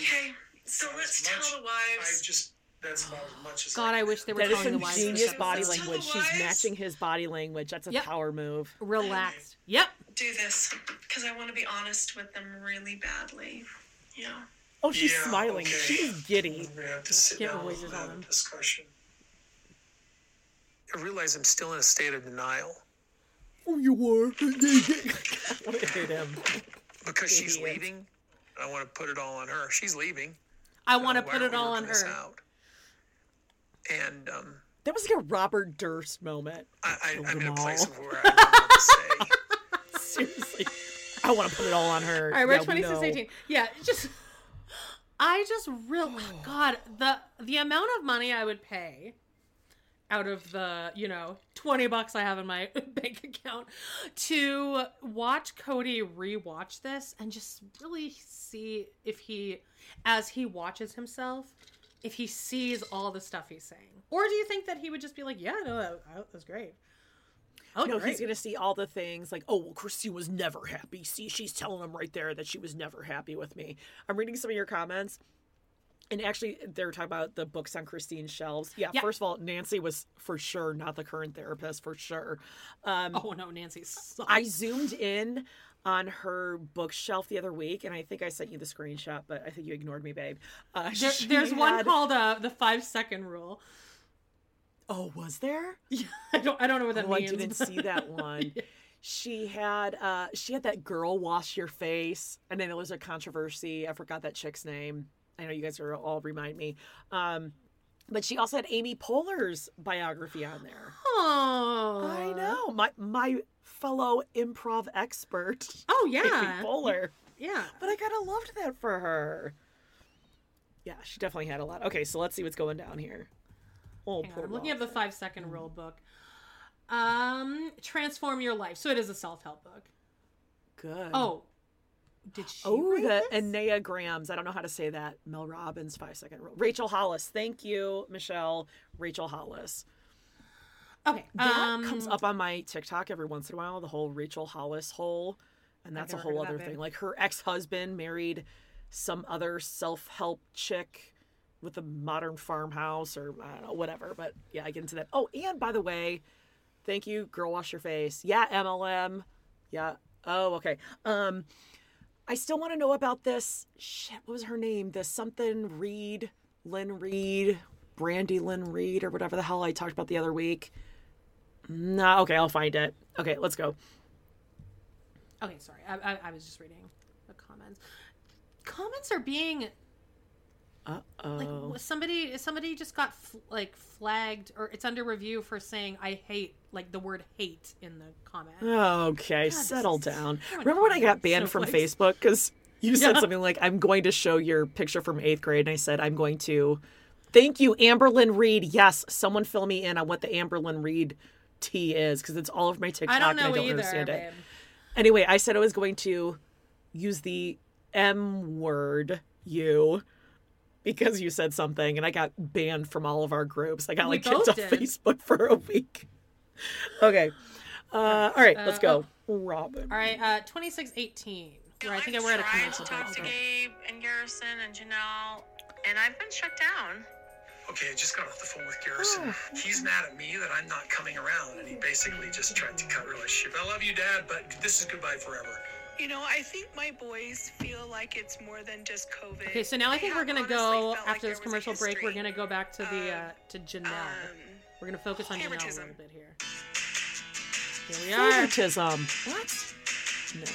Okay, so
About
let's
as much-
tell the wives.
I just that's about as much as
God,
I
I wish they were
That is
telling the
some
wives.
genius
to
body
Let's tell the
language. She's
wives.
matching his body language. That's a
Yep.
power move.
Relaxed. Yep.
do this because I want to be honest with them really badly. Yeah.
Oh, she's
Yeah,
smiling.
okay.
She's giddy.
We're gonna have to sit
Get
down
voices
and have
on
a
them.
discussion. I realize I'm still in a state of denial
Oh, you are. I hate him.
because she's
Idiot.
leaving. I want to put it all on her. She's leaving.
I want to
Why
put
aren't
it
we
all on
working this
her.
out? And um,
That was like a Robert Durst moment. Oh,
I, I, I'm in
them
a place
all.
of where I don't know what to say.
Seriously. I want to put it all on her.
All right, we're
yeah,
at 2618. Yeah, it's just. I just real God the the amount of money I would pay out of the you know 20 bucks I have in my bank account to watch Cody rewatch this and just really see if he as he watches himself if he sees all the stuff he's saying or do you think that he would just be like yeah no that, that was great oh
No,
great.
he's gonna see all the things like, oh, well, Christine was never happy. See, she's telling him right there that she was never happy with me. I'm reading some of your comments, and actually, they were talking about the books on Christine's shelves. Yeah,
Yeah.
first of all, Nancy was for sure not the current therapist for sure. Um,
oh no Nancy sucks.
I zoomed in on her bookshelf the other week, and I think I sent you the screenshot, but I think you ignored me, babe. Uh,
There,
she
there's one
had-
called uh, the five second rule.
Oh, was there?
I don't I don't know what that
oh,
means.
I didn't
but-
see that one. She had uh she had that girl wash your face and then it was a controversy. I forgot that chick's name. I know you guys are all remind me. Um but she also had Amy Poehler's biography on there.
Oh,
I know. My my fellow improv expert
Oh yeah,
Amy Poehler.
yeah.
But I kind of loved that for her. Yeah, she definitely had a lot. Okay, so let's see what's going down here. Oh,
Hang on,
poor Mm.
I'm looking
Rob.
at the five second rule book. Um, transform your life. So it is a self help book.
good.
Oh, did she?
Oh,
write
the
this?
enneagrams. I don't know how to say that. Mel Robbins, five second rule. Rachel Hollis. Thank you, Michelle. Rachel Hollis.
okay.
That
um,
comes up on my TikTok every once in a while, the whole Rachel Hollis hole. And that's a
never heard
whole
of that
other
bit.
thing. Like her ex husband married some other self help chick with a modern farmhouse or I don't know, whatever. But yeah, I get into that. Oh, and by the way, thank you, Girl Wash Your Face. Yeah, MLM. Yeah. Oh, okay. Um, I still want to know about this. Shit, what was her name? This something Reed, Lynn Reed, Brandy Lynn Reed, or whatever the hell I talked about the other week. Nah, okay, I'll find it. Okay, let's go.
uh, Okay, sorry. I, I, I was just reading the comments. Comments are being
Uh oh.
like w- somebody somebody just got f- like flagged or it's under review for saying I hate like the word hate in the comment.
Okay,
this
settle
is-
down.
I wanna
Remember when I got
comment,
banned from
snowflakes.
Facebook because you said
Yeah.
something like, "I'm going to show your picture from eighth grade," and I said, "I'm going to." Thank you, Amberlyn Reed. Yes, someone fill me in on what the Amberlyn Reed tea is because it's all over my TikTok
I don't know
and I don't
either.
understand it.
babe.
Anyway, I said I was going to use the M word, you, because you said something, and I got banned from all of our groups. I got
We
like kicked
both
off
did.
Facebook for a week. Okay. Uh, oh. all right, let's
Uh,
go. Robin.
All right, uh, 2618. Where I think I we're at a
tried to
commercial.
talk to Gabe and Garrison and Janelle, and I've been shut down.
Okay, I just got off the phone with
Oh.
Garrison. He's mad at me that I'm not coming around, and he basically just tried to cut relationship. I love you, Dad, but this is goodbye forever.
You know, I think my boys feel like it's more than just COVID.
Okay, so now I think
have
we're gonna
honestly
go
felt like
after
there
this
was a
commercial break. We're
history
gonna go back to the
of,
uh, to Janelle.
um,
we're gonna focus on Janelle a
favoritism.
little bit here. Here we are.
Favoritism. What? No.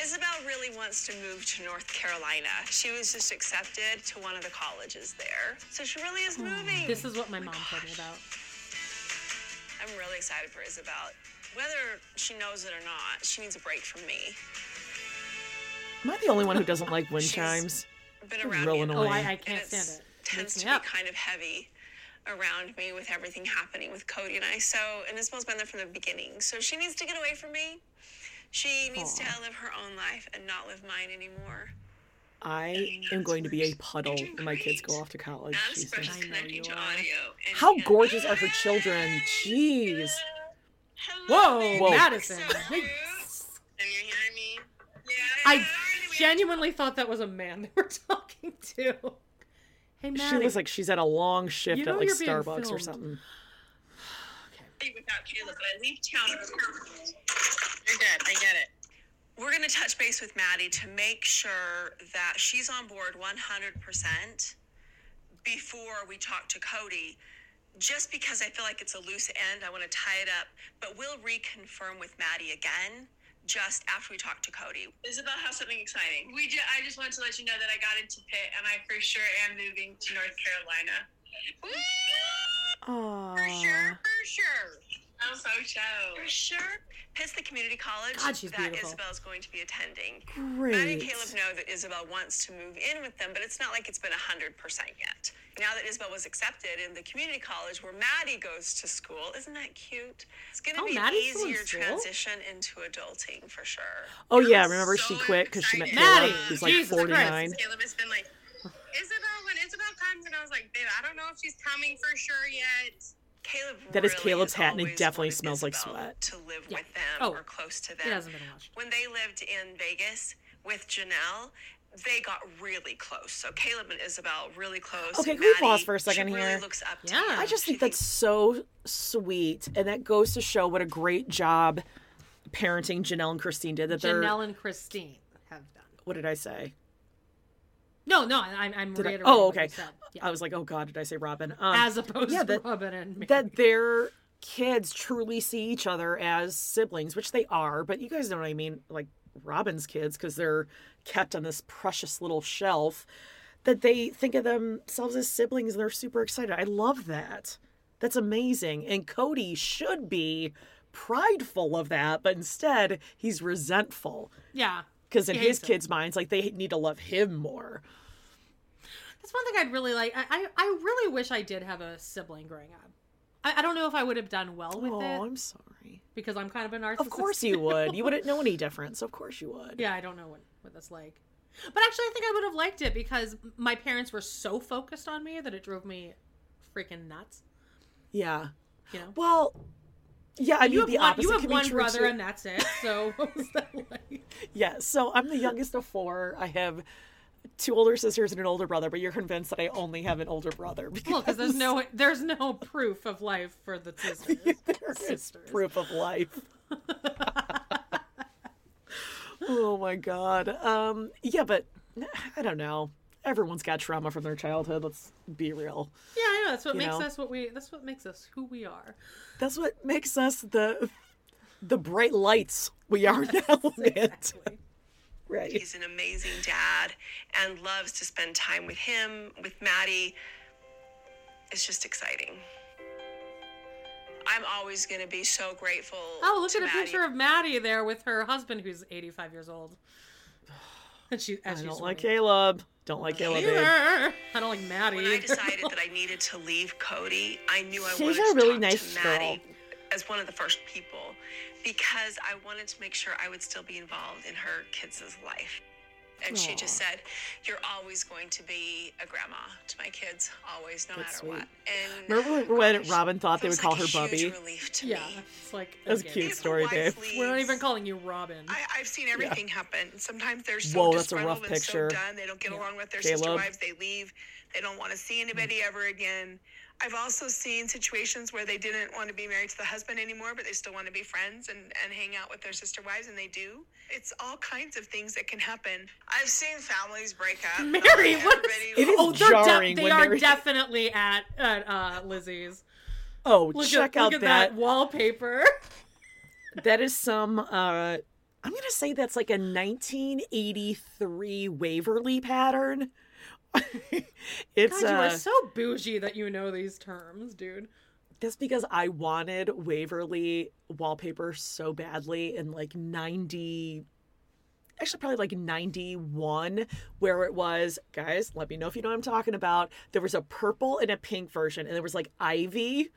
Isabel really wants to move to North Carolina. She was just accepted to one of the colleges there. So she really is moving.
This is what my mom told me about.
I'm really excited for Isabel. Whether she knows it or not, she needs a break from me.
Am I the only one who doesn't like wind chimes?
Been
It's
around
real
me enough.
Oh,
annoying.
I, I can't
And it's-
stand it.
tends
Makes
to
me
be
up.
kind of heavy around me with everything happening with Cody and I. So, and Isabel's been there from the beginning. So she needs to get away from me. She needs to live her own life and not live mine anymore.
I am going to be a puddle when my kids go off to college.
Not
Jesus.
especially connecting to audio. And
How
and-
gorgeous are her children? Jeez.
Oh
Whoa,
Whoa.
Madison.
And you're hearing me? Yeah.
I genuinely thought that was a man they were talking to. Hey, Maddie.
She looks like she's at a long shift
You know
at like
you're being
Starbucks or
filmed.
something.
without Caleb, but I leave town. You're good. I get it. We're going to touch base with Maddie to make sure that she's on board 100% before we talk to Cody. Just because I feel like it's a loose end, I want to tie it up, but we'll reconfirm with Maddie again just after we talk to Cody. Isabel has something exciting.
We ju- I just wanted to let you know that I got into Pitt, and I for sure am moving to North Carolina.
Aww.
For sure.
I'm so
For
show.
sure. Pitt's the community college
God, she's
that
beautiful.
Isabel's going to be attending. Maddie and
Great.
Caleb know that Isabel wants to move in with them, but it's not like it's been 100% yet. Now that Isabel was accepted in the community college where Maddie goes to school, isn't that cute? It's going to
Oh,
be
Maddie's still
an
in
easier
school?
transition into adulting for sure.
Oh yeah, remember she quit because she met
Maddie,
Caleb, who's like
Jesus Christ.
49.
Caleb has been like, Isabel, when Isabel comes, and I was like, babe, I don't know if she's coming for sure yet.
Caleb
That is
really
Caleb's
has
hat, and it
always
definitely
wanted
smells like
Isabel
sweat.
To live
Yeah.
with them
Oh.
or close to them.
It hasn't been watched.
when they lived in Vegas with Janelle, they got really close. So Caleb and Isabel really close.
Okay, can
And
we
Maddie,
pause for a second
she really
here?
looks up to
Yeah.
him.
I just
She
think that's so sweet, and that goes to show what a great job parenting Janelle and Christine did. That they're
Janelle and Christine have done.
what did I say?
No, no, I, I'm, I'm
Did I-
reiterating.
oh,
what you
okay.
said. Yeah.
I was like, oh god, did I say Robin? Um,
As opposed
yeah, that-
to Robin and Mary.
that their kids truly see each other as siblings, which they are, but you guys know what I mean, like Robin's kids, because they're kept on this precious little shelf, that they think of themselves as siblings and they're super excited. I love that. That's amazing. And Cody should be prideful of that, but instead he's resentful.
yeah.
Because in
He
his
hates it.
kids' minds, like they need to love him more.
That's one thing I'd really like. I, I, I really wish I did have a sibling growing up. I, I don't know if I would have done well with
Oh,
it
I'm sorry.
because I'm kind of a narcissist.
Of course you would. You wouldn't know any difference. Of course you would.
Yeah, I don't know what, what that's like. But actually, I think I would have liked it because my parents were so focused on me that it drove me freaking nuts.
Yeah.
You know?
Well, yeah, I
you
mean,
have
the
one,
opposite
you have
can
one
be true
brother,
too.
and that's it. So what was that like?
yeah, so I'm the youngest of four. I have two older sisters and an older brother, but you're convinced that I only have an older brother because
Well, because there's no there's no proof of life for the sisters.
there is
sisters.
proof of life. oh my god. Um, yeah, but I don't know. Everyone's got trauma from their childhood. Let's be real.
Yeah, I know. That's what
You
makes
know?
us what we. That's what makes us who we are.
That's what makes us the the bright lights we are now. exactly. Right.
He's an amazing dad and loves to spend time with him, with Maddie. It's just exciting. I'm always going to be so grateful.
Oh, look
to
at a
Maddie.
picture of Maddie there with her husband, who's 85 years old. And she, as
I
she's
don't like
swimming.
Caleb. Don't like Caleb. babe.
Either. I don't like Maddie.
When I
either.
decided that I needed to leave Cody, I knew I
She's
wanted
a
to
really
talk
nice
to Maddie.
girl.
as one of the first people because I wanted to make sure I would still be involved in her kids' life. And she just
Aw.
said, You're always going to be a grandma to my kids, always, no
That's
matter what. And
Remember when Robin thought they would call her Bubby?
yeah, it's like
That was a cute story, Dave.
We're not even calling you Robin.
I, I've seen
everything
happen. Sometimes they're
so
Whoa, that's a
disgruntled
rough
and
picture.
so done. They don't get along with their sister
Caleb. Mm.
wives. They leave. They don't want to see anybody ever again. I've also seen situations where they didn't want to be married to the husband anymore, but they still want to be friends and, and hang out with their sister wives, and they do. It's all kinds of things that can happen. I've seen families break up.
Mary, what?
It is
oh, they're def-
jarring
they
when
are
Mary-
definitely at at uh, Lizzie's.
Oh,
Look
check
at,
out
look at that.
that.
wallpaper.
that is some uh i'm gonna say that's like a 1983 waverly pattern it's
God, you
uh
are so bougie that you know these terms, dude.
that's because i wanted waverly wallpaper so badly in like 90 actually probably like 91 where it was guys let me know if you know what i'm talking about there was a purple and a pink version and there was like ivy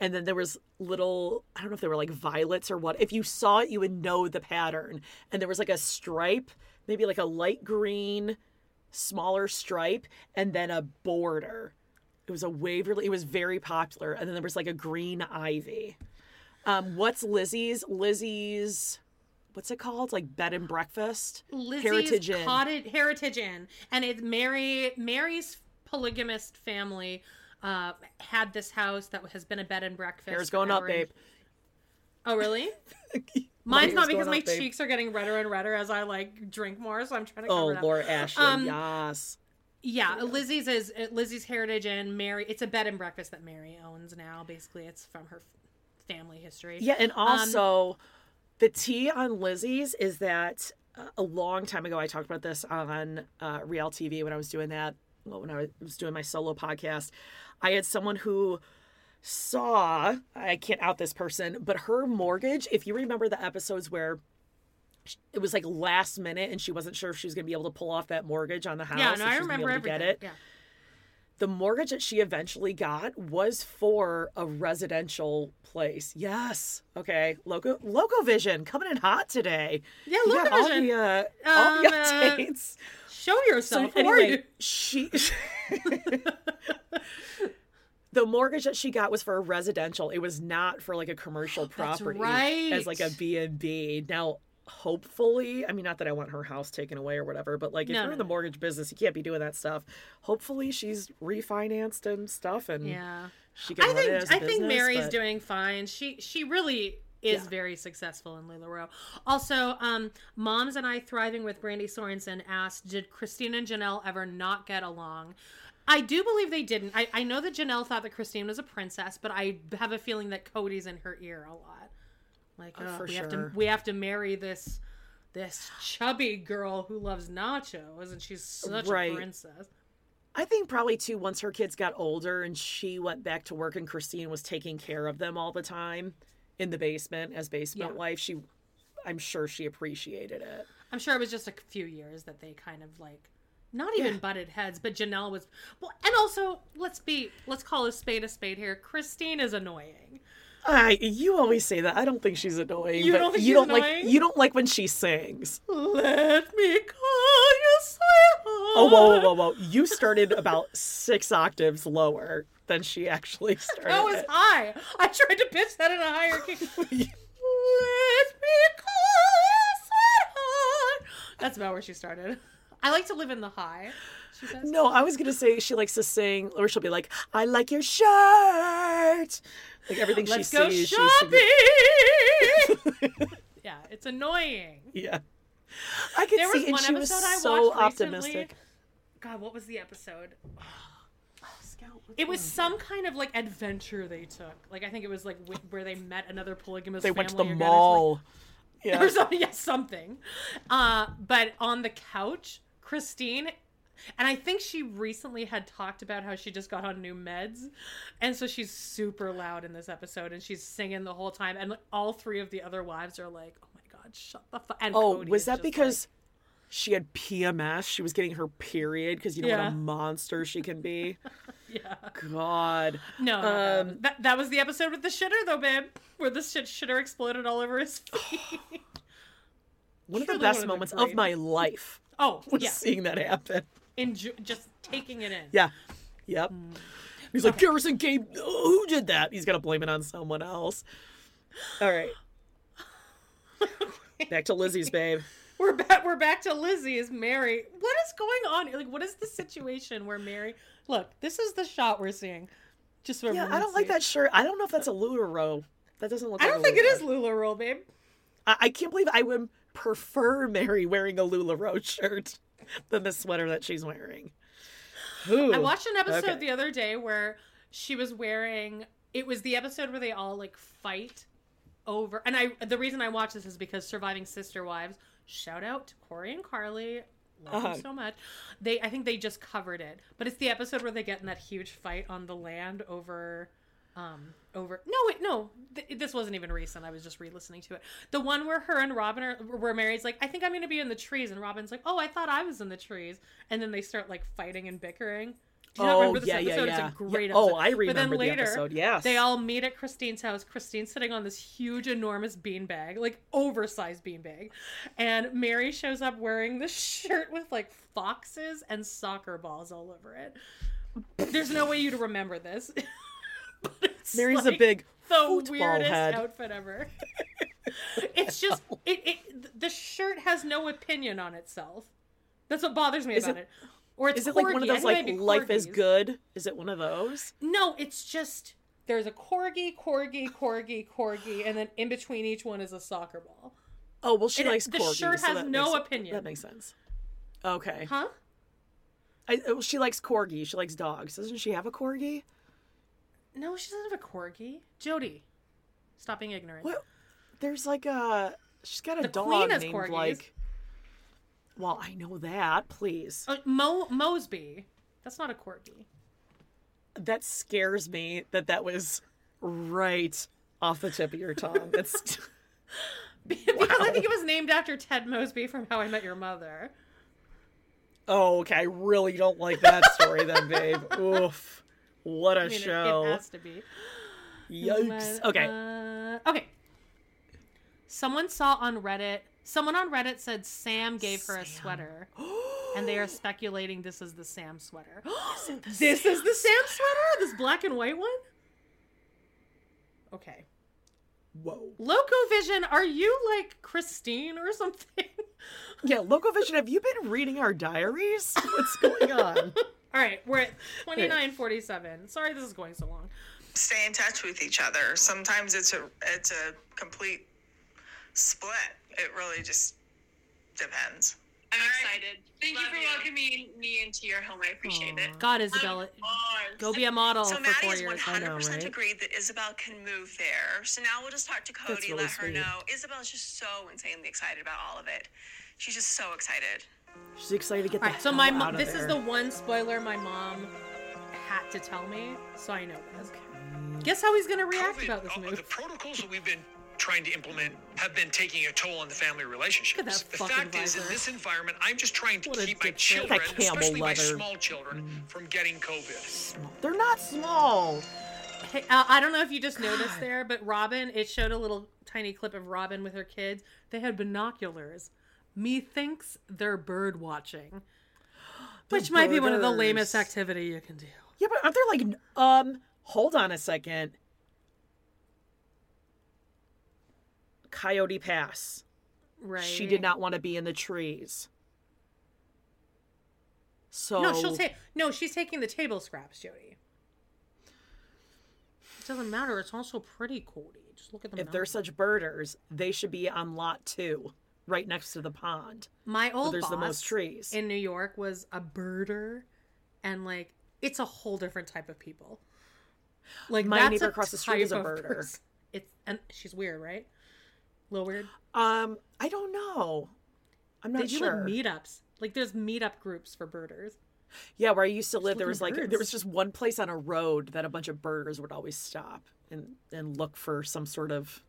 and then there was little i don't know if they were like violets or what if you saw it you would know the pattern and there was like a stripe maybe like a light green smaller stripe and then a border it was a waverly it was very popular and then there was like a green ivy um, what's lizzie's lizzie's what's it called like bed and breakfast
Lizzie's
heritage inn
cottage Heritage Inn, and it's Mary Mary's polygamist family uh, had this house that has been a bed and breakfast.
hair's going up
forever and-
babe
Oh really? Mine's
hair's
not
going
because
up,
my
babe.
cheeks are getting redder and redder as I like drink more, so I'm trying to. Cover
oh
it up.
laura ashley
Um,
yes
Yeah, Lizzie's is uh, Lizzie's Heritage Inn. Mary, it's a bed and breakfast that Mary owns now. Basically, it's from her f- family history.
Yeah, and
Um,
also the tea on Lizzie's is that uh, a long time ago I talked about this on uh, Real TV when I was doing that. Well, when I was doing my solo podcast, I had someone who saw I can't out this person, but her mortgage. If you remember the episodes where sh- it was like last minute and she wasn't sure if she was going to be able to pull off that mortgage on the house.
yeah,
if
no,
she
I
was gonna be
remember
able to
everything.
get it
Yeah.
the mortgage that she eventually got was for a residential place. Yes. Okay. Loco Loco Vision coming in hot today.
Yeah,
You got all
Locovision.
the, uh, all the
Um, uh,
updates.
Show
So
yourself. Who are
anyway,
you?
she the mortgage that she got was for a residential. It was not for like a commercial property as like a
right.
B and B. Now, hopefully, I mean, not that I want her house taken away or whatever, but like if
No,
you're
no,
in the
no.
mortgage business, you can't be doing that stuff. Hopefully, she's refinanced and stuff, and
Yeah.
she can
I
run it as
think
a
I think
business,
Mary's
but-
doing fine. She she really is very successful in LuLaRoe. Also, um, Moms and I Thriving with Brandy Sorensen asked, did Christine and Janelle ever not get along? I do believe they didn't. I, I know that Janelle thought that Christine was a princess, but I have a feeling that Cody's in her ear a lot. Like,
Oh,
"Ugh,
for
we have
sure.
to we have to marry this this chubby girl who loves nachos, and she's such
Right.
a princess.
I think probably too, once her kids got older and she went back to work and Christine was taking care of them all the time in the basement as basement
Yeah.
wife, she I'm sure she appreciated it.
I'm sure it was just a few years that they kind of like not even butted heads, but Janelle was well and also let's be let's call a spade a spade here. Christine is annoying.
I you always say that. I don't think she's annoying.
You
but
don't think
you
she's
don't like
annoying?
you don't like when she sings.
Let me call you sweetheart.
Oh whoa, whoa, whoa, whoa. You started about six octaves lower than she actually started.
That was
it.
high. I tried to pitch that in a higher key. Let me call you sweetheart. That's about where she started. I like to live in the high. She says.
No, I was gonna say she likes to sing, or she'll be like, "I like your shirt," like everything
Let's
she
go
sees.
shopping.
She's
yeah, it's annoying.
yeah, I could
There was
see, and
one
she
episode
was
I
so
watched recently.
optimistic. Oh,
God, what was the episode? It was some kind of like adventure they took. Like I think it was like wh- where they met another polygamous.
They went to the
family or got into, like,
mall. Yeah.
or something. Yeah, something. Uh, but on the couch, Christine, and I think she recently had talked about how she just got on new meds, and so she's super loud in this episode, and she's singing the whole time, and like, all three of the other wives are like, "Oh my god, shut the fuck." And
Oh,
Cody
was
is
that
just like-
because she had PMS? She was getting her period because you know what
Yeah.
a monster she can be. God.
No, no, no.
Um,
That, that was the episode with the shitter, though, babe, where the shit shitter exploded all over his feet.
One of
Surely
the best
one of the
moments of my
greatest.
life
oh,
was
yeah.
seeing that happen.
Enjo- just taking it in.
Yeah. Yep. He's like, Garrison Gabe, who did that? He's going to blame it on someone else. All right. Back to Lizzie's, babe.
We're back. We're back to Lizzie. Is Mary? What is going on? Like, what is the situation where Mary? Look, this is the shot we're seeing. Just so
Yeah, I
everyone
don't like
sees.
that shirt. I don't know if that's a Lularoe. That doesn't look
I
like
don't
a
think it
Lularoe.
is Lula roll, babe.
I, I can't believe I would prefer Mary wearing a Lularoe shirt than the sweater that she's wearing.
I
Ooh,
watched an episode
okay.
the other day where she was wearing. It was the episode where they all like fight over. And I, the reason I watched this is because Surviving Sister Wives. Shout out to Corey and Carly. Love
Uh-huh.
them so much. They, I think they just covered it. But it's the episode where they get in that huge fight on the land over. Um, over no wait no th- this wasn't even recent i was just re-listening to it the one where her and robin are where mary's like i think i'm gonna be in the trees and robin's like oh i thought i was in the trees and then they start like fighting and bickering do you not
Oh,
remember this
yeah, yeah,
episode?
yeah.
It's a great
Yeah.
episode.
Oh, I remember
but then
the
later,
episode, yes.
They all meet at Christine's house. Christine's sitting on this huge, enormous beanbag, like oversized beanbag. And Mary shows up wearing this shirt with like foxes and soccer balls all over it. There's no way you'd remember this. But it's
Mary's a
like
big
the
football
weirdest
head.
outfit ever. it's just it, it the shirt has no opinion on itself. That's what bothers me
Is
about
it-
it. Or it's
Is it like one of
corgi. I
those
think it
like
might be
life is
corgis.
good? Is it one of those?
No, it's just there's a corgi, corgi, corgi, corgi, and then in between each one is a soccer ball.
Oh well, she
And it-
likes
the
corgis.
shirt
so
has
that
no
makes-
opinion.
That makes sense. Okay.
Huh?
I, well, she likes corgi. She likes dogs. Doesn't she have a corgi?
No, she doesn't have a corgi. Jody, stop being ignorant.
What? There's like a. She's got a
The
dog
queen has
named
corgis.
like. Well, I know that. Please,
Uh, Mo Mosby. That's not a corgi.
that scares me. That that was right off the tip of your tongue. That's.
because I think it was named after Ted Mosby from How I Met Your Mother.
oh, okay. I really don't like that story, then, babe. Oof. What a
I mean, it-
show.
It, has to be.
Yikes.
But,
Okay.
uh, okay. Someone saw on Reddit. Someone on Reddit said Sam gave her a sweater, and they are speculating this is the Sam sweater. this is the Sam sweater. This black and white one. Okay.
Whoa.
Locovision, are you like Christine or something?
Yeah, Locovision, have you been reading our diaries? What's going on?
All right, we're at twenty nine forty seven. Sorry, this is going so long.
stay in touch with each other. Sometimes it's a it's a complete split. It really just depends.
I'm excited. Thank you for welcoming me into your home. I appreciate it.
God, Isabella, go be a model
Um, So
for
Maddie
four
is
years.
100%
right?
agreed that Isabel can move there. So now we'll just talk to Cody,
really
let her
sweet.
know. Isabel's just so insanely excited about all of it. She's just so excited.
She's excited to get the
All right, so
hell
my
out
mom.
of
This is
there.
the one spoiler my mom had to tell me, so I know this. Guess how he's gonna react
COVID,
about this
uh,
move?
The protocols that we've been trying to implement have been taking a toll on the family relationships.
Look at that
the
fucking
fact is, in
visor.
this environment, I'm just trying to
What a
keep my
dipshit.
children,
That camel Mm.
especially my
leather.
small children, from getting COVID.
They're not small.
Hey, uh, I don't know if you just noticed there, but Robin. It showed a little tiny clip of Robin with her kids. They had binoculars. Methinks they're bird watching, which might be one of the
birders.
lamest activity you can do.
Yeah, but aren't they like um hold on a second. Coyote Pass.
Right?
She did not want to be in the trees. So
No, she'll take. No, she's taking the table scraps, Jody. It doesn't matter. It's also pretty, Cody. Just look at the.
if they're such birders, they should be on lot two, right next to the pond.
My old
there's
boss
the most trees.
in New York was a birder, and like it's a whole different type of people. Like
My
that's
neighbor
a
across the street is
type
a
of
birder.
person. It's and she's weird, right? A little weird.
Um, I don't know. I'm not
they do
sure.
like meetups. Like there's meetup groups for birders.
Yeah, where I used to live, there
looking
was like there
birds.
was just one place on a road that a bunch of birders would always stop and and look for some sort of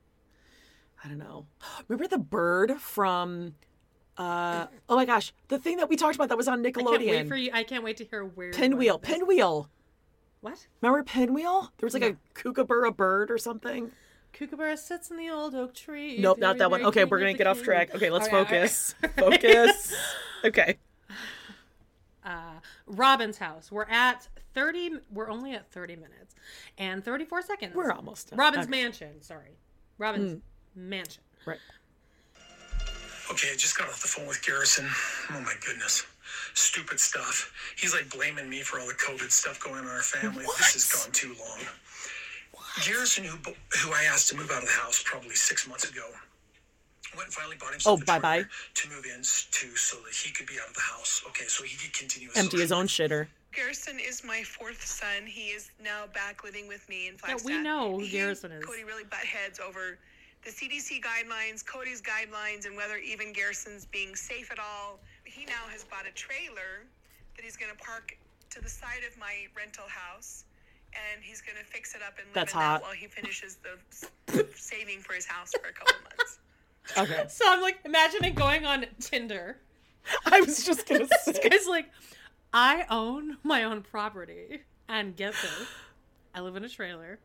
I don't know. Remember the bird from uh oh my gosh, the thing that we talked about that was on
I can't wait
Nickelodeon.
for you. I can't wait to hear where you went
Pinwheel,
with this.
pinwheel.
What?
Remember Pinwheel? There was like a kookaburra bird or something.
Kookaburra sits in the old oak tree.
Nope, not
Very,
that one.
very
Okay, we're
keen
gonna
of
get
the
off
king.
track. Okay, let's
All right, all right.
focus. Focus. Okay.
uh, Robin's house. We're at 30, we're only at 30 minutes and 34 seconds.
We're almost done.
Robin's
Okay. Hmm.
mansion, sorry. Robin's mansion.
Right.
Okay, I just got off the phone with Garrison. Oh my goodness. Stupid stuff. He's like blaming me for all the COVID stuff going on in our family. This has gone too long. Garrison, who, bo- who I asked to move out of the house probably six months ago, went and finally bought himself
Oh,
a trailer
bye-bye.
to move in s- to so that he could be out of the house. Okay, so he could continue his
Empty his
social
own shitter.
Garrison is my fourth son. He is now back living with me in
Yeah,
Flagstaff.
we know who
He
Garrison is.
Cody really butt heads over the CDC guidelines, Cody's guidelines, and whether even Garrison's being safe at all. He now has bought a trailer that he's going to park to the side of my rental house, and he's going to fix it up and live
That's
in that
hot.
while he finishes the s- saving for his house for a couple months.
Okay.
So I'm like imagining going on Tinder.
I was just gonna
This
say
guy's like, I own my own property. And get this, I live in a trailer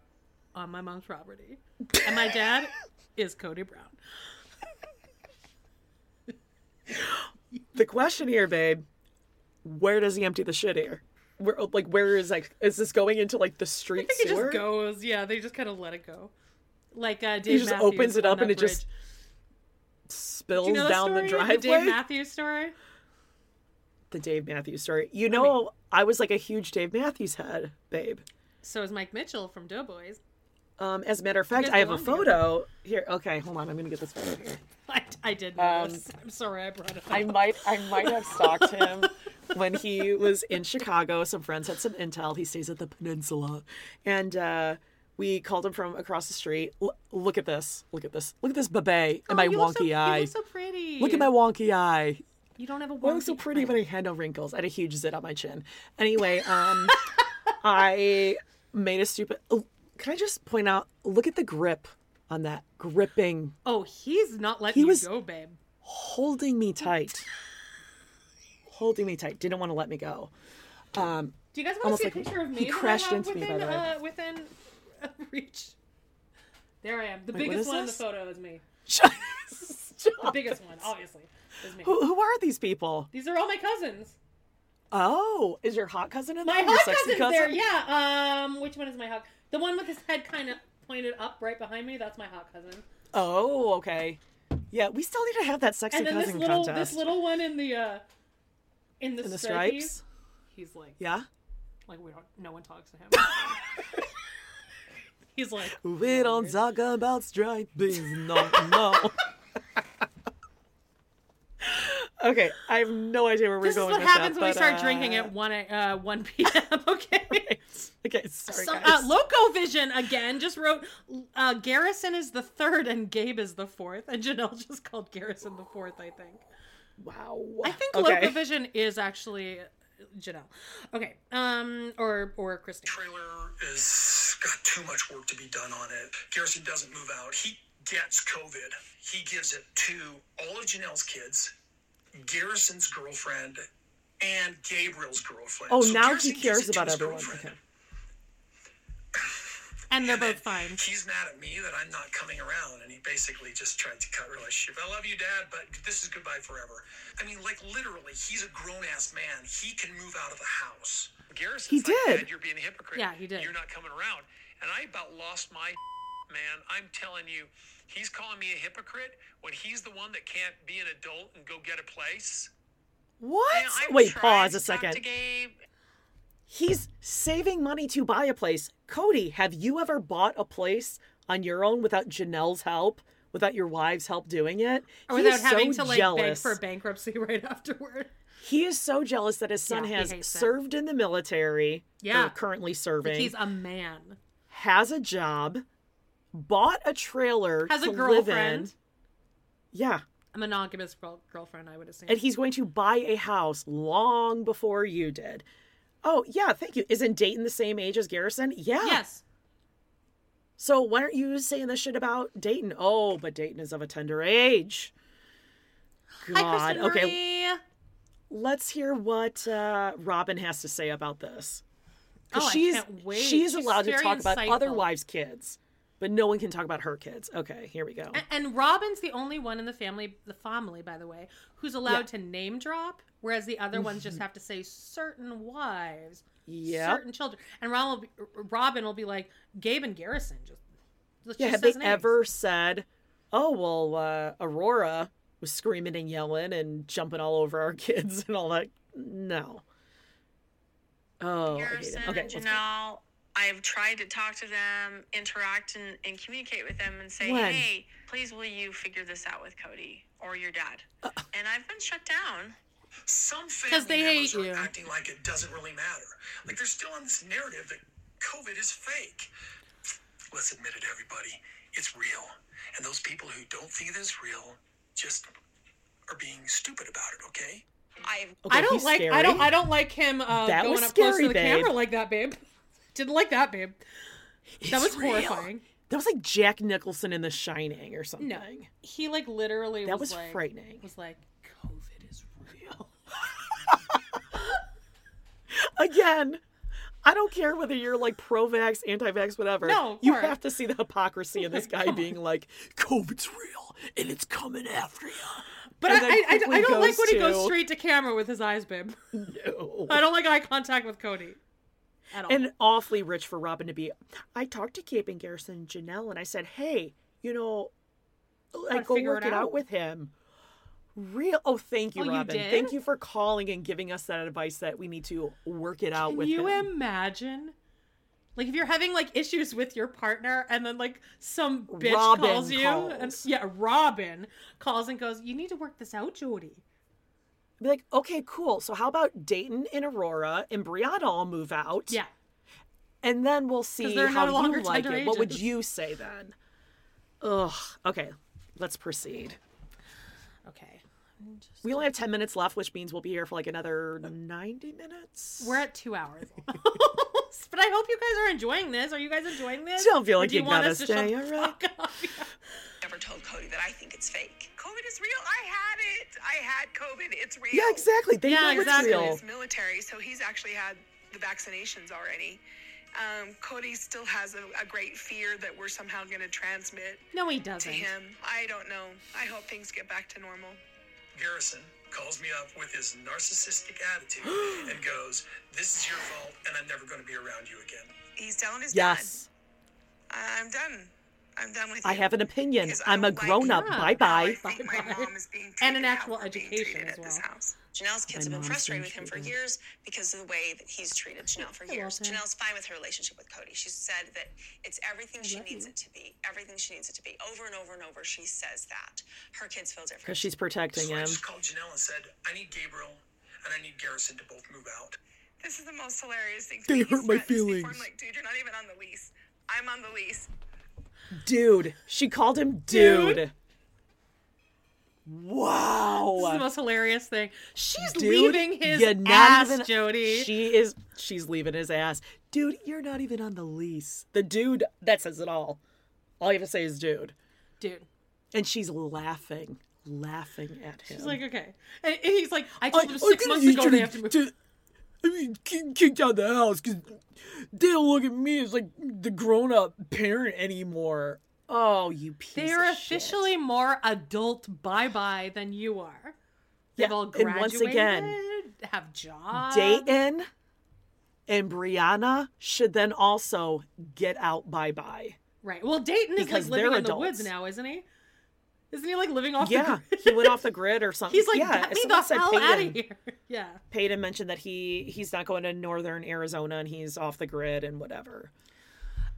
on my mom's property. And my dad is Cody Brown.
the question here, babe. Where does he empty the shit here? Where oh, like where is like is this going into like
I
the street
think it
sewer?
just goes. Yeah, they just kind of let it go. Like uh, Dave
he just
Matthews
opens it
on
up and
that
it just
bridge.
spills
Do you know that
down
story?
the driveway.
The Dave Matthews story.
the Dave Matthews story. You know, I, was like a huge Dave Matthews head, babe.
So is Mike Mitchell from Doughboys.
Um, as a matter of fact,
guys
I have a
belong together.
photo here. Okay, hold on. I'm gonna get this photo here.
I, I did notice. I'm sorry I brought it up.
Um, I might, I might have stalked him when he was in Chicago. Some friends had some intel. He stays at the Peninsula, and uh, we called him from across the street. L- look at this. Look at this. Look at this bebe and my
Oh, you
wonky
look so- you look
eye.
so pretty.
Look at my wonky eye.
You don't have a
Why I look so
wonky
pretty
eye.
when I had no wrinkles. I had a huge zit on my chin. Anyway, um, I made a stupid. oh, Can I just point out? Look at the grip on that gripping,
Oh, he's not letting
He
you
was-
go, babe.
holding me tight, holding me tight. Didn't want to let me go. Um,
Do you guys want
almost
to see a
like
picture of
he
me? that I
crashed
have
into me, by
within,
the way.
Uh, within uh, reach. There I am. The
Wait, what
biggest
is
one
this?
in the photo is me.
stop.
The biggest one, obviously, is me.
Who, who are these people?
These are all my cousins.
Oh, is your hot cousin in
My
there?
hot
Your
cousin's there. Yeah. Um, which one is my hot? The one with his head kind of pointed up right behind me. That's my hot cousin.
Oh, okay. Yeah, we still need to have that sexy
and then this
cousin
little,
contest.
this little one in the, uh, in the,
in the
stripes.
stripes.
He's like,
Yeah.
like we don't. No one talks to him. He's like, "Oh,
We don't talk about stripes, no, no. okay, I have no idea where we're
this is
going
what
with
happens
that,
when we
but,
start
uh,
drinking at one a- uh, one p.m. Okay.
Okay, sorry
Some, uh,
guys.
Loco Vision again just wrote uh, Garrison is the third and Gabe is the fourth, and Janelle just called Garrison the fourth, I think.
wow.
I think
okay.
Locovision is actually uh, Janelle. Okay. Um or or Christine.
trailer has got too much work to be done on it. Garrison doesn't move out. He gets COVID. He gives it to all of Janelle's kids, Garrison's girlfriend, and Gabriel's girlfriend.
Oh,
So
now
Garrison
he
gives
cares
it to
about
his
everyone.
girlfriend.
Okay.
And they're both fine.
He's mad at me that I'm not coming around, and he basically just tried to cut relationship. I love you, Dad, but this is goodbye forever. I mean, like literally, he's a grown ass man. He can move out of the house. Garrison,
He did.
Dad, you're being a hypocrite.
Yeah, he did.
You're not coming around, and I about lost my man. I'm telling you, he's calling me a hypocrite when he's the one that can't be an adult and go get a place.
What?
Man, I've
Wait,
tried
pause
to
a
talk to
second.
Gabe.
He's saving money to buy a place. Cody, have you ever bought a place on your own without Janelle's help, without your wife's help doing it?
Or
He
without
is
having
so
to like beg
jealous.
for bankruptcy right afterward.
He is so jealous that his son
Yeah, he
has
hates it.
served in the military,
Yeah.
or currently
Like
serving,
he's a man.
has a job, bought a trailer,
Has a
to live in.
girlfriend.
Yeah,
A monogamous girl- girlfriend, I would assume.
and he's going to buy a house long before you did. Oh yeah, thank you. Isn't Dayton the same age as Garrison? Yeah.
Yes.
So why aren't you saying this shit about Dayton? Oh, but Dayton is of a tender age. God.
Hi, Kristen
okay,
Marie.
let's hear what uh, Robin has to say about this. 'Cause
Oh, I
she's
can't wait.
she's
She's
allowed to
very
talk about other
insightful.
wives' kids, but no one can talk about her kids. Okay, here we go.
A- And Robin's the only one in the family, the family, by the way, who's allowed to name drop, whereas the other ones just have to say certain wives,
Mm-hmm. Yep.
certain children. And Ron will be, Robin will be like Gabe and Garrison. Just, just
yeah, have
says
they
names.
ever said, "Oh well, uh, Aurora was screaming and yelling and jumping all over our kids and all that"? No. Oh, I hate it.
Garrison
okay.
and
let's go.
Janelle, I've tried to talk to them, interact, and, and communicate with them and say,
When?
hey, please will you figure this out with Cody or your dad?
Uh.
and I've been shut down.
Some
Because
family
they
members
hate
are
you.
acting like it doesn't really matter. Like they're still on this narrative that COVID is fake. Let's admit it, everybody. It's real. And those people who don't think it is real just are being stupid about it, okay?
I've
Okay,
I don't
he's
like. I don't.
scary.
I don't like him uh,
That
going
was
up close
scary,
to the
babe.
camera like that, babe. Didn't like that, babe. that
It's
was
real.
horrifying.
That was like Jack Nicholson in The Shining or something.
No, he like literally.
That
was,
was
like,
frightening.
Was like COVID is real.
Again, I don't care whether you're like pro-vax, anti-vax, whatever.
No, of
you
course.
have to see the hypocrisy of this guy being like, "COVID's real and it's coming after you."
But I,
And then
I, I, don't- I
quickly
don't like
goes
when he goes
to-
straight to camera with his eyes, babe.
No.
I don't like eye contact with Cody. At all.
and awfully rich for Robin to be. I talked to Cape and Garrison and Janelle, and I said, "Hey, you know, like go
figure
work
it
it out.
out."
with him." Real. Oh, thank you,
Oh, you
Robin.
did?
Thank you for calling and giving us that advice that we need to work it out
Can
with
you
him.
imagine? Like if you're having like issues with your partner, and then like some bitch
Robin
calls you, and
calls.
yeah, Robin calls and goes, "You need to work this out, Jody."
Be like, okay, cool. So how about Dayton and Aurora and Brianna all move out?
Yeah,
and then we'll see
they're
how
no longer
you like it.
tender
What would
agents.
you say then? Ugh. Okay, let's proceed.
okay.
We only have ten minutes left, which means we'll be here for like another ninety minutes.
We're at two hours. almost. but I hope you guys are enjoying this. Are you guys enjoying this?
Don't feel
Or
like
do you
you
want
gotta
us to
stay,
shut the
alright?
fuck up? Yeah.
never told Cody that I think it's fake.
COVID is real. I had it. I had COVID. It's real.
Yeah, exactly. They
Yeah,
know
exactly.
it's
He's military, so he's actually had the vaccinations already. Um, Cody still has a, a great fear that we're somehow going to transmit
No, he
to
doesn't.
him. I don't know. I hope things get back to normal.
Garrison calls me up with his narcissistic attitude and goes, This is your fault, and I'm never going to be around you again.
He's down his
real. Yes,
dad. I- I'm done. I'm done with you.
I have an opinion.
Because I
I'm a
don't like
grown up.
Yeah.
Bye
how I
bye.
think my
Bye-bye.
mom is being
And an
treated, how
actual
we're being
education
treated
as
at this
well.
house.
Janelle's kids
My
have been
mom's
frustrated
been
with him for
treated.
years because of the way that he's treated Janelle for
I love
years.
that.
Janelle's fine with her relationship with Cody. She said that it's everything she needs it to be. Everything she needs it to be. Over and over and over, she says that. Her kids feel different.
Because she's protecting
So I
him.
just called Janelle and said, I need Gabriel and I need Garrison to both move out.
This is the most hilarious thing. They hurt my feelings. I'm like, dude, you're not even on the lease. I'm on the lease.
Dude, she called him dude. Wow.
This is the most hilarious thing. She's
Dude,
leaving his
you're not
ass,
even-
Jody.
She is. She's leaving his ass. Dude, you're not even on the lease. The dude. That says it all. All you have to say is dude.
Dude.
And she's laughing, laughing at him. Oh,
She's like, okay. And, and he's like, I told him six
I'm gonna
months
need
ago
you
they have to move.
to- I mean, kick- kicked out of the house because they don't look at me as like the grown-up parent anymore. Oh, you piece
They are
of shit.
officially more adult bye bye than you are. They've
Yeah,
all
and
graduated,
once again,
have jobs.
Dayton and Brianna should then also get out. Bye bye.
Right. Well, Dayton is like
Because
living
they're
in the woods
adults.
now, isn't he? Isn't he like living off
Yeah,
the grid?
he went off the grid or something.
He's like,
yeah,
get me
someone
the
said
hell out
Peyton-
of here. Yeah.
Peyton mentioned that he he's not going to northern Arizona and he's off the grid and whatever.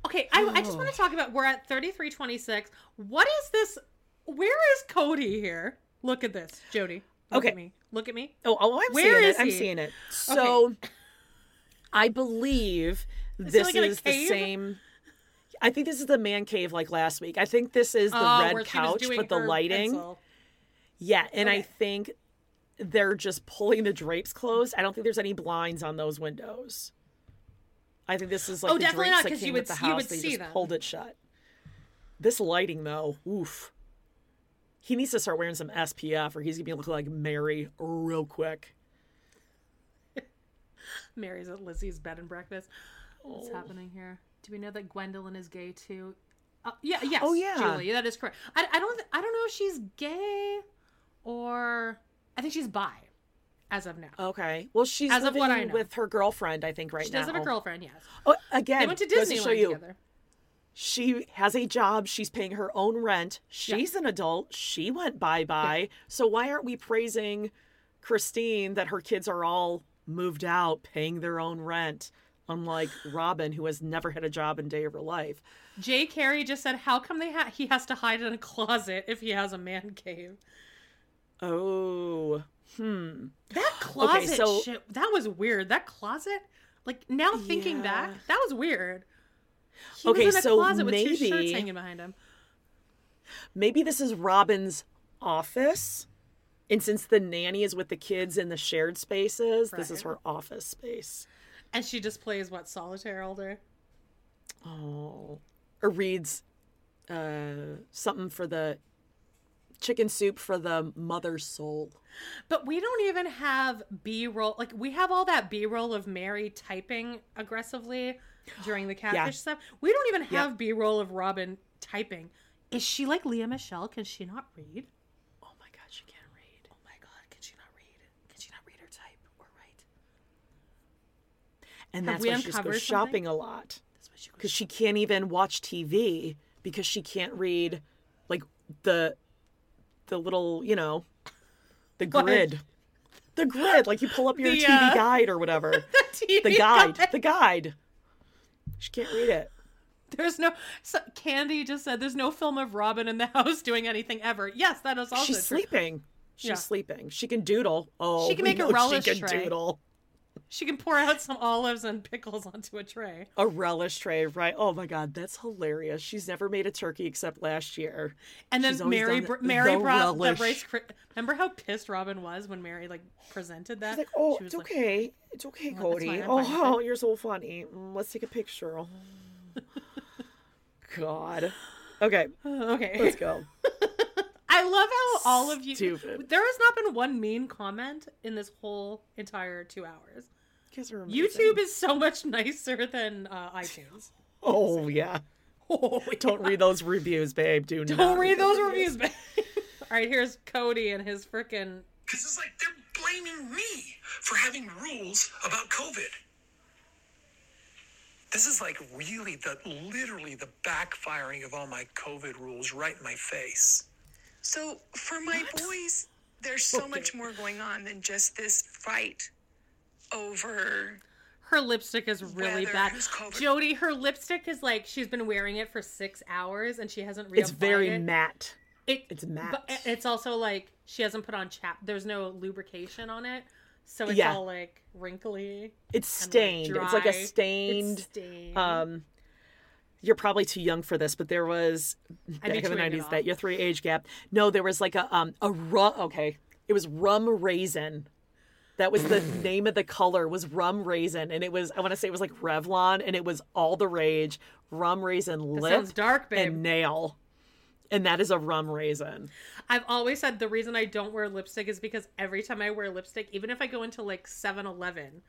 Okay, I, I
Oh.
just want to talk about we're at 3326. What is this? Where is Cody here? Look at this, Jody. Look
Okay.
at me. Look at me.
Oh, oh I'm
Where
seeing
is
it. I'm
he?
seeing it. So I believe
Is he,
this
like, in a
is the
cave?
same. I think this is the man cave like last week. I think this is the
Oh, where
red
she was
couch,
doing
but the
her
lighting.
pencil.
Yeah, and I
Okay.
think they're just pulling the drapes closed. I don't think there's any blinds on those windows. I think this is like
Oh,
the
definitely
drapes
not,
that
'cause
came
you
with
would-
the
you
house.
would
they
see
just
them.
pulled it shut. This lighting though, oof. He needs to start wearing some SPF, or he's gonna be looking like Mary real quick.
Mary's at Lizzie's bed and breakfast. What's
Oh.
happening here? Do we know that Gwendolyn is gay too? Uh, yeah. Yes.
Oh, yeah.
Julie, that is correct. I, I don't. I don't know if she's gay or I think she's bi, as of now.
Okay. Well, she's
As of what
living
I know.
with her girlfriend, I think, right
she
now.
does have a girlfriend. Yes.
Oh, again,
they went to
goes
Disneyland
show you,
together.
She has a job. She's paying her own rent. She's an adult. She went bye bye. So why aren't we praising Christine that her kids are all moved out, paying their own rent? Unlike Robin, who has never had a job in day of her life.
Jay Carey just said, "How come they ha- he has to hide in a closet if he has a man cave?"
Oh, hmm.
That closet shit. That was weird. That closet. Like now thinking back, that was weird. He
Okay,
was in a
so
closet with two shirts
maybe-
hanging behind him.
Maybe this is Robin's office. And since the nanny is with the kids in the shared spaces, this is
Right.
her office space.
And she just plays what solitaire all day.
Oh. Or reads uh, something for the chicken soup for the mother's soul.
But we don't even have B roll. Like we have all that B roll of Mary typing aggressively during the catfish stuff. We don't even
Yep.
have B roll of Robin typing. Is she like Leah Michelle? Can she not read?
Oh my god, she can't read.
Oh my god, can she not read? Can she not read or type or write?
And
Have
that's
we
why she just
uncovered
goes
something?
shopping a lot. Because she can't even watch TV because she can't read like the the little, you know, the
What?
grid. The grid, like you pull up your
The,
TV
uh,
guide or whatever.
TV
the guide, the guide. She can't read it.
There's no so Candy just said there's no film of Robin in the house doing anything ever. Yes, that is also
She's
true.
sleeping. She's
Yeah.
sleeping. She can doodle. Oh,
She can
we
make a
know
relish
She can
tray.
doodle.
She can pour out some olives and pickles onto a tray.
A relish tray, right? Oh my god, that's hilarious. She's never made a turkey except last year.
And
She's
then
always
Mary
done
br-
the-
Mary
the
brought
relish.
the rice. Cri- Remember how pissed Robin was when Mary like presented that?
She's like, oh,
She was
it's okay, it's okay,
"Well, that's
Cody.
fine, I'm fine with
Oh, you're so funny. Mm, Let's take a picture. Oh. God. Okay,
"Uh, okay.
let's go.
I love how all of you.
Stupid.
There has not been one mean comment in this whole entire two hours.
You guys are amazing.
YouTube is so much nicer than uh, iTunes.
Oh yeah.
Oh,
Don't read those reviews, babe. Do
Don't read those reviews, babe. All right, here's Cody and his freaking.
Because it's like they're blaming me for having rules about COVID. This is like really the literally the backfiring of all my COVID rules right in my face.
So for my boys, there's so much more going on than just this fight over.
Her lipstick is really
Weather
bad.
is covered.
Jody, her lipstick is like she's been wearing it for six hours and she hasn't.
It's
reapplied
very
it.
matte.
It,
It's matte.
But it's also like she hasn't put on chap. There's no lubrication on it, so it's
Yeah.
all like wrinkly.
It's stained. it's like
dry.
a
It's
stained.
stained.
Um, you're probably too young for this, but there was
be
back in the
chewing it
nineties
off.
that your three age gap. No, there was like a um a rum. Okay, it was rum raisin. That was the name of the color was rum raisin, and it was I want to say it was like Revlon, and it was all the rage. Rum raisin lip
sounds dark, babe.
and nail, and that is a rum raisin.
I've always said the reason I don't wear lipstick is because every time I wear lipstick, even if I go into like 7 Eleven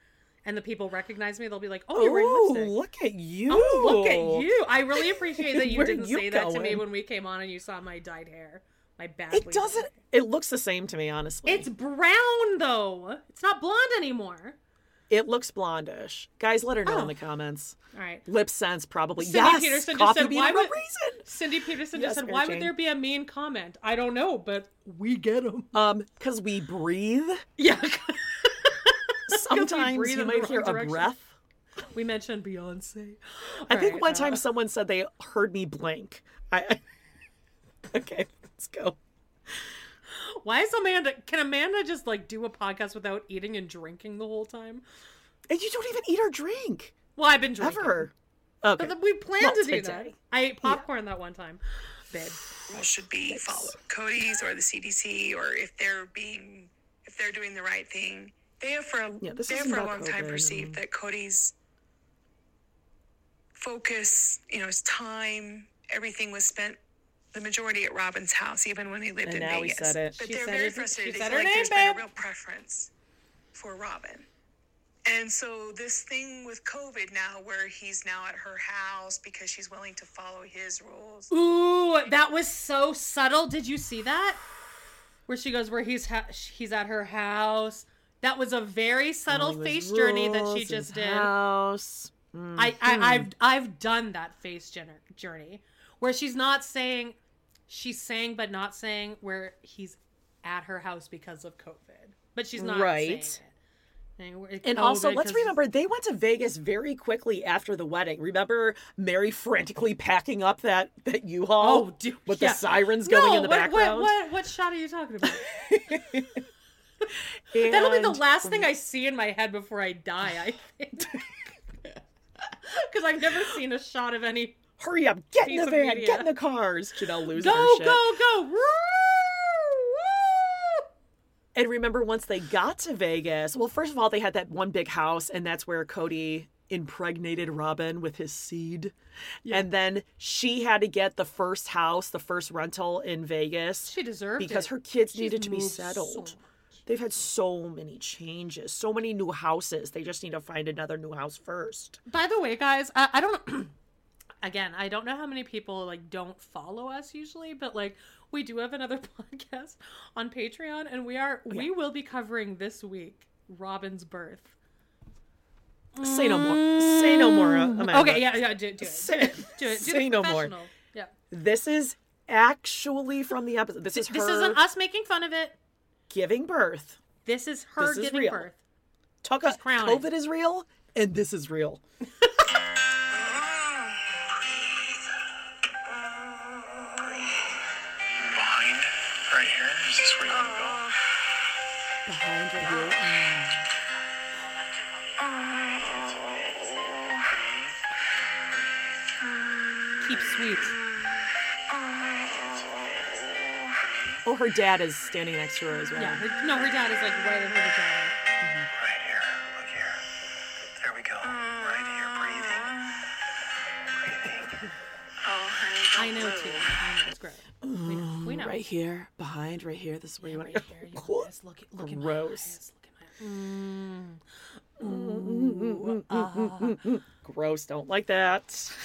and the people recognize me, they'll be like, oh, you're wearing
Oh,
lipstick.
look at you!
Oh, look at you. I really appreciate that you
Where
didn't
you
say that to me
going?
when we came on and you saw my dyed hair. My badly
It doesn't.
dyed hair.
It looks the same to me, honestly.
It's brown though. It's not blonde anymore.
It looks blondish. Guys, let her know
Oh.
in the comments.
All right.
Lip sense, probably.
Cindy
yes,
Peterson just
coffee
said,
bean
"Why
for a
would-"
reason.
Cindy Peterson
Yes,
just said,
Mary
"Why would
Jane.
there be a mean comment?" I don't know, but we get them.
Um, because we breathe.
Yeah,
Sometimes
breathe
you
in the
might
wrong
hear a
direction.
breath.
we mentioned Beyonce.
I
All
think
right,
one
uh,
time someone said they heard me blank. I, I... okay, let's go.
Why is Amanda? Can Amanda just like do a podcast without eating and drinking the whole time?
And you don't even eat or drink
Well, I've been drinking.
ever. Okay.
But then we planned
Not
to do that.
today.
I ate popcorn that one time, babe.
rules should be followed. Cody's or the CDC, or if they're being, if they're doing the right thing, they have for a,
Yeah, this
they have
isn't
for a
about
long time
COVID,
perceived
um,
that Cody's focus, you know, his time, everything was spent the majority at Robin's house, even when he lived
And
in
now he
Vegas.
said it.
But
She
they're
said
very
it- she
frustrated. They
said
feel
her
like
name,
there's been a
babe.
real preference for Robin. And so this thing with COVID now, where he's now at her house because she's willing to follow his rules.
Ooh, that was so subtle. Did you see that? Where she goes, where he's ha- he's at her house. That was a very subtle
Following his
face journey that she
rules, his
just did.
House.
I,
Mhm.
I I've I've done that face jour- journey where she's not saying she's saying but not saying where he's at her house because of COVID, but she's not Saying
Right.
it. And, we're-
And
COVID
also, let's
Oh, 'cause-
remember they went to Vegas very quickly after the wedding. Remember Mary frantically packing up that that U-Haul
Oh, dude,
with
yeah.
the sirens going
No,
in the
what,
background.
What, what what shot are you talking about? That'll be the
And-
last thing I see in my head before I die. I think because I've never seen a shot of any.
Hurry up! Get in
piece
the
of
van.
media.
Get in the cars. Janelle losing her
Go
shit.
go go! Woo!
And remember, once they got to Vegas, well, first of all, they had that one big house, and that's where Cody impregnated Robin with his seed. And then she had to get the first house, the first rental in Vegas.
She deserved
because
it.
her kids
She's
needed to be
moved
settled.
so
They've had so many changes, so many new houses. They just need to find another new house first.
By the way, guys, I, I don't. again, I don't know how many people like don't follow us usually, but like we do have another podcast on Patreon, and we
Oh,
are we will be covering this week Robin's birth. Mm.
Say no more. Say no more, uh, Amanda.
Okay, yeah, yeah, do, do it, do it, do it, do
say
the
no more.
professional. Yeah,
This is actually from the episode. This is
this
her
isn't us making fun of it.
giving birth.
This is her
This is
giving
real.
birth.
Talk about
crowning.
COVID is real, and this is real.
Behind, right here. Is this where you want to go?
Behind right here.
Oh,
Keep sweet.
Oh, her dad is standing next to her as well.
Yeah, her, no, her dad is like right in her vagina.
Right here. Look here. There we go.
oh.
Right here. Breathing. Breathing.
I know too. I know it's great. We know. We know.
Mm, Right here, behind, right here. This is where you want
Right
to
here, you
go.
guys, look, look at my
Gross.
eyes, look at my- Mm.
Mm. Gross. Don't like that.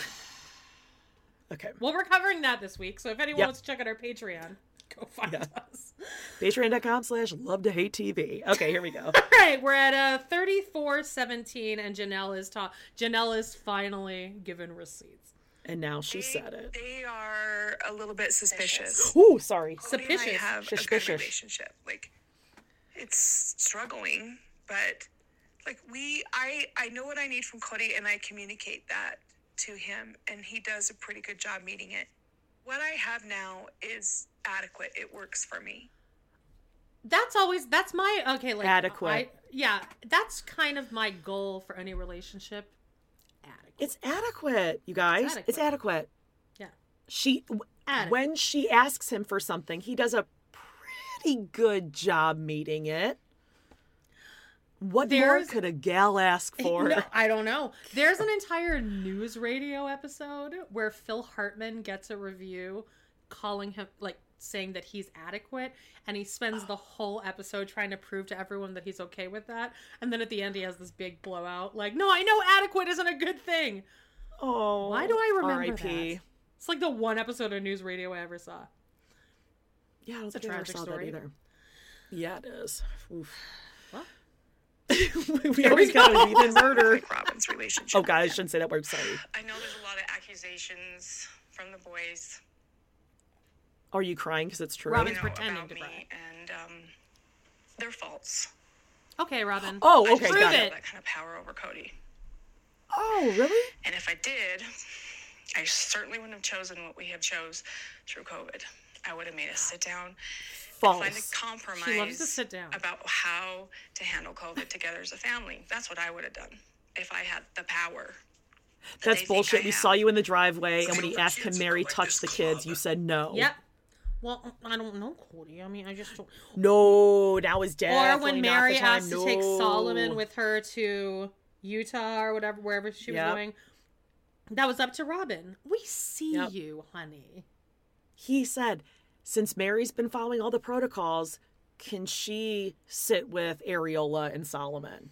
Okay.
Well, we're covering that this week, so if anyone
Yep.
wants to check out our Patreon, go find us.
Patreon.com slash love to hate TV. Okay, here we go.
All right, we're at uh, 3417, and Janelle is ta- Janelle is finally given receipts.
and now she said it.
They are a little bit suspicious.
Ooh, sorry.
Cody and I
Suspicious.
have a good
Suspicious.
relationship. Like it's struggling, but like we, I, I know what I need from Cody, and I communicate that to him, and he does a pretty good job meeting it. What I have now is adequate. It works for me.
That's always that's my okay, like
Adequate.
I, yeah, that's kind of my goal for any relationship. Adequate.
It's adequate, you guys. It's adequate.
adequate. Yeah.
She, w-
Adequate.
when she asks him for something, he does a pretty good job meeting it. What more
There's-
could a gal ask for?
No, I don't know. There's an entire news radio episode where Phil Hartman gets a review calling him like saying that he's adequate and he spends the whole episode trying to prove to everyone that he's okay with that and then at the end he has this big blowout like no I know adequate isn't a good thing
Oh,
why do I remember
R.I.P.
that it's like the one episode of news radio I ever saw
Yeah, I don't
It's a
think I ever
tragic
saw
story.
that either. Yeah, it is. Oof.
What?
we
we
always got
go.
to leave in murder.
Like Robin's relationship.
Oh, God, I shouldn't say that word. Sorry.
I know there's a lot of accusations from the boys.
Are you crying because it's true?
Robin's
you know,
pretending
about
to
me,
cry.
and um, they're false.
okay Robin
Oh, okay,
prove
got
it.
it.
That kind of power over Cody.
Oh, really?
And if I did, I certainly wouldn't have chosen what we have chose through COVID. I would have made us sit down, find a
False.
compromise
She loves to sit down.
about how to handle COVID together as a family. That's what I would have done if I had the power.
That's
think
bullshit.
I
We
have.
saw you in the driveway, and when he
Little
asked, "Can
kids
Mary
look like
touch
this
the kids?"
club.
you said no.
yep well I don't know Cody I mean I just don't
No, now is
or
definitely
when
not
Mary
the time.
asked to take Solomon
No.
with her to Utah or whatever, wherever she was
Yep.
going. That was up to Robin. We see
Yep.
you, honey.
he said, "Since Mary's been following all the protocols, can she sit with Ariola and Solomon?"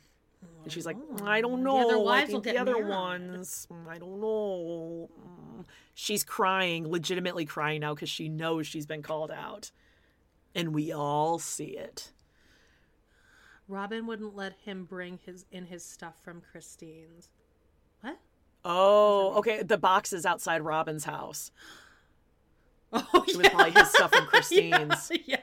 And she's like, I don't know.
The other
I
wives will
think
get
the other
mad."
ones. mm, I don't know. Mm." She's crying, legitimately crying now because she knows she's been called out. And we all see it.
Robin wouldn't let him bring his in his stuff from Christine's. What?
Oh, okay. The box is outside Robin's house. Oh, it was probably his stuff from Christine's.
yeah.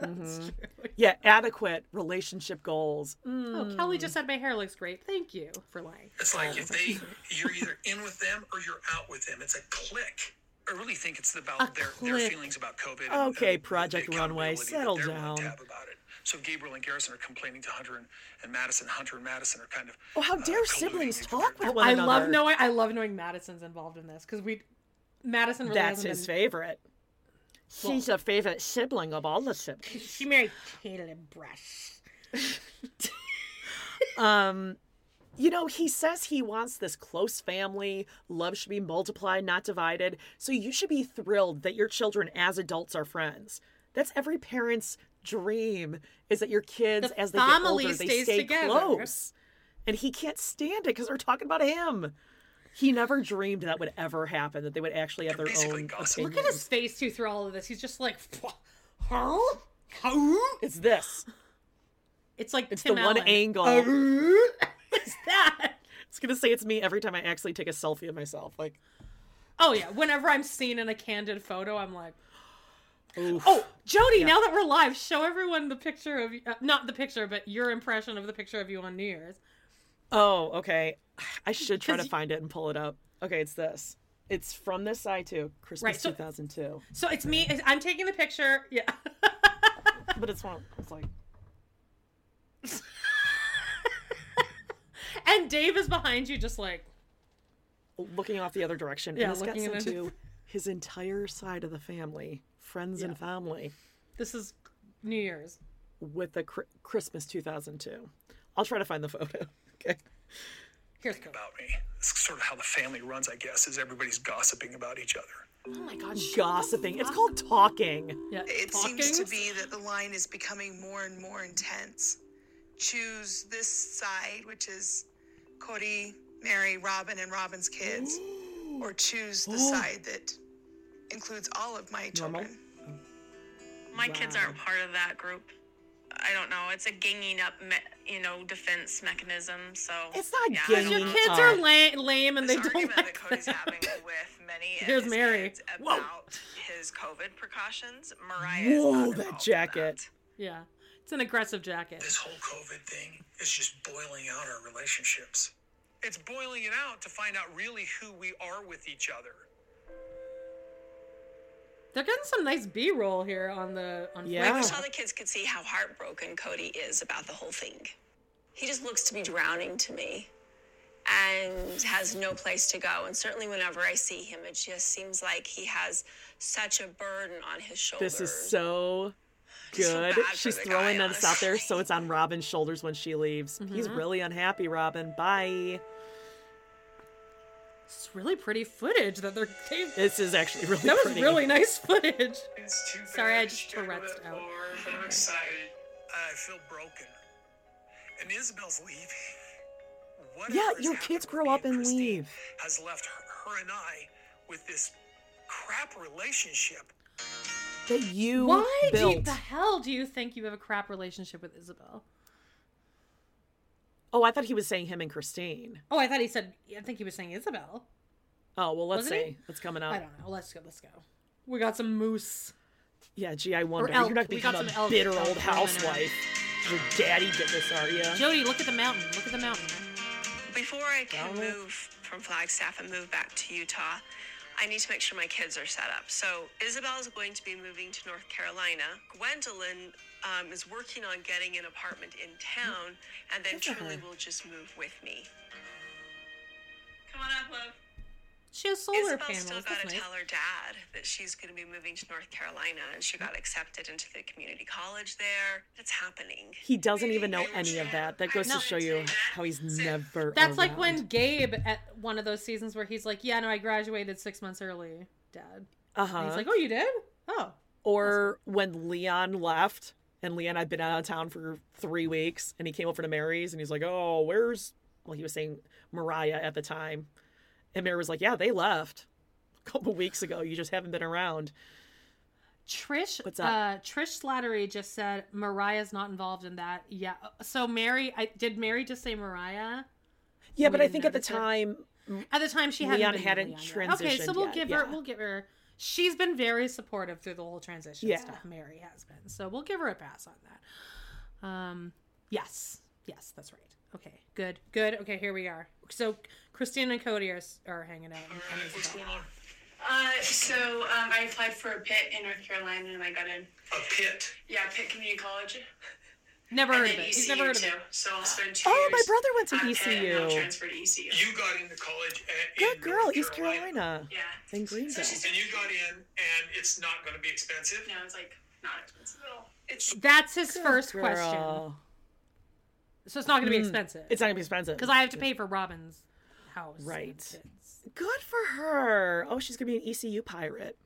Mhm. Yeah, adequate relationship goals. Mm.
Oh, Kelly
Hmm.
just said my hair looks great. Thank you for lying.
It's like if they, you're either in with them or you're out with them. It's a click. I really think it's about their, their
click.
feelings about COVID. and-
Okay,
and
Project Runway,
accountability that
settle
they're willing to
down.
have about it. So Gabriel and Garrison are complaining to Hunter and, and Madison. Hunter and Madison are kind of.
Oh, how
uh,
dare
colluding
siblings
with
talk
their-
with one
I
another?
love knowing I love knowing Madison's involved in this because we Madison really
That's
hasn't
his
been-
favorite. She's a favorite sibling of all the siblings.
She married Caleb Brush.
Um, you know, he says he wants this close family. Love should be multiplied, not divided. So you should be thrilled that your children as adults are friends. That's every parent's dream is that your kids,
The
as they get
family
older, they
stays
stay
together.
close. And he can't stand it because they're talking about him. He never dreamed that would ever happen, that they would actually have their own opinions.
Look at his face too through all of this. He's just like, huh? Huh?
It's this.
It's like
It's
Tim
the one
Allen.
angle.
What's that?
It's gonna say it's me every time I actually take a selfie of myself. Like,
Oh yeah. Whenever I'm seen in a candid photo, I'm like,
oof.
oh, Jody. Now that we're live, show everyone the picture of uh, not the picture, but your impression of the picture of you on New Year's.
Oh, okay. I should try to find it and pull it up. Okay, it's this. It's from this side too, Christmas
Right, so-
2002.
So it's me. it's- I'm taking the picture. Yeah.
But it's one. It's like
And Dave is behind you, just like
looking off the other direction.
Yeah,
and this
looking
gets
in a-
into his entire side of the family, friends and family,
this is New Year's.
with the cr- Christmas 2002. I'll try to find the photo. Okay.
Here's Chris.
About me. It's sort of how the family runs, I guess, is everybody's gossiping about each other.
Oh my god.
Gossiping. It's called talking.
Yeah.
It
talking.
seems to be that the line is becoming more and more intense. Choose this side, which is Cody, Mary, Robin, and Robin's kids, or choose the
Oh.
side that includes all of my
Normal.
children.
My kids aren't part of that group. I don't know. It's a ganging up, me- you know, defense mechanism. So
It's not
yeah, I
ganging
don't
Your
know.
kids are la- lame and
This
they don't
argument
like
that Cody's
them.
having with many of
Here's
his
Mary.
kids
Whoa.
about his COVID precautions, Mariah. is
Whoa,
not
that
involved in
jacket.
Yeah. It's an aggressive jacket.
This whole COVID thing is just boiling out our relationships. It's boiling it out to find out really who we are with each other.
They're getting some nice B roll here on the on
Yeah.
I
Flickr.
wish all the kids could see how heartbroken Cody is about the whole thing. He just looks to be drowning to me and has no place to go. And certainly, whenever I see him, it just seems like he has such a burden on his shoulders.
This is so good.
bad for
She's
the guy,
throwing this out there so it's on Robin's shoulders when she leaves. He's
Mm-hmm.
really unhappy, Robin. Bye.
It's really pretty footage that they're. They,
This is actually really
that was
pretty.
really nice footage.
It's too
Sorry,
bad
I
to
just
share
Tourette'd
that
out.
more, but I'm excited. I feel broken. And Isabel's leaving. Whatever
Yeah,
has
your
happened
kids
with
grow
me
up and
Christine
leave.
Has left her, her and I with this crap relationship.
that you
Why do you,
built.
the hell do you think you have a crap relationship with Isabel?
oh, I thought he was saying him and Christine.
Oh, I thought he said. I think he was saying Isabel.
Oh well, let's
Wasn't he?
see. It's coming up.
I don't know. Let's go. Let's go. We got some moose.
Yeah, gee, I wonder.
elk.
You're not
We got
gonna become a
some elk-
bitter
elk
old
women around.
housewife. Your daddy did this, are you?
Jody, look at the mountain. Look at the mountain.
Before I can
Donald.
move from Flagstaff and move back to Utah, I need to make sure my kids are set up. So Isabel is going to be moving to North Carolina. Gwendolyn um, is working on getting an apartment in town, and then
Good for
Truly
her.
will just move with me. Come on up, love.
She has solar
Isabel
panels.
still got
That's
to
nice.
tell her dad that she's going to be moving to North Carolina, and she got accepted into the community college there. It's happening.
He doesn't even know any of that. That goes
No.
to show you how he's never.
That's like
around.
when Gabe at one of those seasons where he's like, "Yeah, no, I graduated six months early, Dad." And
Uh-huh.
Oh, he's like, "Oh, you did? Oh,
or when Leon left and Leon had been out of town for three weeks, and he came over to Mary's, and he's like, "Oh, where's?" Well, he was saying Mariah at the time, and Mary was like, "Yeah, they left a couple weeks ago. You just haven't been around."
Trish,
What's
uh,
up?
Trish Slattery just said Mariah's not involved in that. Yeah. So Mary, I, did Mary just say Mariah?
Yeah,
We
but I
didn't
think at the
notice it.
time,
At the time, she
Leon
hadn't been
hadn't
Leon yet. Okay, so
transitioned
we'll
yet,
give her.
yeah.
We'll give her. She's been very supportive through the whole transition
Yeah.
stuff. Mary has been, so we'll give her a pass on that. Um, yes, yes, that's right. Okay, good, good. Okay, here we are. So Christine and Cody are, s- are hanging out. and- and
What's
Isabel.
going on?
Uh, so um, I applied for a pit in North Carolina and I got in.
A pit.
Yeah, Pitt Community College.
Never heard
and
of
then
it.
ECU
He's never heard of
too.
it.
So I'll spend two
oh, my
years
brother went to
at Pitt, and I'll
ECU.
transfer to E ECU.
You got into college at,
Good
in
girl,
North
East Carolina,
Yeah.
in Greenville.
And you got in, and it's not going to be expensive.
No, it's like not expensive at all. It's
That's his first question.
Girl. Hmm.
So it's not going to be expensive.
It's not gonna be expensive
because I have to pay for Robin's house. and
Right.
kids.
Good for her. Oh, she's gonna be an ECU pirate.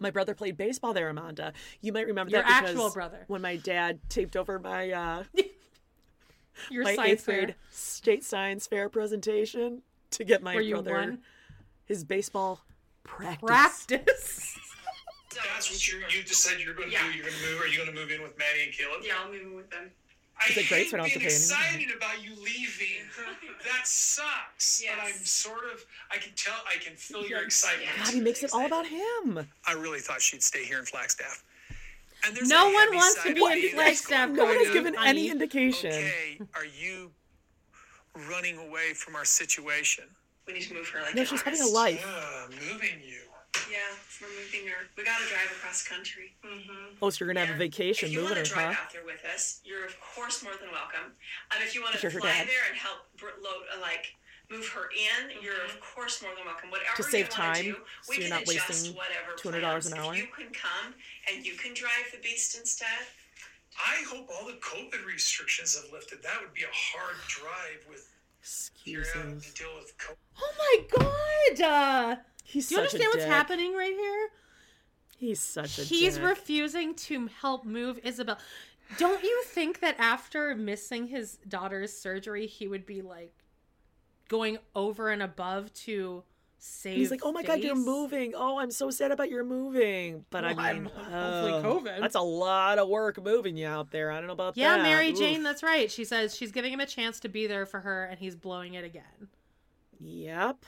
My brother played baseball there, Amanda. You might remember
Your
that
actual
because
brother.
When my dad taped over my uh,
Your
my
science
eighth
fair,
grade state science fair presentation to get my
where you
brother
won
his baseball practice.
practice.
That's what you you decide you're going to
Yeah.
do. You're going to move. Are you going to move in with Maddie and Caleb?
yeah, I'll move in with them.
I
Is it great
hate
so I don't have to
being
pay anything?
excited about you leaving. that sucks. But I'm
Yes.
sort of. I can tell. I can feel your excitement.
God, he makes it all about him.
I really thought she'd stay here in Flagstaff. And there's
No
a
one
heavy
wants to
side
be
of me
in
that's
Flagstaff.
No one has
Cody.
given any
Honey.
indication.
Okay, are you running away from our situation?
We need to move her like
No,
in
she's having
August.
a life.
Uh, moving you.
Yeah, we're moving her. We gotta drive across country. Mm-hmm.
Oh, so you're gonna have a vacation
If you
moving
want
her,
to drive
huh?
out there with us, you're of course more than welcome. Um, if you want to
If you're her
fly
dad. Mm-hmm.
there and help br- load, uh, like move her in, you're of course more than welcome. Whatever
To save
you wanna
time,
do,
so
we
you're
can
not
adjust
wasting
whatever
$200 an
plans.
hour?
If you can come and you can drive the beast instead.
I hope all the COVID restrictions have lifted. That would be a hard drive with you're having to
Excuses.
deal with COVID.
Oh my god! Uh,
He's
do you
such a
understand what's
dick.
happening right here?
He's such a
He's
dick.
refusing to help move Isabel. Don't you think that after missing his daughter's surgery, he would be like going over and above to save?
He's like, oh my god, you're
face?"
moving. Oh, I'm so sad about your moving. But
Well,
I
I'm-
mean,
hopefully
oh,
COVID.
That's a lot of work moving you out there. I don't know about
Yeah,
that.
Mary
Oof.
Jane, that's right. She says she's giving him a chance to be there for her, and he's blowing it again.
Yep.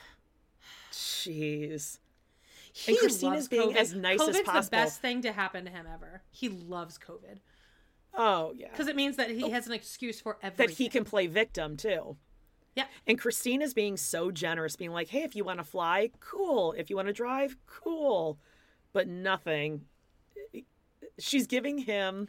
Jeez.
He
And Christine
loves
is being
COVID.
as nice as
COVID's the
possible.
best thing to happen to him ever. He loves COVID
Oh yeah.
because it means that he has an excuse for everything.
That he can play victim too.
Yeah.
And Christine is being so generous, being like, hey, if you want to fly, cool. If you want to drive, cool. But nothing. She's giving him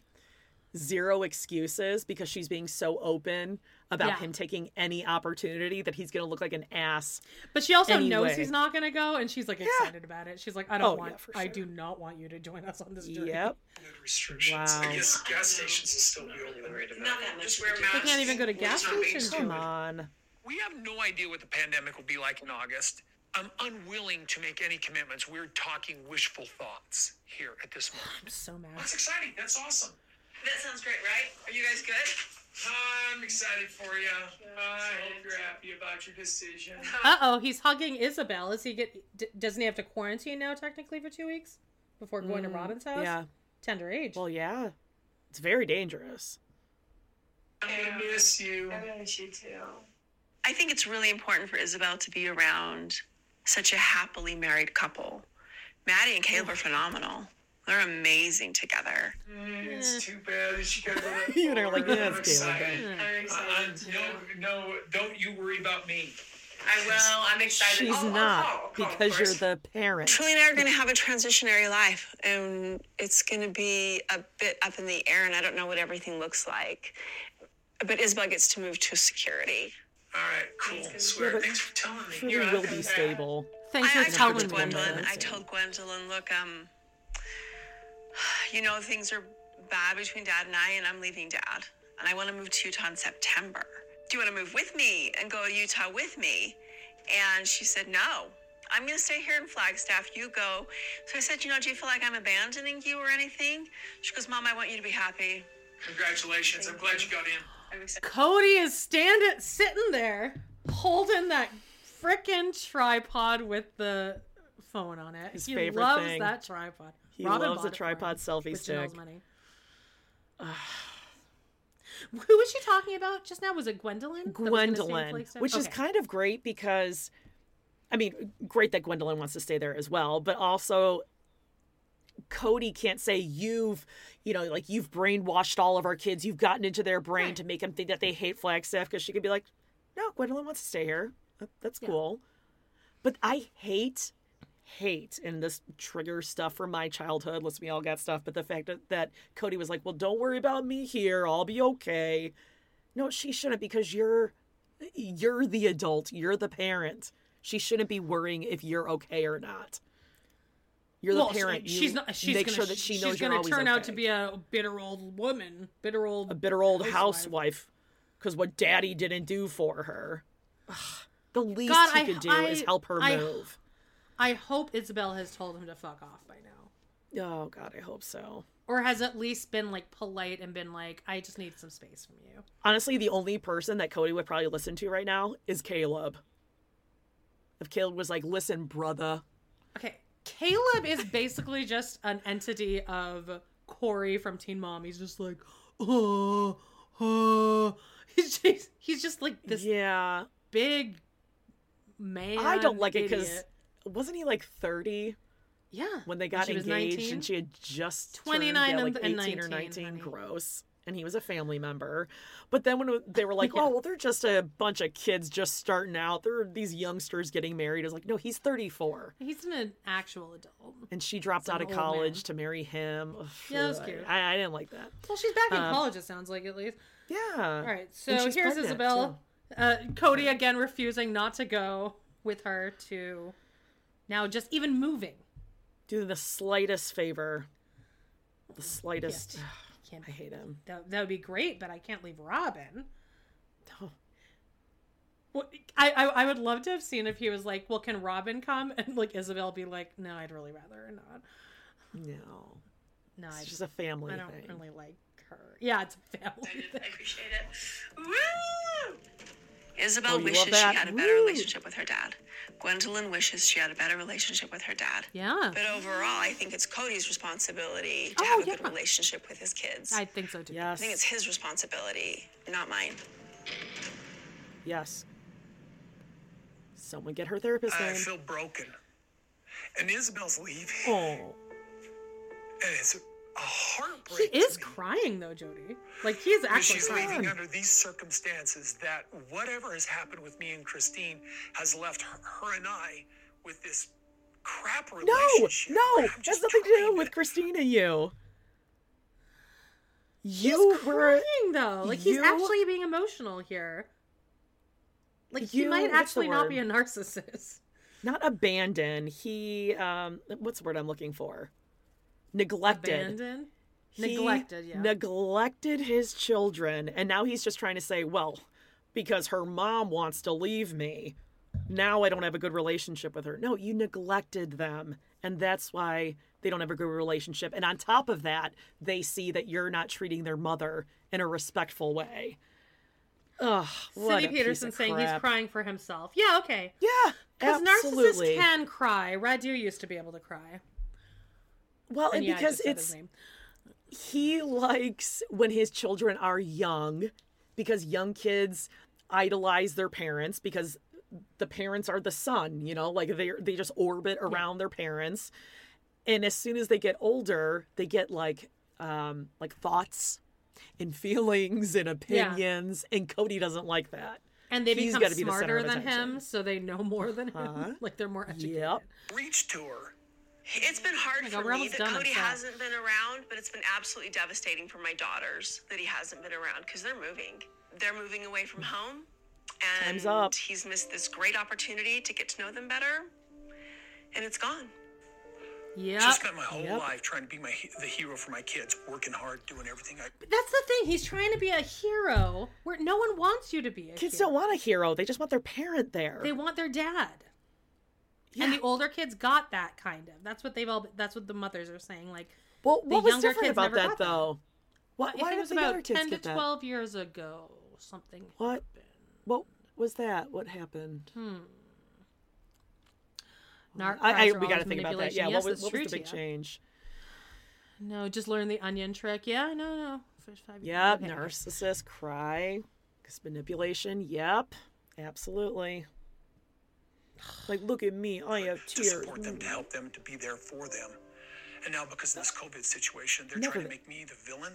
zero excuses because she's being so open about
Yeah.
him taking any opportunity that he's going to look like an ass.
But she also knows
Anyway.
he's not going to go, and she's like excited about it. She's like, I don't
Oh,
want,
yeah, for
I
sure.
do not want you to join us on this journey.
Yep.
restrictions.
Wow.
I guess gas stations will still be open.
Not that much. Wear
They
masks.
can't even go to gas
Well, it's not
stations.
Come on.
We have no idea what the pandemic will be like in August. I'm unwilling to make any commitments. We're talking wishful thoughts here at this moment.
I'm so mad.
That's exciting. That's awesome.
That sounds great, right? Are you guys good?
I'm excited for you. I hope you're happy about your decision.
Uh oh, he's hugging Isabel. Is he get? D- doesn't he have to quarantine now technically for two weeks before going to Robin's house?
Mm, Yeah.
tender age.
Well, yeah. It's very dangerous.
I'm gonna miss you.
I think it's really important for Isabel to be around such a happily married couple. Maddie and Caleb are phenomenal. They're amazing together.
It's too bad that she got that.
You and her are like,
forward.
yeah,
I'm
it's Caleb.
excited.
I'm
I- I'm-
excited.
no, no, don't you worry about me.
I will. I'm excited.
She's
Oh, oh,
not
oh, oh, of
because you're
course.
the parent.
Truly and I are going to have a transitionary life, and it's going to be a bit up in the air, and I don't know what everything looks like. But Isabel gets to move to security.
All right, cool. Swear. Thanks for telling me.
Truly will be stable.
Thanks
I, I
for telling
talked
me.
to Gwendolyn.
that.
I told Gwendolyn, look, um, you know things are bad between Dad and I, and I'm leaving Dad, and I want to move to Utah in September. Do you want to move with me and go to Utah with me? And she said, no, I'm going to stay here in Flagstaff. You go. So I said, You know, do you feel like I'm abandoning you or anything? She goes, Mom, I want you to be happy.
Congratulations. I'm glad you got in.
Cody is standing, sitting there, holding that frickin' tripod with the phone on it.
His
he
favorite
loves
thing.
that tripod.
He loves
bought
a
it for him
tripod selfie
with Janelle's
stick.
money. Who was she talking about just now? Was it Gwendolyn? that was gonna stay in
Gwendolyn,
Flagstaff?
which is
Okay.
kind of great because, I mean, great that Gwendolyn wants to stay there as well, but also Cody can't say you've, you know, like you've brainwashed all of our kids. You've gotten into their brain to make them think that they hate Flagstaff because she could be like, no, Gwendolyn wants to stay here. That- That's cool. But I hate, hate, and this trigger stuff from my childhood. Listen, we all got stuff, but the fact that, that Cody was like, well, don't worry about me here. I'll be okay. No, she shouldn't because you're you're the adult, you're the parent. She shouldn't be worrying if you're okay or not. You're
Well,
the
she-
parent. You
she's not. She's
make
gonna,
sure that she knows
she's
you're
gonna
always
turn out to
okay.
be a bitter old woman, bitter old
a bitter old housewife because what daddy didn't do for her. Ugh, the least
God,
he
I-
could do is
I-
help her
I-
move.
I hope Isabel has told him to fuck off by now.
Oh God, I hope so.
Or has at least been like polite and been like, I just need some space from you.
Honestly, the only person that Cody would probably listen to right now is Caleb. If Caleb was like, "Listen, brother,
Okay. Caleb is basically just an entity of Corey from Teen Mom. He's just like, oh, oh. He's just, he's just like this
yeah,
big man.
I don't like it because
idiot.
wasn't he like thirty
Yeah.
when they got
she was
engaged
19?
and she had just turned,
29
yeah,
and-
like
and
18 or
19,
19
honey.
gross and he was a family member but then when it- they were like oh well they're just a bunch of kids just starting out they're these youngsters getting married i was like no he's 34
He's an actual adult.
and she dropped
Some
out of
old
college
man.
to marry him Ugh,
Yeah, that was
I-
cute.
I, I didn't like that
Well, she's back in
Um,
college, it sounds like, at least.
yeah
All right, so
And she's
here's
pregnant,
Isabel. Uh, Cody again refusing not to go with her to now just even moving.
do the slightest favor the slightest
Can't,
i hate him
that, that would be great, but I can't leave Robin. What, I, I I would love to have seen if he was like, well, can Robin come? And like Isabel be like, no, I'd really rather not.
no
No, I
it's just
just
a family
I don't
thing
really like her. Yeah, it's a family
I
thing.
appreciate it. Woo! Isabel
Oh, you
wishes
love
she
that?
had a better
Woo!
relationship with her dad. Gwendolyn wishes she had a better relationship with her dad.
Yeah,
But overall, I think it's Cody's responsibility to
Oh,
have a
yeah.
good relationship with his kids. I
I think so too.
yes
think it's his responsibility, not mine.
Yes. Someone get her therapist
I
name.
feel broken. And Isabel's leaving.
oh,
And it's a heartbreak.
He
to
is
me
crying though, Jody. Like he is
that
actually
she's
crying.
leaving under these circumstances that whatever has happened with me and Christine has left her, her and I with this crap
no,
relationship.
no,
I'm
that's
just
nothing to do
trying
with Christina. You, you
he's
were
crying though. Like he's
you-
actually being emotional here. Like he
You-
might
what's the
actually not be a
word?
narcissist.
not abandoned. He, um, what's the word I'm looking for? Neglected.
Abandoned.
He
Neglected, yeah.
Neglected his children, and now he's just trying to say, well, because her mom wants to leave me, now I don't have a good relationship with her. No, you neglected them, and that's why they don't have a good relationship. And on top of that, they see that you're not treating their mother in a respectful way. Ugh, what
Cindy
a piece
Peterson
of
saying he's
crap.
crying for himself. Yeah, okay.
Yeah,
Because narcissists
absolutely.
can cry. Radu used to be able to cry.
well,
And
and
yeah, I
because
just said
it's
his name.
he likes when his children are young because young kids idolize their parents because the parents are the sun you know like they they just orbit around their parents and as soon as they get older they get like um like thoughts and feelings and opinions and Cody doesn't like that
And they
He's
become
gotta be the center
smarter
of
than him,
attention.
so they know more than him.
Huh?
Like they're more educated.
yep
to reach to her.
It's been hard
my God,
for
we're
me
almost
that
done, I'm
Cody
sorry.
hasn't been around, but it's been absolutely devastating for my daughters that he hasn't been around because they're moving. They're moving away from home, and
Time's up.
he's missed this great opportunity to get to know them better, and it's gone.
Yep.
Just spent my whole
Yep.
life trying to be my he- the hero for my kids, working hard, doing everything I
But that's the thing. He's trying to be a hero where no one wants you to be a
kids
hero.
don't want a hero they just want their parent there
They want their dad. And the older kids got that kind of. That's what they've all. That's what the mothers are saying. Like,
Well,
the
what was
younger
different
kids
about
never
that
got that.
though? Why,
I
why
think
did
it was
the younger
about
kids
ten to
get that?
twelve years ago. Something.
What? What was that? What happened?
Hmm. Narc
I, I
cries are
we got to
always
think about that.
manipulation.
Yeah.
Yes,
what was,
that's
what was
true,
the big
Tia.
change?
No, just learn the onion trick. Yeah, no, no. First five.
Yep.
okay.
Narcissist cry, 'cause manipulation. Yep. Absolutely. Like, look at me. I have
to
tears.
support them, to help them, to be there for them. And now, because of this COVID situation, they're
Never
trying to
the-
make me the villain.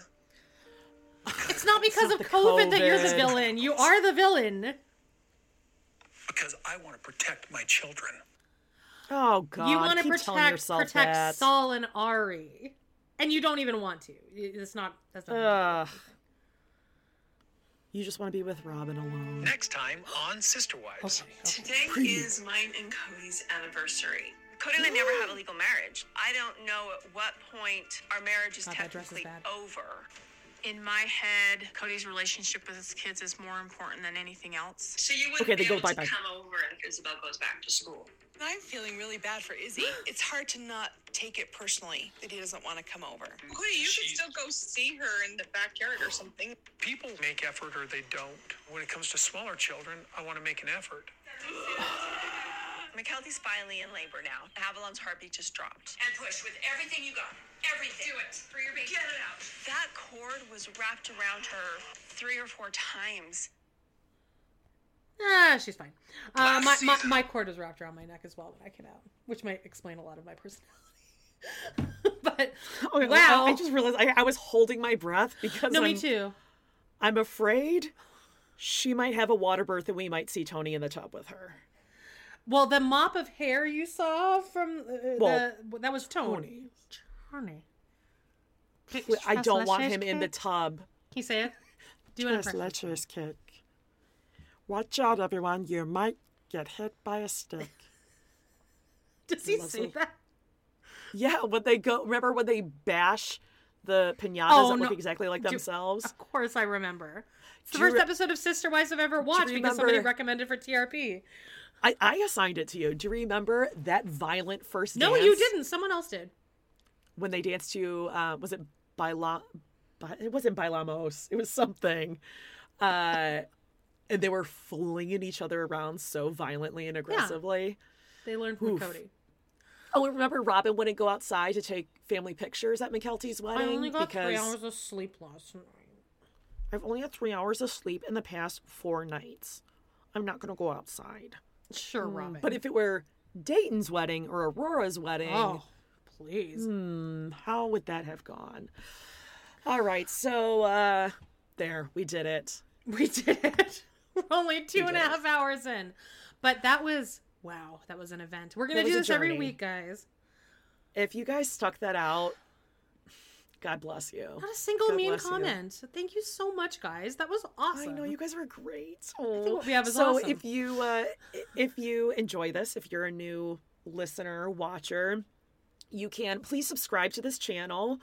It's not because
not
of
the
COVID, that you're the
COVID.
villain. You are the villain.
Because I want to protect my children.
Oh God.
you want to
keep telling
protect
yourself
protect
that.
Saul and Ari, and you don't even want to. It's not. That's not.
Ugh. You just want to be with Robin alone.
Next time on Sister Wives.
Today is mine and Cody's anniversary. Cody and I never had a legal marriage.
I don't know at what point our marriage is
God, that dress is
technically
bad.
over.
In my head, Cody's relationship with his kids is more important than anything else.
So you wouldn't
Okay,
be
they go
able to
bye-bye.
come over if Isabel goes back to school.
I'm feeling really bad for Izzy. It's hard to not take it personally that he doesn't want to come over.
Cody, you could still go see her in the backyard or something.
People make effort or they don't. When it comes to smaller children, I want to make an effort.
McKelty's finally in labor now. Avalon's heartbeat just dropped.
And push with everything you got. Everything. Do it for your baby. Get it out.
That cord was wrapped around her three or four times.
Ah, she's fine. Uh, my, my my cord was wrapped around my neck as well when I came out, which might explain a lot of my personality. but
Okay, well,
wow,
Oh I, I just realized I, I was holding my breath because
no,
I'm,
me too.
I'm afraid she might have a water birth and we might see Tony in the tub with her.
Well, the mop of hair you saw from uh,
Well,
the that was Tony.
Tony.
Tony.
I don't want him in the tub.
He said, "Do an
Yes,
impression."
let yours kick. Watch out, everyone. You might get hit by a stick.
Does he
Love
say
it.
that?
yeah, when they go, remember when they bash the pinatas
Oh,
that
no.
look exactly like
Do-
themselves?
Of course, I remember. It's the
Do you
first
re-
episode of Sister Wives I've ever watched because somebody
remember-
recommended for TRP.
I, I assigned it to you. Do you remember that violent first
No,
dance?
you didn't. Someone else did.
When they danced to, uh, was it Baila? Ba- it wasn't Bailamos. It was something. Uh, and they were flinging each other around so violently and aggressively.
They learned from
Oof.
Cody.
Oh, and remember Robin wouldn't go outside to take family pictures at McKelty's
I
wedding
only got
because
three hours of sleep last night.
I've only had three hours of sleep in the past four nights. I'm not gonna go outside.
Sure, Robin.
But if it were Dayton's wedding or Aurora's wedding, hmm,
oh, please.
how would that have gone? All right, so uh there, we did it.
We did it. We're only two and a half hours in. But that was, wow, that was an event. We're going
That
to do
was a
this every
journey.
week, guys.
If you guys stuck that out, God bless you.
Not a single
God
mean
bless you.
comment. Thank you so much, guys. That was awesome.
I know you guys were great.
what we have is
so
awesome.
if you uh, i- if you enjoy this, if you're a new listener watcher, you can please subscribe to this channel.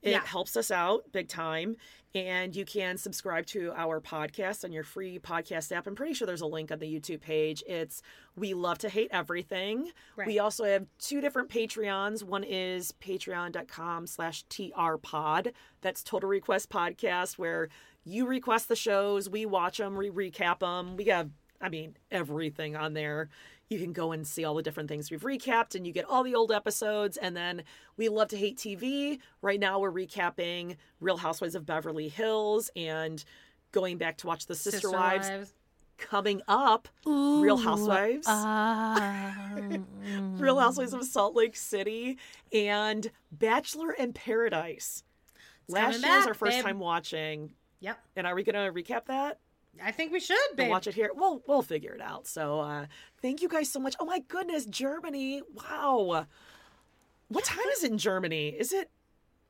It
Yeah.
helps us out big time. And you can subscribe to our podcast on your free podcast app. I'm pretty sure there's a link on the YouTube page. It's We Love to Hate Everything. We
Right.
also have two different Patreons. One is patreon.com slash trpod. That's Total Request Podcast, where you request the shows, we watch them, we recap them. We have, I mean, everything on there. You can go and see all the different things we've recapped, and you get all the old episodes. And then we love to hate TV. Right now, we're recapping Real Housewives of Beverly Hills and going back to watch The Sister, Wives. Coming up, Real Housewives.
uh,
Real Housewives
mm.
of Salt Lake City, and Bachelor in Paradise. Last year
coming
was
back,
our first
babe.
time watching.
Yep.
And are we going to recap that
I think we should, babe.
and watch it here? We'll, we'll figure it out. So uh, thank you guys so much. Oh my goodness, Germany. Wow. What time is it in Germany? Is it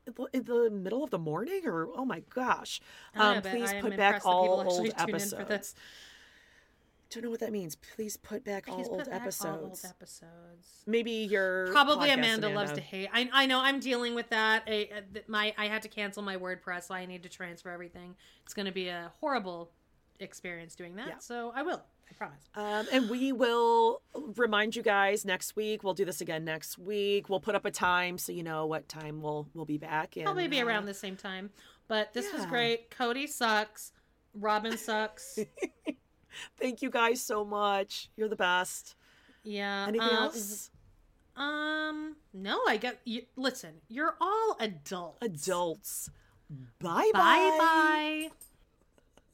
the- in the middle of the morning or oh my gosh
I know,
um
but
please
I am
put back
impressed that people
all
actually
old
tune in
episodes
for this.
don't know what that means please put back, all,
Please
old
put back all old
episodes
episodes.
maybe your
Probably
podcast,
Amanda, loves
Amanda.
to hate. I, I know I'm dealing with that. I, uh, th- my I had to cancel my WordPress. I need to transfer everything. It's going to be a horrible experience doing that. So I will. I promise.
Um, and we will remind you guys next week. We'll do this again next week. We'll put up a time so you know what time we'll we'll be back. And,
Probably be
uh,
around the same time. But this was
Yeah.
great. Cody sucks. Robin sucks.
Thank you guys so much. You're the best.
Yeah.
Anything
uh,
else?
Um. No, I get. You, listen, you're all adults.
Adults. Bye bye.
Bye bye.